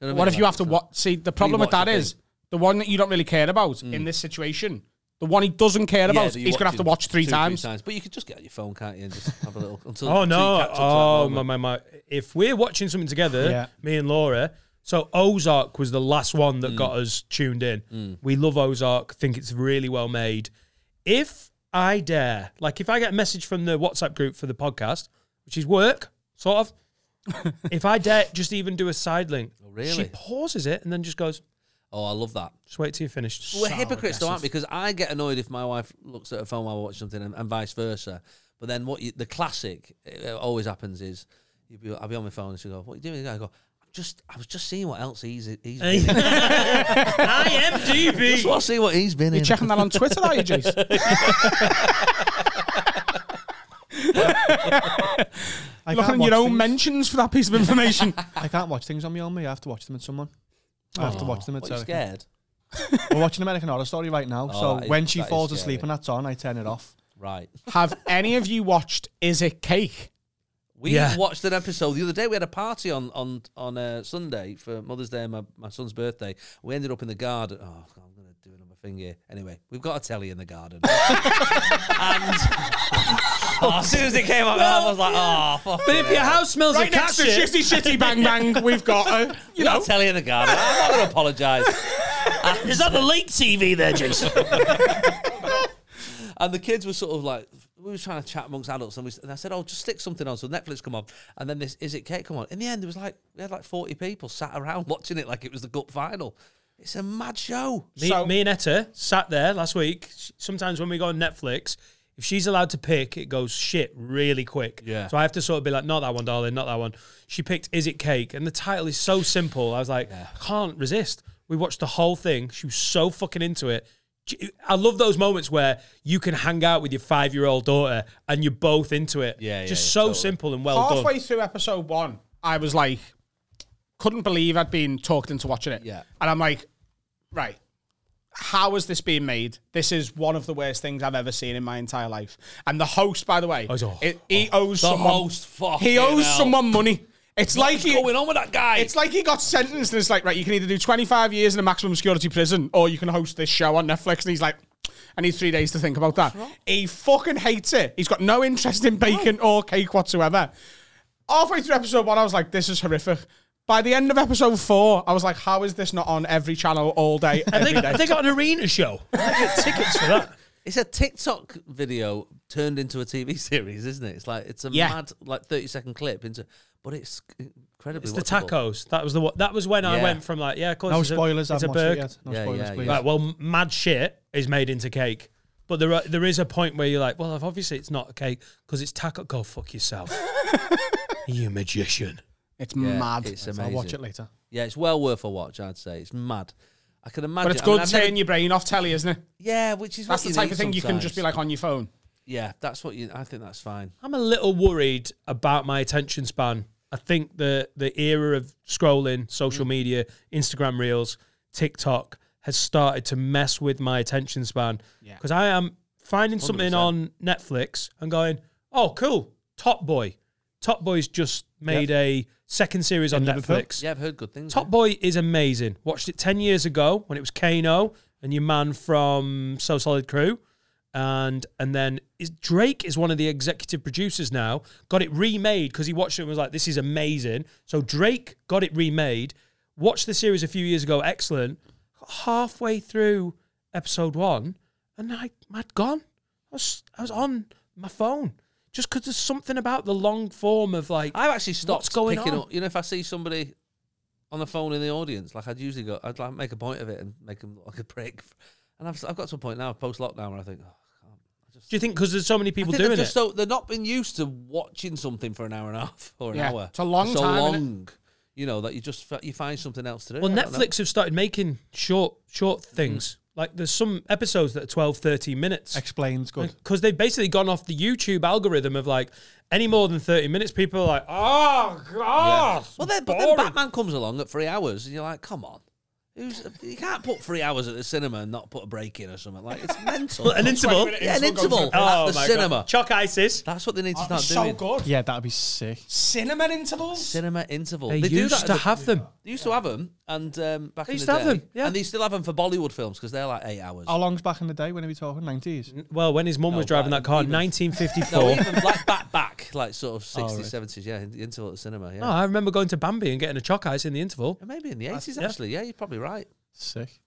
Speaker 14: Do know
Speaker 2: What,
Speaker 14: I mean?
Speaker 2: if you
Speaker 14: Like,
Speaker 2: have to
Speaker 14: so-
Speaker 2: watch? See, the problem with
Speaker 14: Rewatch
Speaker 2: that
Speaker 14: the Mm.
Speaker 2: is the one that you don't really care about in this situation. The one he doesn't care
Speaker 14: Yeah,
Speaker 2: about,
Speaker 14: that you
Speaker 2: he's gonna have to watch
Speaker 14: two,
Speaker 2: three times.
Speaker 14: But you could just get on your phone, can't you, and just have a little. Until,
Speaker 1: Oh
Speaker 14: until you
Speaker 1: no!
Speaker 14: catch up to that
Speaker 1: Oh
Speaker 14: moment.
Speaker 1: my, my my! If we're watching something together,
Speaker 14: Yeah.
Speaker 1: me and Laura. So Ozark was the last one
Speaker 14: Mm.
Speaker 1: that got us tuned in. We love Ozark. Think it's really well made. If I dare, like, if I get a message from the WhatsApp group for the podcast, which is work sort of. if I dare, just even do a side link. She
Speaker 14: Oh, really?
Speaker 1: pauses it and then just goes,
Speaker 14: Oh, I love that.
Speaker 1: "Just wait till you finished."
Speaker 14: We're hypocrites, though, aren't we? Because I get annoyed if my wife looks at a phone while I watch something, and, and vice versa. But then what? You, the classic it, it always happens is you be, I'll be on my phone and she'll go, "What are you doing?" I go, "I'm just, I was just seeing what else he's he's." Been in."
Speaker 1: IMDb.
Speaker 14: Just want to see what he's been
Speaker 2: You're
Speaker 14: in.
Speaker 2: checking that on Twitter, are you, Jace?
Speaker 8: I
Speaker 2: Looking
Speaker 8: can't
Speaker 2: at your
Speaker 8: watch
Speaker 2: own
Speaker 8: things.
Speaker 2: mentions for that piece of information.
Speaker 8: I can't watch things on my own. Me, I have to watch them at someone. I have to watch them at.
Speaker 14: Oh, What, are you
Speaker 8: Telegram.
Speaker 14: scared?
Speaker 8: We're watching American Horror Story right now,
Speaker 14: Oh,
Speaker 8: so
Speaker 14: that is-
Speaker 8: when she
Speaker 14: that is
Speaker 8: falls
Speaker 14: scary.
Speaker 8: asleep and that's on, I turn it off.
Speaker 14: Right.
Speaker 2: have any of you watched Is It Cake?
Speaker 14: We
Speaker 1: Yeah.
Speaker 14: watched an episode the other day. We had a party on on on uh, Sunday for Mother's Day and my, my son's birthday. We ended up in the garden. Oh, God, I'm gonna do another thing here. Anyway, we've got a telly in the garden. and oh, as soon as it came up, I was like, oh, fuck.
Speaker 1: But if your house smells
Speaker 2: Right
Speaker 1: of cat
Speaker 2: next to
Speaker 1: shit,
Speaker 2: Shitty Shitty Bang Bang, we've got a, you
Speaker 14: you got
Speaker 2: know,
Speaker 14: a telly in the garden, I'm not gonna Uh, apologise.
Speaker 1: is that the late TV there, Jason?
Speaker 14: And the kids were sort of like, we were trying to chat amongst adults, and, we, and I said, "Oh, just stick something on." So Netflix come on, and then this is it cake come on. In the end, there was like we had like forty people sat around watching it like it was the cup final. It's a mad show.
Speaker 1: Me,
Speaker 2: So-
Speaker 1: me and Etta sat there last week. Sh- Sometimes when we go on Netflix, if she's allowed to pick, it goes shit really quick.
Speaker 14: Yeah.
Speaker 1: So I have to sort of be like, not that one, darling, not that one. She picked Is It Cake? And the title is so simple. I was like, I can't resist. We watched the whole thing. She was so fucking into it. J- I love those moments where you can hang out with your five year old daughter and you're both into it.
Speaker 14: Yeah, yeah,
Speaker 1: Just so
Speaker 14: yeah, totally.
Speaker 1: simple and well
Speaker 2: halfway
Speaker 1: done.
Speaker 2: through episode one, I was like, couldn't believe I'd been talked into watching it.
Speaker 14: Yeah.
Speaker 2: And I'm like, right, how is this being made? This is one of the worst things I've ever seen in my entire life. And the host, by the way,
Speaker 1: he's all-
Speaker 2: it- he owes
Speaker 14: The
Speaker 2: someone,
Speaker 14: host, fucking
Speaker 2: he owes
Speaker 14: hell.
Speaker 2: someone money. It's like he,
Speaker 14: What's going on with that guy?
Speaker 2: it's like he got sentenced, and it's like, right, you can either do 25 years in a maximum security prison, or you can host this show on Netflix. And he's like, I need three days to think about that. He fucking hates it. He's got no interest in bacon or cake whatsoever. Halfway through episode one, I was like, this is horrific. By the end of episode four, I was like, how is this not on every channel all day?
Speaker 1: Have
Speaker 2: every
Speaker 1: they,
Speaker 2: day?
Speaker 1: have they got an arena show. I get tickets for that.
Speaker 14: It's a TikTok video turned into a TV series, isn't it? It's like it's a
Speaker 2: Yeah.
Speaker 14: mad like thirty second clip into, but it's incredibly.
Speaker 1: It's the
Speaker 14: watchable.
Speaker 1: tacos. That was the one- that was when I
Speaker 14: Yeah.
Speaker 1: went from like, yeah, of course.
Speaker 8: No
Speaker 1: it's a-
Speaker 8: spoilers.
Speaker 1: It's
Speaker 8: I've
Speaker 1: a
Speaker 8: watched it
Speaker 1: burger.
Speaker 8: yet. No
Speaker 14: Yeah,
Speaker 8: spoilers,
Speaker 14: yeah,
Speaker 8: please.
Speaker 14: yeah.
Speaker 1: Right, well, m- mad shit is made into cake. But there, are, there is a point where you're like, well, if obviously it's not a cake because it's taco. Go fuck yourself, you magician.
Speaker 2: it's
Speaker 14: Yeah,
Speaker 2: mad.
Speaker 14: It's
Speaker 2: But
Speaker 14: amazing.
Speaker 8: I'll watch it later.
Speaker 14: Yeah, it's well worth a watch. I'd say it's mad. I can imagine.
Speaker 2: it's
Speaker 14: I mean,
Speaker 2: good
Speaker 14: I've
Speaker 2: turning
Speaker 14: never-
Speaker 2: your brain off telly, isn't it?
Speaker 14: yeah, which is
Speaker 2: That's
Speaker 14: what
Speaker 2: the
Speaker 14: you
Speaker 2: type
Speaker 14: need
Speaker 2: of thing you can just be
Speaker 14: sometimes.
Speaker 2: like on your phone.
Speaker 14: Yeah, that's what you. I think that's fine.
Speaker 1: I'm a little worried about my attention span. I think the the era of scrolling, social media, Instagram Reels, TikTok has started to mess with my attention span. Because I am finding something on Netflix and going, oh, cool, Top Boy. Top Boy's just made a second series on Netflix.
Speaker 14: Yeah, I've heard good things.
Speaker 1: Top Boy is amazing. Watched it 10 years ago when it was Kano and your man from So Solid Crew. And and then is, Drake is one of the executive producers now. Got it remade because he watched it and was like, this is amazing. So Drake got it remade. Watched the series a few years ago. Excellent. Got halfway through episode one and I, I'd gone. I was, I was on my phone just because there's something about the long form of like.
Speaker 14: I've actually stopped
Speaker 1: what's going
Speaker 14: picking
Speaker 1: on.
Speaker 14: up. You know, if I see somebody on the phone in the audience, like I'd usually go, I'd like make a point of it and make them look like a prick. And I've, I've got to a point now, post lockdown, where I think, oh,
Speaker 1: Do you think because there's so many people
Speaker 14: I think they've
Speaker 1: doing
Speaker 14: just
Speaker 1: it?
Speaker 14: So they're not been used to watching something for an hour and a half or an
Speaker 1: Yeah,
Speaker 14: hour.
Speaker 1: it's a long
Speaker 14: so
Speaker 1: time, innit?
Speaker 14: long. You know that you just fi- you find something else to do.
Speaker 1: Well,
Speaker 14: I don't know.
Speaker 1: Netflix have started making short short things. Like there's some episodes that are 12, 13 minutes.
Speaker 8: Explains good.
Speaker 1: Because they've basically gone off the YouTube algorithm of like any more than 30 minutes, people are like, oh, God.
Speaker 14: Well, then, but then Batman comes along at three hours, and you're like, come on. Who's, you can't put three hours at the cinema and not put a break in or something. Like it's mental.
Speaker 1: Well, an interval.
Speaker 14: yeah, an interval at
Speaker 1: Oh,
Speaker 14: the
Speaker 1: my
Speaker 14: cinema.
Speaker 1: God. Chalk ISIS.
Speaker 14: That's what they need to
Speaker 1: Oh,
Speaker 14: start
Speaker 1: so
Speaker 14: doing.
Speaker 1: good.
Speaker 8: Yeah, that'd be sick.
Speaker 15: Cinema intervals.
Speaker 14: Cinema interval.
Speaker 1: They
Speaker 14: do
Speaker 1: used
Speaker 14: that as
Speaker 1: to
Speaker 14: a-
Speaker 1: have them.
Speaker 14: They used to have them, and um, back
Speaker 1: They
Speaker 14: in
Speaker 1: used
Speaker 14: the
Speaker 1: to
Speaker 14: day,
Speaker 1: have them, yeah.
Speaker 14: and they still have them for Bollywood films because they're like eight hours.
Speaker 8: How long's back in the day? When are we talking? Nineties.
Speaker 1: Well, when his mum was driving that car in 1954.
Speaker 14: No, even like back, back, like sort of 60s,
Speaker 1: Oh, right.
Speaker 14: 70s, yeah, in- interval at the cinema, yeah.
Speaker 1: No, Oh, I remember going to Bambi and getting a chalk ice in the interval.
Speaker 14: Maybe in the 80s,
Speaker 1: Yeah.
Speaker 14: actually. Yeah, you're probably right.
Speaker 8: Sick.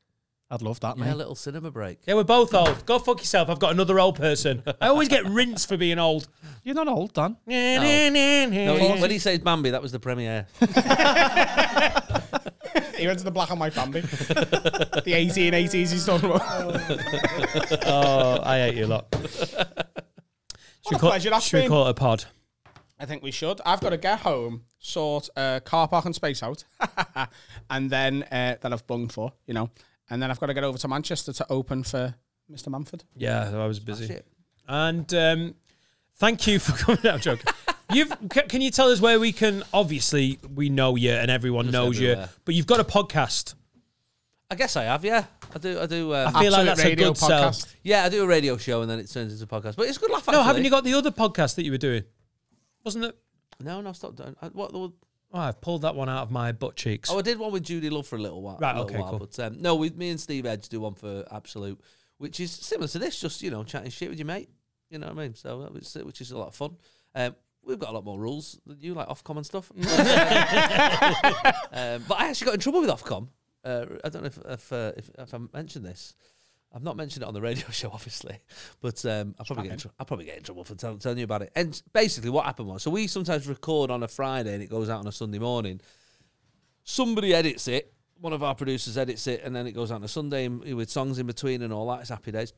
Speaker 8: I'd love that,
Speaker 14: Yeah,
Speaker 8: mate.
Speaker 14: a little cinema break.
Speaker 1: Yeah, we're both old. Go fuck yourself. I've got another old person. I always get rinsed for being old.
Speaker 8: You're not old, Dan.
Speaker 14: No, he- when he says Bambi, that was the premiere.
Speaker 2: he went to the black and white Bambi. the 1880s he's talking about.
Speaker 1: oh, I hate you lot. Should,
Speaker 2: a
Speaker 1: we call,
Speaker 2: pleasure that's
Speaker 1: should we
Speaker 2: been.
Speaker 1: call it a pod?
Speaker 2: I think we should. I've got to get home, sort uh, car parking space out, and then uh, that I've bunged for, you know. And then I've got to get over to Manchester to open for Mr. Manford.
Speaker 1: Yeah, I was busy.
Speaker 2: it.
Speaker 1: And um, thank you for coming out, joke. You've c- can you tell us where we can? Obviously, we know you and everyone knows
Speaker 14: everywhere.
Speaker 1: you, but you've got a podcast.
Speaker 14: I guess I have, yeah. I do, I do. Um,
Speaker 1: I feel like Absolute that's a Radio good sell. podcast.
Speaker 14: Yeah, I do a radio show and then it turns into a podcast. But it's a good laugh,
Speaker 1: No,
Speaker 14: actually.
Speaker 1: haven't you got the other podcast that you were doing? Wasn't it?
Speaker 14: No, no, stop doing. I- What, the-
Speaker 1: Oh, I've pulled that one out of my butt cheeks.
Speaker 14: Oh, I did one with Judy Love for a little while.
Speaker 1: Right,
Speaker 14: a little
Speaker 1: okay,
Speaker 14: while,
Speaker 1: cool.
Speaker 14: But um, no, with me and Steve Edge do one for Absolute, which is similar to this, just you know, chatting shit with your mate. You know what I mean? So that was, which is a lot of fun. Um, we've got a lot more rules than you, like Ofcom and stuff. um, but I actually got in trouble with Ofcom. Uh, I don't know if if, uh, if if I mentioned this. I've not mentioned it on the radio show, obviously, but um, I'll probably get in tr- I'll probably get in trouble for tell- telling you about it. And basically, what happened was, so we sometimes record on a Friday and it goes out on a Sunday morning somebody edits it. One of our producers edits it, and then it goes out on a Sunday and- with songs in between and all that. It's happy days.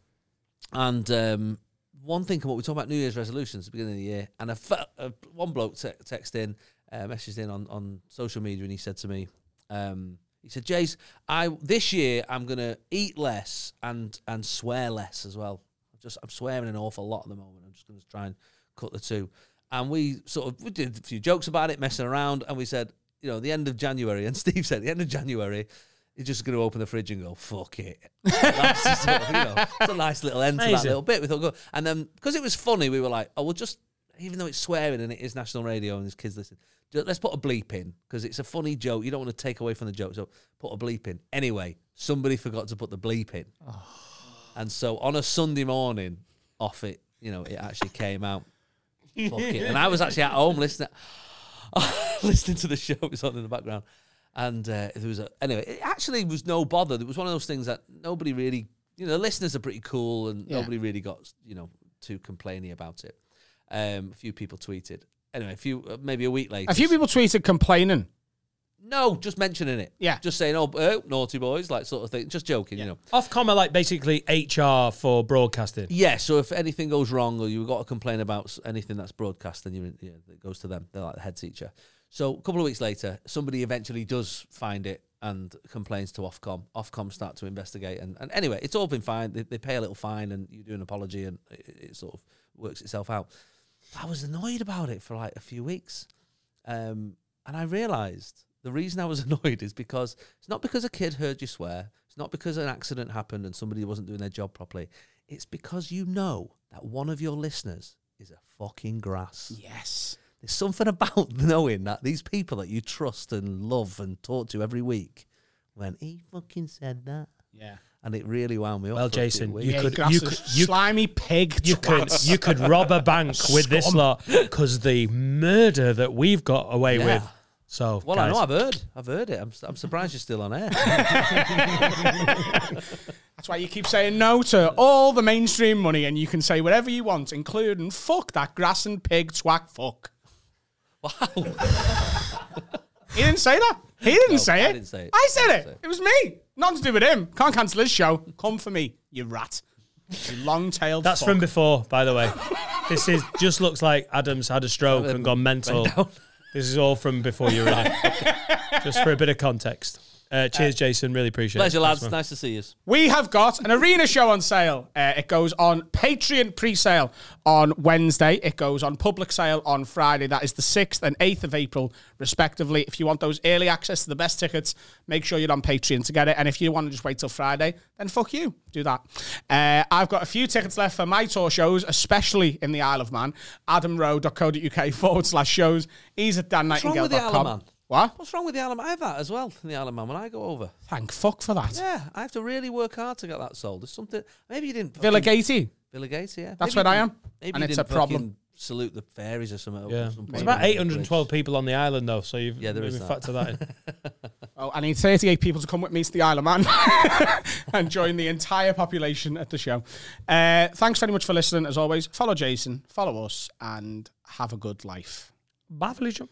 Speaker 14: And um, one thing, what we talking about New Year's resolutions at the beginning of the year, and a, fe- uh one bloke te- texted in, uh, messaged in on, on social media, and he said to me, um, he said, "Jace, I this year I'm gonna eat less and and swear less as well. I'm just I'm swearing an awful lot at the moment. I'm just gonna try and cut the two. And we sort of we did a few jokes about it, messing around, and we said, you know, the end of January. And Steve said, the end of January, you're just going to open the fridge and go, fuck it. That's just sort of, you know, it's a nice little end to that
Speaker 1: Amazing.
Speaker 14: little bit. We thought, go. And then because it was funny, we were like, oh, we'll just, even though it's swearing and it is national radio and there's kids listening, ju- let's put a bleep in because it's a funny joke. You don't want to take away from the joke, so put a bleep in. Anyway, somebody forgot to put the bleep in, and so on a Sunday morning, off it, you know, it actually came out. Fuck it. And I was actually at home listening, listening to the show. It was on in the background, and uh, there was a anyway. It actually was no bother. It was one of those things that nobody really, you know, the listeners are pretty cool, and
Speaker 15: Yeah.
Speaker 14: nobody really got you know too complaining about it. Um, a few people tweeted. Anyway, a few uh, maybe a week later.
Speaker 2: A few people tweeted complaining.
Speaker 14: No, just mentioning it. Yeah. Just saying, oh, uh, naughty boys, like sort of thing. Just joking, you know.
Speaker 1: Ofcom are like basically HR for broadcasting.
Speaker 14: Yeah, so if anything goes wrong or you've got to complain about s- anything that's broadcast, then you're in, yeah, it goes to them. They're like the head teacher. So a couple of weeks later, somebody eventually does find it and complains to Ofcom. Ofcom start to investigate, and, and anyway, it's all been fine. They, they pay a little fine, and you do an apology, and it, it- it sort of works itself out. I was annoyed about it for like a few weeks, um, and I realised the reason I was annoyed is because it's not because a kid heard you swear. It's not because an accident happened and somebody wasn't doing their job properly. It's because you know that one of your listeners is a fucking grass.
Speaker 2: Yes.
Speaker 14: There's something about knowing that these people that you trust and love and talk to every week when he fucking said that.
Speaker 2: Yeah.
Speaker 14: And it really wound me up.
Speaker 1: Well,
Speaker 14: for a few
Speaker 1: Jason,
Speaker 14: weeks.
Speaker 1: you could, you could, you
Speaker 2: slimy pig.
Speaker 1: You could, you could rob a bank with this
Speaker 14: Scum.
Speaker 1: lot because the murder that we've got away
Speaker 14: Yeah.
Speaker 1: with. So,
Speaker 14: Well, I
Speaker 1: guys,
Speaker 14: know I've heard, I've heard it. I'm, I'm surprised you're still on air.
Speaker 2: That's why you keep saying no to all the mainstream money, and you can say whatever you want, including fuck that grass and pig twack fuck. Wow. he didn't say that. He didn't
Speaker 14: No,
Speaker 2: say
Speaker 14: I
Speaker 2: it.
Speaker 14: didn't say it.
Speaker 2: I said
Speaker 14: I
Speaker 2: it.
Speaker 14: didn't say it.
Speaker 2: It was me. Nothing to do with him. Can't cancel his show. Come for me, you rat. You long-tailed.
Speaker 1: that's
Speaker 2: fuck.
Speaker 1: from before, by the way. this is just looks like Adam's had a stroke and gone mental. This is all from before you were in it. just for a bit of context. Uh, cheers, Jason. Really appreciate
Speaker 14: Pleasure,
Speaker 1: it.
Speaker 14: lads.
Speaker 1: Thanks, man.
Speaker 14: Nice to see you.
Speaker 2: We have got an arena show on sale. Uh, it goes on Patreon pre-sale on Wednesday. It goes on public sale on Friday. That is the 6th and 8th of April, respectively. If you want those early access to the best tickets, make sure you're on Patreon to get it. And if you want to just wait till Friday, then fuck you. Do that. Uh, I've got a few tickets left for my tour shows, especially in the Isle of Man. AdamRowe.co.uk forward slash shows. He's at
Speaker 14: What's wrong with the Isle of Man?
Speaker 2: DanNightingale.com. What?
Speaker 14: What's wrong with the Isle of Man? I have that as well in the Isle of Man when I go over.
Speaker 2: Thank fuck for that.
Speaker 14: Yeah, I have to really work hard to get that sold. There's something. Maybe you didn't.
Speaker 2: Villa E.
Speaker 14: fucking-
Speaker 2: Gatey.
Speaker 14: Villa Gates, yeah.
Speaker 2: That's where
Speaker 14: Maybe you
Speaker 2: I am,
Speaker 14: didn't- Maybe
Speaker 2: and
Speaker 14: you
Speaker 2: it's
Speaker 14: didn't
Speaker 2: a problem.
Speaker 14: fucking Salute the fairies or something.
Speaker 1: Yeah.
Speaker 14: at some
Speaker 1: It's
Speaker 14: point.
Speaker 1: about 812 people on the island, though, so you've
Speaker 14: Yeah, there
Speaker 1: maybe
Speaker 14: is that.
Speaker 1: factor that in.
Speaker 2: Oh, I need 38 people to come with me to the Isle of Man and join the entire population at the show. Uh, thanks very much for listening. As always, follow Jason, follow us, and have a good life.
Speaker 1: Bye, Felicia.